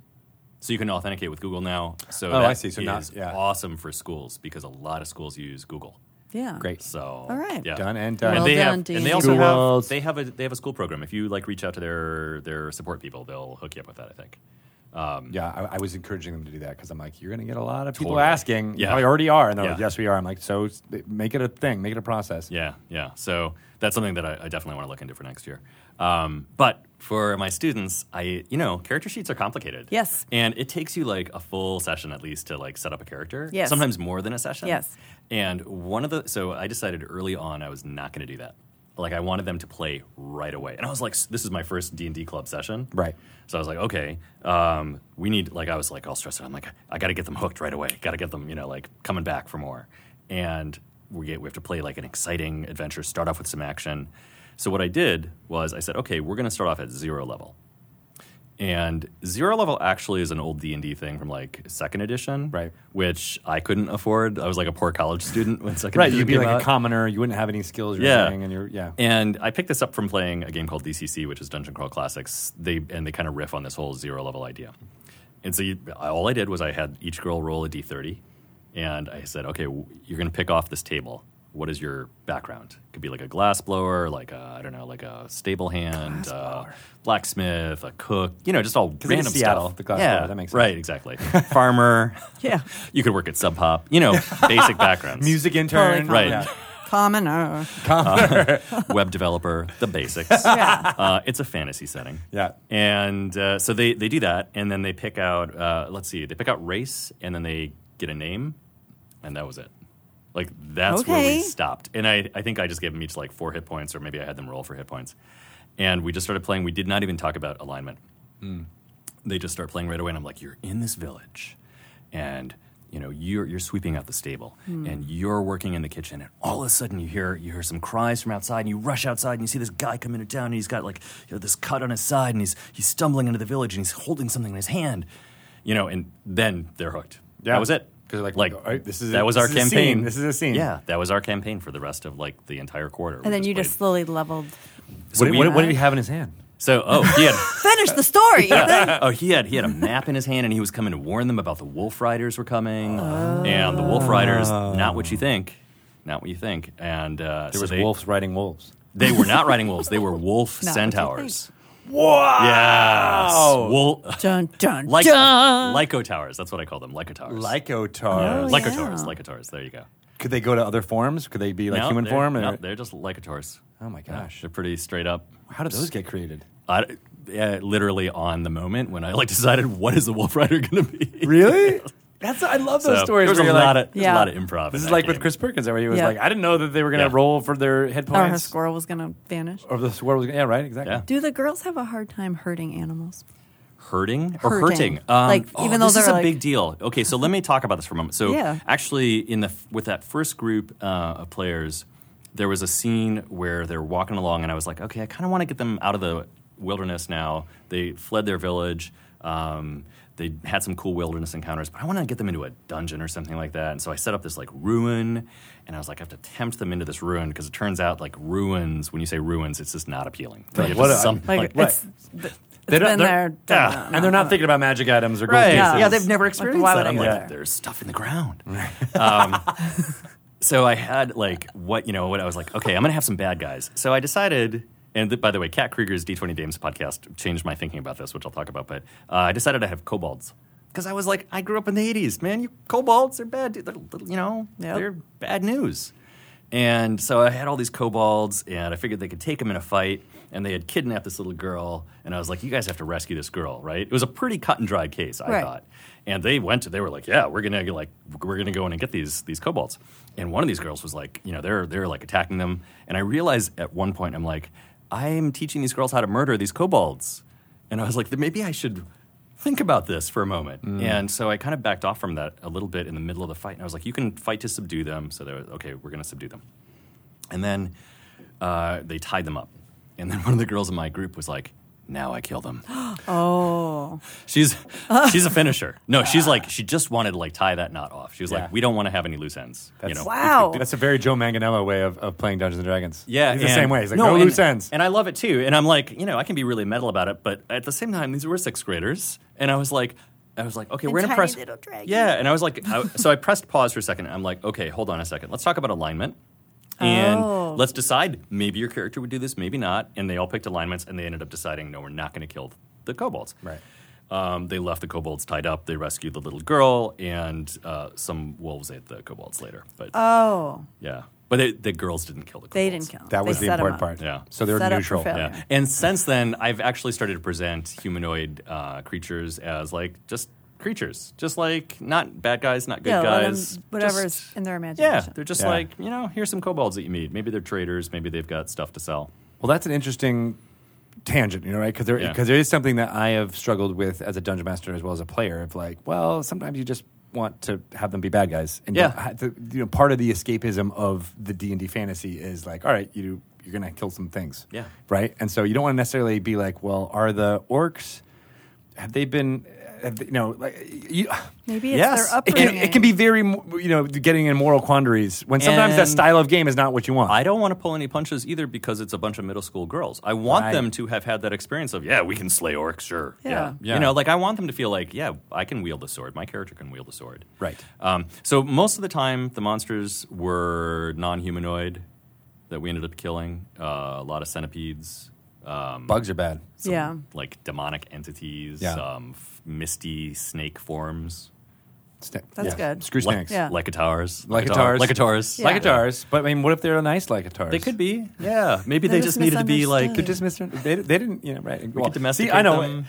S5: so you can authenticate with Google now. So
S1: Oh, I
S5: that
S1: see. So not-
S5: is
S1: yeah.
S5: awesome for schools because a lot of schools use Google.
S2: yeah.
S5: So
S2: All right.
S5: yeah.
S1: Done and uh, done.
S2: Well
S5: and they
S2: done,
S5: have,
S2: D&D.
S5: and they also
S1: Schools.
S5: have they have a they have a school program. If you like reach out to their their support people, they'll hook you up with that. I think.
S1: yeah, I, I was encouraging them to do that because I'm like, you're going to get a lot of people
S5: Totally.
S1: asking.
S5: Yeah.
S1: Yeah, they already are, and they're like,
S5: Yeah.
S1: yes, we are. I'm like, so s- make it a thing, make it a process.
S5: Yeah, yeah. So that's something that I, I definitely want to look into for next year. Um, but for my students, I you know character sheets are complicated.
S2: Yes.
S5: and it takes you like a full session at least to like set up a character.
S2: Yes.
S5: sometimes more than a session.
S2: Yes.
S5: and one of the so I decided early on I was not going to do that. Like I wanted them to play right away, and I was like, "S- "This is my first D and D club session."
S1: Right.
S5: So I was like, "Okay, um, we need." Like I was like all stressed out. I'm like, "I got to get them hooked right away. Got to get them, you know, like coming back for more." And we get, we have to play like an exciting adventure. Start off with some action. So what I did was I said, "Okay, we're going to start off at zero level." and zero level actually is an old d&d thing from like second edition
S1: Right.
S5: which i couldn't afford i was like a poor college student when second
S1: Right,
S5: edition
S1: you'd be
S5: came
S1: like
S5: out.
S1: a commoner. You wouldn't have any skills or
S5: Yeah.
S1: anything, and you're yeah.
S5: and i picked this up from playing a game called dcc which is dungeon crawl classics they and they kind of riff on this whole zero level idea and so you, all i did was i had each girl roll a d30 and i said okay w- you're going to pick off this table what is your background could be like a glass blower like a, i don't know like a stable hand uh, blacksmith a cook you know just all
S1: it is
S5: random
S1: Seattle,
S5: stuff
S1: the glass
S5: yeah,
S1: blower, that makes sense.
S5: right exactly farmer
S2: Yeah.
S5: you could work at sub pop you know basic backgrounds
S1: Music intern,
S2: Totally
S5: right
S1: Yeah.
S2: Commoner.
S5: web developer, the basics.
S2: Yeah.
S5: Uh, it's a fantasy setting.
S1: Yeah.
S5: And uh, so they, they do that, and then they pick out, uh, let's see, they pick out race, and then they get a name, and that was it. Like, that's where
S2: Okay.
S5: we stopped. And I, I think I just gave them each like four hit points, or maybe I had them roll for hit points. And we just started playing. We did not even talk about alignment they just start playing right away and i'm like you're in this village and you know you're, you're sweeping out the stable
S2: Hmm.
S5: and you're working in the kitchen and all of a sudden you hear you hear some cries from outside and you rush outside and you see this guy come into town and he's got like you know, this cut on his side and he's he's stumbling into the village and he's holding something in his hand you know and then they're hooked
S1: Yeah.
S5: that was it
S1: 'Cause like, all right, this is
S5: that
S1: it.
S5: was
S1: This
S5: our
S1: is a scene.
S5: campaign
S1: This is a scene.
S5: yeah that was our campaign for the rest of like the entire quarter We
S2: And then you just
S5: played-
S2: slowly leveled.
S5: So
S1: what,
S5: we-
S1: what, what did he have in his hand?
S5: so oh yeah
S2: Finish the story.
S5: oh, he had he had a map in his hand, and he was coming to warn them about the Wolf Riders were coming, and the Wolf Riders not what you think, not what you think, and uh,
S1: There
S5: so
S1: was
S5: they,
S1: wolves riding wolves.
S5: They were not riding wolves; they were wolf
S2: Not what you
S5: centaurs. Yes,
S1: Wow!
S5: wolf
S2: Dun, dun,
S5: like
S2: dun.
S5: lyco towers. That's what I call them, lyco towers.
S1: Lycotars.
S2: Oh,
S5: lyco
S2: yeah.
S5: towers, lyco towers. There you go.
S1: Could they go to other forms? Could they be like
S5: No,
S1: human
S5: they're-
S1: form?
S5: No,
S1: or-
S5: they're just lycotars.
S1: oh my gosh!
S5: They're pretty straight up.
S1: How did those get created?
S5: I, yeah, literally on the moment when I like decided what is the Wolf Rider going to be.
S1: Really? That's I love those
S5: So,
S1: stories.
S5: There's
S1: where
S5: a
S1: you're
S5: lot
S1: like,
S5: of there's
S2: Yeah.
S5: a lot of improv. in
S1: This is
S5: that
S1: like
S5: game.
S1: with Chris Perkins, where he was
S2: Yeah. Uh-huh.
S1: like, I didn't know that they were going to
S5: Yeah.
S1: roll for their hit
S2: Or Oh, her
S1: points.
S2: squirrel was going to vanish.
S1: Or the squirrel was, yeah, right, exactly.
S5: Yeah.
S2: Do the girls have a hard time hurting animals?
S5: hurting or
S2: Hurting.
S5: hurting. Um,
S2: Like,
S5: oh,
S2: even though
S5: this is
S2: they're
S5: a
S2: like-
S5: big deal. Okay, so let me talk about this for a moment. So
S2: Yeah.
S5: actually, in the with that first group uh, of players, there was a scene where they're walking along, and I was like, okay, I kind of want to get them out of the wilderness now. They fled their village. Um, they had some cool wilderness encounters, but I want to get them into a dungeon or something like that. And so I set up this like ruin, and I was like, I have to tempt them into this ruin because it turns out like ruins. When you say ruins, it's just not appealing.
S1: Like,
S5: It's
S1: what
S5: just
S1: a-
S5: some-
S2: Like,
S5: like-
S1: what?
S2: it's
S1: They
S2: been there, done
S1: yeah,
S2: that. uh-huh.
S1: and they're not thinking about magic items or gold
S5: Right.
S1: pieces.
S5: Yeah.
S2: Yeah.
S5: they've never
S2: Like,
S5: experienced
S2: why
S5: that.
S2: would I
S5: I'm
S2: go
S5: like,
S2: there?
S5: there's stuff in the ground. um, so I had like what you know what I was like, okay, I'm gonna have some bad guys. So I decided. And th- by the way, Kat Krieger's D20 Dames podcast changed my thinking about this, which I'll talk about. But uh, I decided to have kobolds because I was like, I grew up in the '80s, man. You kobolds, they're bad. dude. They're, little- you know,
S2: Yep.
S5: they're bad news. And so I had all these kobolds, and I figured they could take them in a fight. And they had kidnapped this little girl, and I was like, "You guys have to rescue this girl, right?" It was a pretty cut and dried case, I
S2: Right.
S5: thought. And they went to, they were like, "Yeah, we're gonna get, like, we're gonna go in and get these these kobolds." And one of these girls was like, you know, they're they're like attacking them. And I realized at one point, I'm like, I'm teaching these girls how to murder these kobolds, and I was like, maybe I should think about this for a moment. And so I kind of backed off from that a little bit in the middle of the fight, and I was like, you can fight to subdue them. So they were okay, we're gonna subdue them. And then uh, they tied them up. And then one of the girls in my group was like, now I kill them.
S2: Oh.
S5: She's she's a finisher. No, she's like she just wanted to like tie that knot off. She was
S1: Yeah.
S5: like, we don't want to have any loose ends. you know,
S2: Wow.
S1: That's a very Joe Manganello way of, of playing Dungeons and Dragons.
S5: Yeah,
S1: he's the
S5: and-
S1: same way. He's like no,
S5: and,
S1: loose ends.
S5: and I love it too. And I'm like, you know, I can be really metal about it, but at the same time, these were sixth graders, and I was like, I was like, okay,
S2: And
S5: we're gonna
S2: tiny
S5: press,
S2: little dragons.
S5: yeah. And I was like, I, so I pressed pause for a second. And I'm like, okay, hold on a second. Let's talk about alignment, and
S2: Oh.
S5: let's decide. Maybe your character would do this, maybe not. And they all picked alignments, and they ended up deciding, no, we're not going to kill the kobolds.
S1: Right.
S5: Um, they left the kobolds tied up. They rescued the little girl, and uh, some wolves ate the kobolds later. But
S2: Oh.
S5: yeah, but they, the girls didn't kill the kobolds.
S2: They didn't kill them.
S1: that was
S2: They
S1: the
S2: set 'em
S1: important
S2: up.
S1: part.
S5: Yeah.
S1: So they're
S2: Set up for
S1: neutral.
S2: failure.
S5: Yeah. And since then, I've actually started to present humanoid uh, creatures as like just creatures, just like not bad guys, not good
S2: Yeah, let 'em-
S5: guys.
S2: whatever's
S5: Just-
S2: in their
S5: yeah,
S2: imagination.
S5: they're just
S1: Yeah.
S5: like you know. Here's some kobolds that you meet. Maybe they're traders. Maybe they've got stuff to sell.
S1: Well, that's an interesting tangent, you know, right? Because there,
S5: Yeah.
S1: 'cause there is something that I have struggled with as a dungeon master as well as a player of like, well, sometimes you just want to have them be bad guys, and you
S5: Yeah.
S1: don't have to- you know, part of the escapism of the D and D fantasy is like, all right, you you're gonna kill some things,
S5: Yeah.
S1: right? And so you don't want to necessarily be like, well, are the orcs? Have they been? Have they, you know, like you.
S2: Maybe it's
S5: Yes.
S2: their
S1: It can,
S2: upbringing.
S1: it can be very, you know, getting in moral quandaries when sometimes that
S5: And-
S1: style of game is not what you want.
S5: I don't want to pull any punches either because it's a bunch of middle school girls. I want
S1: Right.
S5: them to have had that experience of yeah, we can slay orcs, sure.
S2: Yeah.
S1: Yeah.
S5: You know, like I want them to feel like yeah, I can wield a sword. My character can wield a sword.
S1: Right.
S5: Um, so most of the time, the monsters were non-humanoid that we ended up killing. Uh, a lot of centipedes, Um,
S1: Bugs are bad.
S5: some,
S2: Yeah.
S5: like demonic entities,
S1: Yeah.
S5: um, f- misty snake forms.
S1: Sna-
S2: That's good.
S1: Screw
S5: Like-
S1: snakes.
S2: Yeah.
S5: Like guitars.
S1: Like guitars.
S5: Like guitars.
S2: Yeah.
S1: Like guitars, but I mean, what if they're nice like guitars?
S5: They could be. Yeah. Maybe
S2: They're
S5: they
S2: just
S5: just needed to be like.
S2: misunderstood.
S1: Just mis- they, they didn't, you know, right? We
S5: could domesticate
S1: See, I know.
S5: them.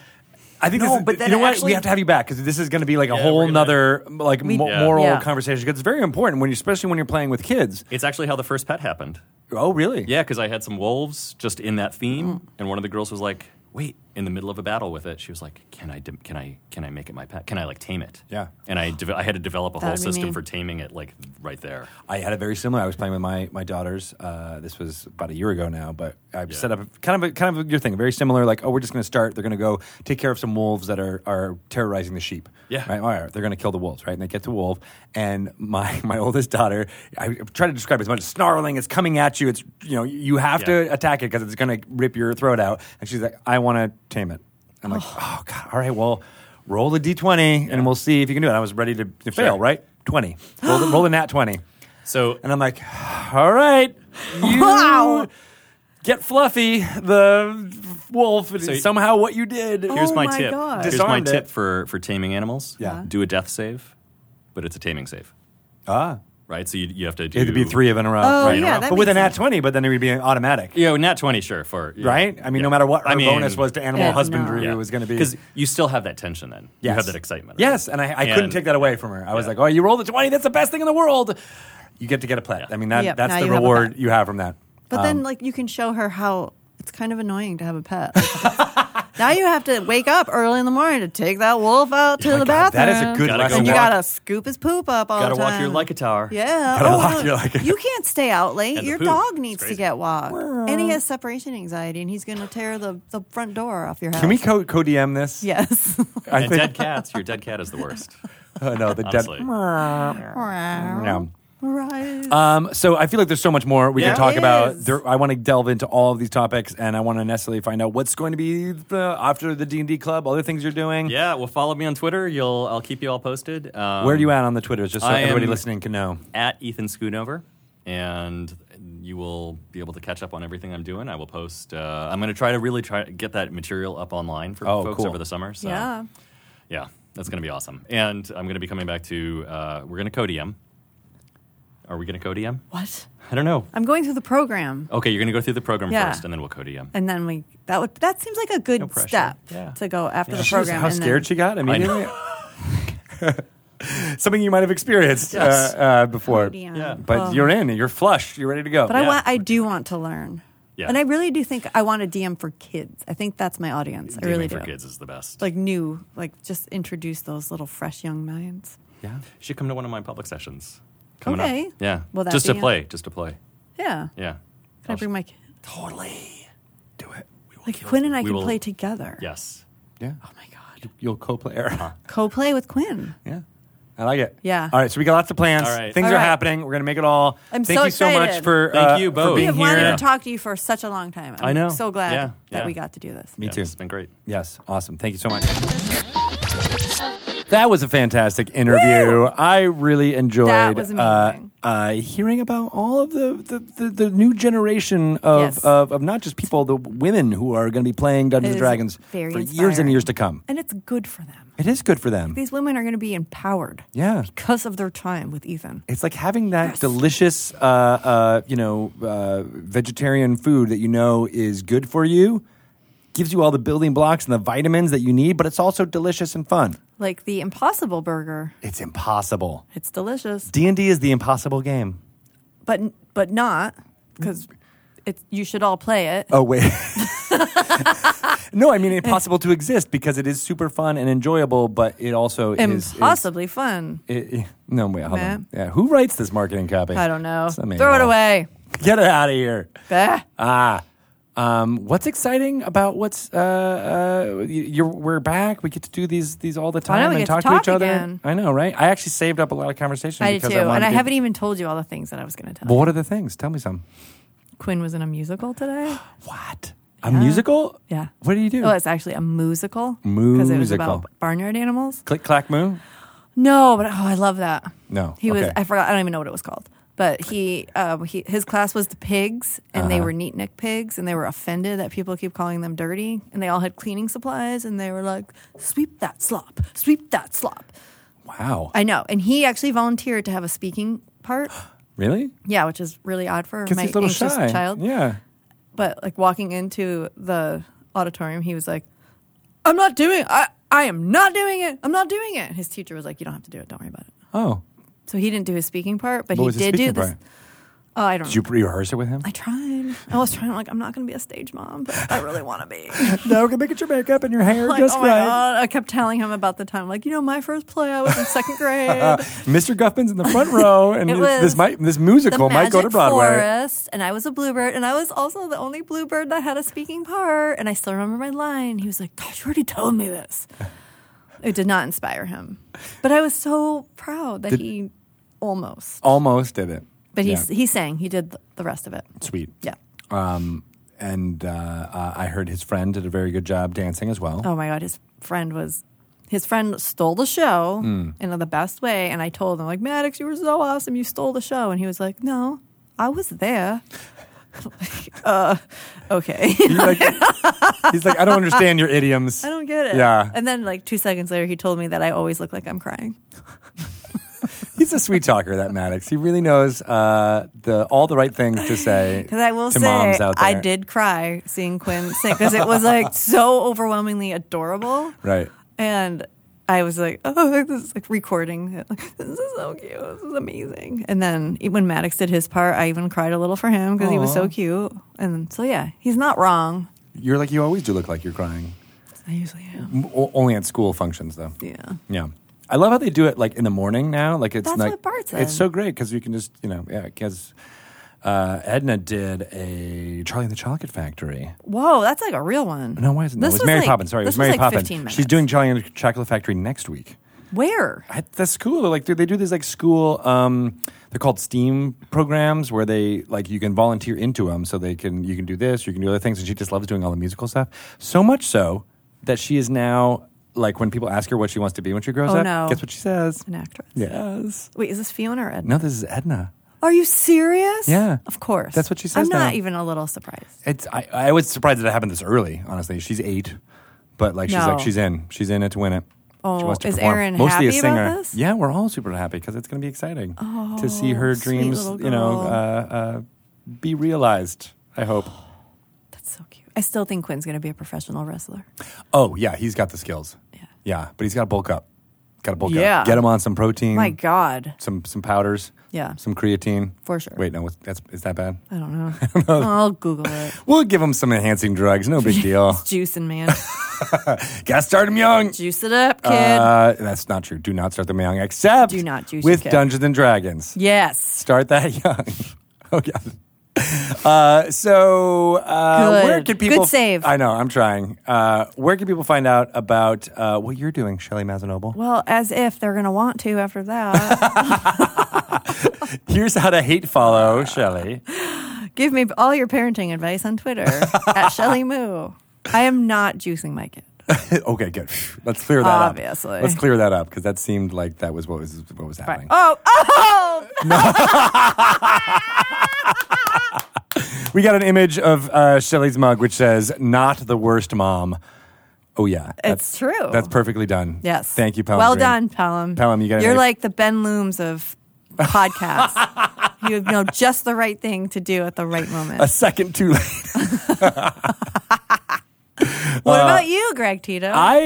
S1: I think
S5: No,
S1: this is,
S5: but
S1: but
S5: then
S1: you know what?
S5: actually-
S1: We have to have you back because this is going to be like a
S5: Yeah,
S1: whole
S5: we're gonna-
S1: nother like mo-
S5: Yeah.
S1: moral
S2: Yeah.
S1: conversation because it's very important when, you, especially when you're playing with kids.
S5: It's actually how the first pet happened.
S1: Oh, really?
S5: Yeah, because I had some wolves just in that
S1: Mm.
S5: theme, and one of the girls was like, "Wait!" In the middle of a battle with it, she was like, "Can I? dim- Can I? Can I make it my pet? Can I like tame it?"
S1: Yeah.
S5: And I, de- I had to develop a
S2: That
S5: whole
S2: would be
S5: system
S2: neat.
S5: for taming it, like right there.
S1: I had a very similar. I was playing with my my daughters. Uh, this was about a year ago now, but I set up a- kind of a, kind of your thing, very similar. Like, oh, we're just going to start. They're going to go take care of some wolves that are are terrorizing the sheep.
S5: Yeah.
S1: right. All right, they're going to kill the wolves, right? And they get the wolf, and my my oldest daughter, I try to describe it as much snarling. It's coming at you. It's you know you have
S5: Yeah.
S1: to attack it because it's going to rip your throat out. And she's like, I want to tame it. I'm like, oh god, all right, well. Roll the d20 and we'll see if you can do it. I was ready to, to fail, right? 20. Roll the, roll the nat 20.
S5: So
S1: And I'm like, all right, you
S2: Wow.
S1: get Fluffy, the wolf, and
S5: So you-
S1: somehow what you did.
S5: here's
S2: Oh
S5: my,
S2: my
S5: tip.
S2: God.
S5: Here's my
S1: Disarmed it.
S5: tip for for taming animals.
S1: Yeah.
S5: Do a death save, but it's a taming save,
S1: Ah,
S5: right? So you, you have to do.
S1: it'd be three of in a row.
S2: Oh,
S5: yeah,
S2: that
S1: but with an
S2: makes
S1: at
S2: sense.
S1: 20, but then it would be an automatic,
S5: You know, nat twenty, sure. For yeah.
S1: right? I mean, no
S5: Yeah.
S1: matter what our
S5: I mean,
S1: bonus was to animal
S2: Yeah, no.
S1: husbandry,
S5: yeah.
S1: it was going to be.
S5: because you still have that tension. Then you
S1: Yes.
S5: have that excitement. right?
S1: Yes, and I, I couldn't
S5: And-
S1: take that away from her. I was
S5: Yeah.
S1: like, oh, you rolled a 20, that's the best thing in the world. You get to get a pet.
S5: Yeah.
S1: I mean, that,
S2: Yep,
S1: that's
S2: now
S1: the
S2: you have a
S1: reward
S2: pet.
S1: you have from that. Uh,
S2: But
S1: Um,
S2: then, like, you can show her how it's kind of annoying to have a pet. now you have to wake up early in the morning to take that wolf out to
S1: Oh my
S2: the
S1: God,
S2: bathroom.
S1: that is a good
S5: Gotta go
S1: lesson.
S2: And you
S5: walk-
S2: gotta scoop his poop up all
S5: Gotta
S2: the time.
S5: walk your like a tower.
S2: Yeah. Oh,
S1: Gotta walk your like a-
S2: you can't stay out late.
S5: And the
S2: Your
S5: poop.
S2: dog
S5: It's
S2: needs to
S5: crazy.
S2: get walked. And he has separation anxiety, and he's gonna tear the, the front door off your house.
S1: Can we co- co-DM this?
S2: Yes.
S1: I
S5: And dead cats. Your dead cat is the worst.
S1: Oh, no, the dead.
S5: Honestly.
S1: No.
S2: Right.
S1: Um, so I feel like there's so much more we
S5: Yeah.
S1: can talk
S2: It
S1: about.
S2: is.
S1: There, I want to delve into all of these topics, and I want to necessarily find out what's going to be the, after the D and D club, other things you're doing.
S5: Yeah, well, follow me on Twitter. You'll I'll keep you all posted. Um,
S1: Where are you at on the Twitters, just so
S5: I
S1: everybody
S5: am-
S1: listening can know?
S5: At Ethan Schoonover, and you will be able to catch up on everything I'm doing. I will post. Uh, I'm going to try to really try get that material up online for
S1: Oh,
S5: folks
S1: cool.
S5: over the summer. So
S2: yeah.
S5: yeah, that's going to be awesome. And I'm going to be coming back to. Uh, we're going to codem. Are we going to codem?
S2: What?
S5: I don't know.
S2: I'm going through the program,
S5: Okay, you're going to go through the program
S2: Yeah.
S5: first, and then we'll E codem.
S2: and then we that would that seems like a good
S5: No pressure.
S2: step
S5: Yeah.
S2: to go after the
S1: Jeez,
S2: program.
S1: how
S2: and then-
S1: scared she got
S5: know.
S1: immediately. Something you might have experienced
S5: Yes.
S1: uh, uh, before,
S2: Damn.
S5: Yeah.
S1: but
S2: Oh.
S1: you're in. You're flush. You're ready to go.
S2: But I
S5: Yeah.
S2: want. I do want to learn.
S5: Yeah.
S2: And I really do think I want to DM for kids. I think that's my audience. I really
S5: Gaming for
S2: do.
S5: kids is the best.
S2: Like new, like just introduce those little fresh young minds.
S5: yeah, you should come to one of my public sessions. Coming
S2: Okay.
S5: Up. Yeah.
S2: Will that
S5: just
S2: be
S5: to
S2: on-
S5: play. Just to play.
S2: Yeah.
S5: Yeah.
S2: Can I bring my kid?
S1: totally do it.
S2: Like Quinn and I
S5: We
S2: can
S5: will-
S2: play together.
S5: Yes.
S1: Yeah,
S2: Oh my god.
S1: you'll co-play.
S5: Uh-huh.
S1: Era.
S2: Co-play with Quinn.
S1: Yeah. I like it.
S2: Yeah.
S1: All right. So we got lots of plans.
S5: All right.
S1: Things
S2: All
S1: are
S2: right.
S1: happening. We're gonna make it all.
S2: I'm
S1: Thank
S2: so
S1: you so much
S2: excited.
S1: for
S5: Thank
S1: uh,
S5: you
S1: for
S5: both.
S2: We
S1: being
S2: have
S1: here.
S2: wanted
S5: Yeah.
S2: to talk to you for such a long time. I'm
S5: I know.
S2: So glad
S5: Yeah,
S2: that
S5: yeah.
S2: we got to do this.
S1: Me
S5: Yeah,
S1: too.
S5: It's been great.
S1: Yes, awesome. Thank you so much. That was a fantastic interview. I really enjoyed
S2: That was amazing.
S1: Uh, uh, hearing about all of the, the, the, the new generation of,
S2: Yes.
S1: of, of not just people, the women who are going to be playing Dungeons and
S2: is
S1: Dragons
S2: very
S1: for years and
S2: inspiring.
S1: years to come.
S2: And it's good for them.
S1: It is good for them.
S2: These women are going to be empowered
S1: Yeah.
S2: because of their time with Ethan.
S1: It's like having that delicious, uh, uh, you know, uh, vegetarian food that you know is good for you, gives you all the building blocks and the vitamins that you need, but it's also delicious and fun.
S2: Like the Impossible Burger,
S1: It's impossible.
S2: it's delicious,
S1: D and D is the impossible game.
S2: but but not because it's you should all play it.
S1: Oh wait. no, I mean impossible to exist because it is super fun and enjoyable, but it also is
S2: Impossibly fun.
S1: Is, it- it- no, wait, hold
S2: Matt?
S1: on. Yeah, who writes this marketing copy?
S2: I don't know.
S1: Some
S2: Throw it
S1: animal.
S2: away.
S1: Get it out of here.
S2: Bah.
S1: Ah. Um, what's exciting about what's uh, uh, you- you're, we're back? We get to do these these all the
S2: know?
S1: time
S2: We
S1: and
S2: get to
S1: talk,
S2: talk
S1: to each other.
S2: again.
S1: I know, right? I actually saved up a lot of conversation
S2: I did
S1: because
S2: too.
S1: I wanted
S2: and I
S1: to-
S2: haven't e- even told you all the things that I was going to tell
S1: Well, what are the things? Tell me some.
S2: you. Quinn was in a musical today.
S1: What? A musical?
S2: Yeah.
S1: What do you do?
S2: Oh, it's actually a musical. Because it was
S1: Musical.
S2: about barnyard animals.
S1: Click clack moo.
S2: No, but oh, I love that.
S1: No,
S2: he was.
S1: okay.
S2: I forgot. I don't even know what it was called. But he, um, he his class was the pigs, and
S1: Uh-huh.
S2: they were neat neck pigs, and they were offended that people keep calling them dirty, and they all had cleaning supplies, and they were like, "Sweep that slop, sweep that slop."
S1: Wow.
S2: I know. And he actually volunteered to have a speaking part.
S1: Really?
S2: Yeah, which is really odd for
S1: Because
S2: my
S1: he's a little
S2: anxious
S1: shy.
S2: child.
S1: Yeah.
S2: But like walking into the auditorium, he was like, I'm not doing I I am not doing it. I'm not doing it. His teacher was like, You don't have to do it. Don't worry about it.
S1: Oh.
S2: So he didn't do his speaking part, but
S1: What
S2: he
S1: was his
S2: did do
S1: speaking
S2: this.
S1: part?
S2: Oh, I don't
S1: Did you rehearse it with him?
S2: I tried. I was trying. Like, I'm not going to be a stage mom, but I really want to be.
S1: no, look at your makeup and your hair
S2: Like, oh my god! I kept telling him about the time. Like, you know, my first play, I was in second grade.
S1: Mr. Guffman's in the front row, and
S2: It
S1: this, this
S2: was
S1: might this
S2: the
S1: musical might go to
S2: Magic
S1: Broadway.
S2: Forest, and I was a bluebird, and I was also the only bluebird that had a speaking part, and I still remember my line. He was like, "Gosh, you already told me this." It did not inspire him, but I was so proud that
S1: Did-
S2: he almost.
S1: Almost did it,
S2: But he
S1: Yeah.
S2: he sang. He did th- the rest of it.
S1: sweet.
S2: Yeah.
S1: Um, and uh, uh, I heard his friend did a very good job dancing as well.
S2: Oh my god, his friend was his friend stole the show
S1: Mm.
S2: in the best way, and I told him like Maddox, you were so awesome, you stole the show, and he was like, no, I was there. Like, uh, okay,
S1: He's, like, he's like, I don't understand your idioms.
S2: I don't get it.
S1: Yeah.
S2: and then like two seconds later, he told me that I always look like I'm crying.
S1: He's a sweet talker, that Maddox. He really knows uh, the all the right things to say.
S2: Because I will
S1: to
S2: say,
S1: moms out there.
S2: I did cry seeing Quinn sing because it was like so overwhelmingly adorable.
S1: Right.
S2: And I was like, oh, like, this is like recording. it. Like, this is so cute. This is amazing. And then e, when Maddox did his part, I even cried a little for him because he was so
S1: Aw.
S2: cute. And so, yeah, he's not wrong.
S1: You're like you always do look like you're crying.
S2: I usually am.
S1: M- o- only at school functions though.
S2: Yeah.
S1: Yeah. I love how they do it like in the morning now. Like it's
S2: That's
S1: like
S2: what Bart said.
S1: it's so great because you can just you know yeah because uh, Edna did a Charlie and the Chocolate Factory.
S2: Whoa, that's like a real one.
S1: No, why isn't no,
S2: This
S1: it was Mary
S2: like-
S1: Poppins? Sorry, it
S2: this
S1: was Mary
S2: like
S1: Poppins.
S2: 15 minutes.
S1: She's doing Charlie and the Chocolate Factory next week
S2: Where?
S1: at the school. They're like they- they do these like school. Um, they're called STEAM programs where they like you can volunteer into them, so they can you can do this, you can do other things, and she just loves doing all the musical stuff so much so that she is now like when people ask her what she wants to be when she grows
S2: Oh,
S1: up,
S2: no.
S1: guess what she says?
S2: An actress.
S1: Yes.
S2: Wait, is this Fiona or Edna?
S1: No, this is Edna.
S2: Are you serious?
S1: Yeah.
S2: Of course.
S1: That's what she says
S2: I'm not
S1: now.
S2: even a little surprised.
S1: It's I, I was surprised that it happened this early. Honestly, she's eight, but like she's
S2: No.
S1: like she's in, she's in it to win it.
S2: Oh,
S1: she wants to
S2: is
S1: perform.
S2: Erin
S1: mostly a
S2: happy
S1: singer?
S2: about this?
S1: Yeah, we're all super happy because it's going to be exciting to see her
S2: Oh, sweet
S1: dreams,
S2: little
S1: you know, uh,
S2: girl.
S1: uh, be realized. I hope.
S2: That's so cute. I still think Quinn's going to be a professional wrestler.
S1: Oh yeah, he's got the skills.
S2: Yeah.
S1: yeah, but he's got to bulk up. Got to bulk
S2: Yeah.
S1: up. Get him on some protein.
S2: My God.
S1: Some some powders.
S2: Yeah.
S1: Some creatine.
S2: For sure.
S1: Wait, no, what's, that's is that bad?
S2: I don't know. I'll Google it.
S1: We'll give him some enhancing drugs. No big deal.
S2: Juicing, man.
S1: Gotta start him young.
S2: Juice it up, kid.
S1: Uh, that's not true. Do not start them young, except
S2: Do not juice
S1: with
S2: your kid.
S1: Dungeons and Dragons.
S2: yes.
S1: Start that young. oh yeah. Uh, so uh,
S2: Good.
S1: where can people?
S2: Good save.
S1: I know. I'm trying. Uh, where can people find out about uh, what you're doing, Shelley Mazanoble?
S2: Well, as if they're going to want to after that.
S1: Here's how to hate follow Shelley.
S2: Give me all your parenting advice on Twitter at Shelly Moo. I am not juicing my kid.
S1: okay, good. Let's clear that
S2: Obviously.
S1: up. Let's clear that up because that seemed like that was what was what was
S2: Right.
S1: happening.
S2: Oh, oh!
S1: We got an image of uh, Shelley's mug which says "Not the worst mom." Oh yeah,
S2: It's true.
S1: That's perfectly done.
S2: Oh. Yes.
S1: Thank you, Pelham.
S2: Well
S1: Green.
S2: done, Pelham.
S1: Pelham, you got it.
S2: You're like the Ben Looms of podcasts. you know just the right thing to do at the right moment.
S1: a second too late.
S2: what about you, Greg Tito?
S1: I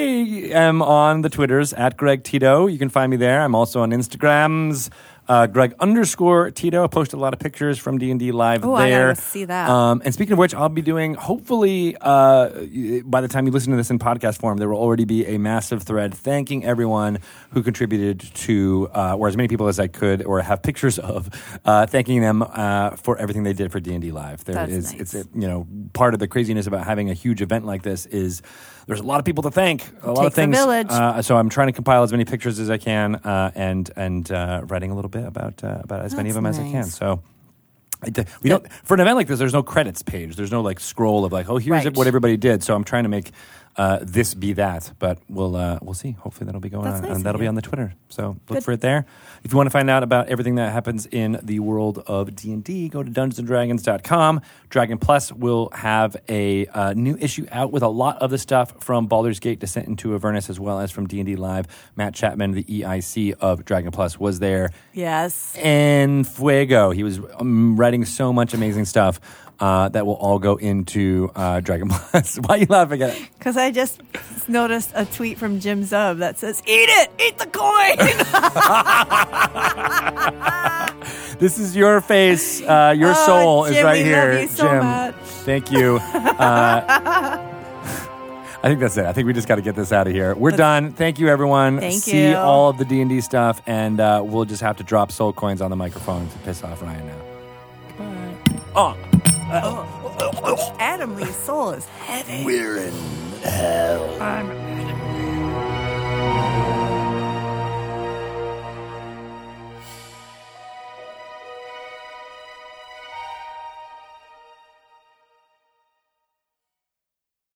S1: am on the Twitters at Greg Tito. You can find me there. I'm also on Instagrams. Uh, Greg underscore Tito. I post a lot of pictures from D and D live
S2: Ooh, I gotta
S1: there.
S2: see that.
S1: Um, and speaking of which, I'll be doing. Hopefully, uh, y- by the time you listen to this in podcast form, there will already be a massive thread thanking everyone who contributed to, uh, or as many people as I could, or have pictures of, uh, thanking them uh, for everything they did for D and D live. There
S2: That's
S1: is-
S2: nice.
S1: it's a you know part of the craziness about having a huge event like this is there's a lot of people to thank a lot of
S2: takes a
S1: things
S2: village.
S1: Uh, so i'm trying to compile as many pictures as i can uh, and and uh, writing a little bit about uh, about as many of
S2: That's
S1: them as i can
S2: nice.
S1: so I d- uh, we don't for an event like this. There's no credits page. There's no like scroll of like, oh, here's
S2: Right.
S1: what everybody did. So I'm trying to make uh, this be that. But we'll uh, we'll see. Hopefully that'll be going
S2: That's
S1: on,
S2: nice
S1: and
S2: of
S1: that'll be
S2: you.
S1: on the Twitter. So look
S2: Good.
S1: for it there. If you want to find out about everything that happens in the world of D and D, go to DungeonsandDragons.com. Dragon Plus will have a uh, new issue out with a lot of the stuff from Baldur's Gate, Descent into Avernus, as well as from D and D Live. Matt Chapman, the EIC of Dragon Plus, was there
S2: Yes.
S1: en fuego. He was um, writing so much amazing stuff uh, that will all go into uh, Dragon Plus. Why are you laughing at it?
S2: Because I just noticed a tweet from Jim Zub that says, Eat it! Eat the coin!
S1: This is your face. Uh, your
S2: Oh,
S1: soul is
S2: Jim,
S1: right
S2: we
S1: here,
S2: love you so
S1: Jim.
S2: much.
S1: Thank you. Uh, I think that's it. I think we just got to get this out of here. We're done. Thank you, everyone.
S2: Thank
S1: See
S2: you.
S1: all of the D and D stuff, and uh, we'll just have to drop soul coins on the microphone to piss off Ryan now. Oh.
S2: Adam Lee's soul is heavy.
S6: We're in hell.
S2: I'm-
S6: Thank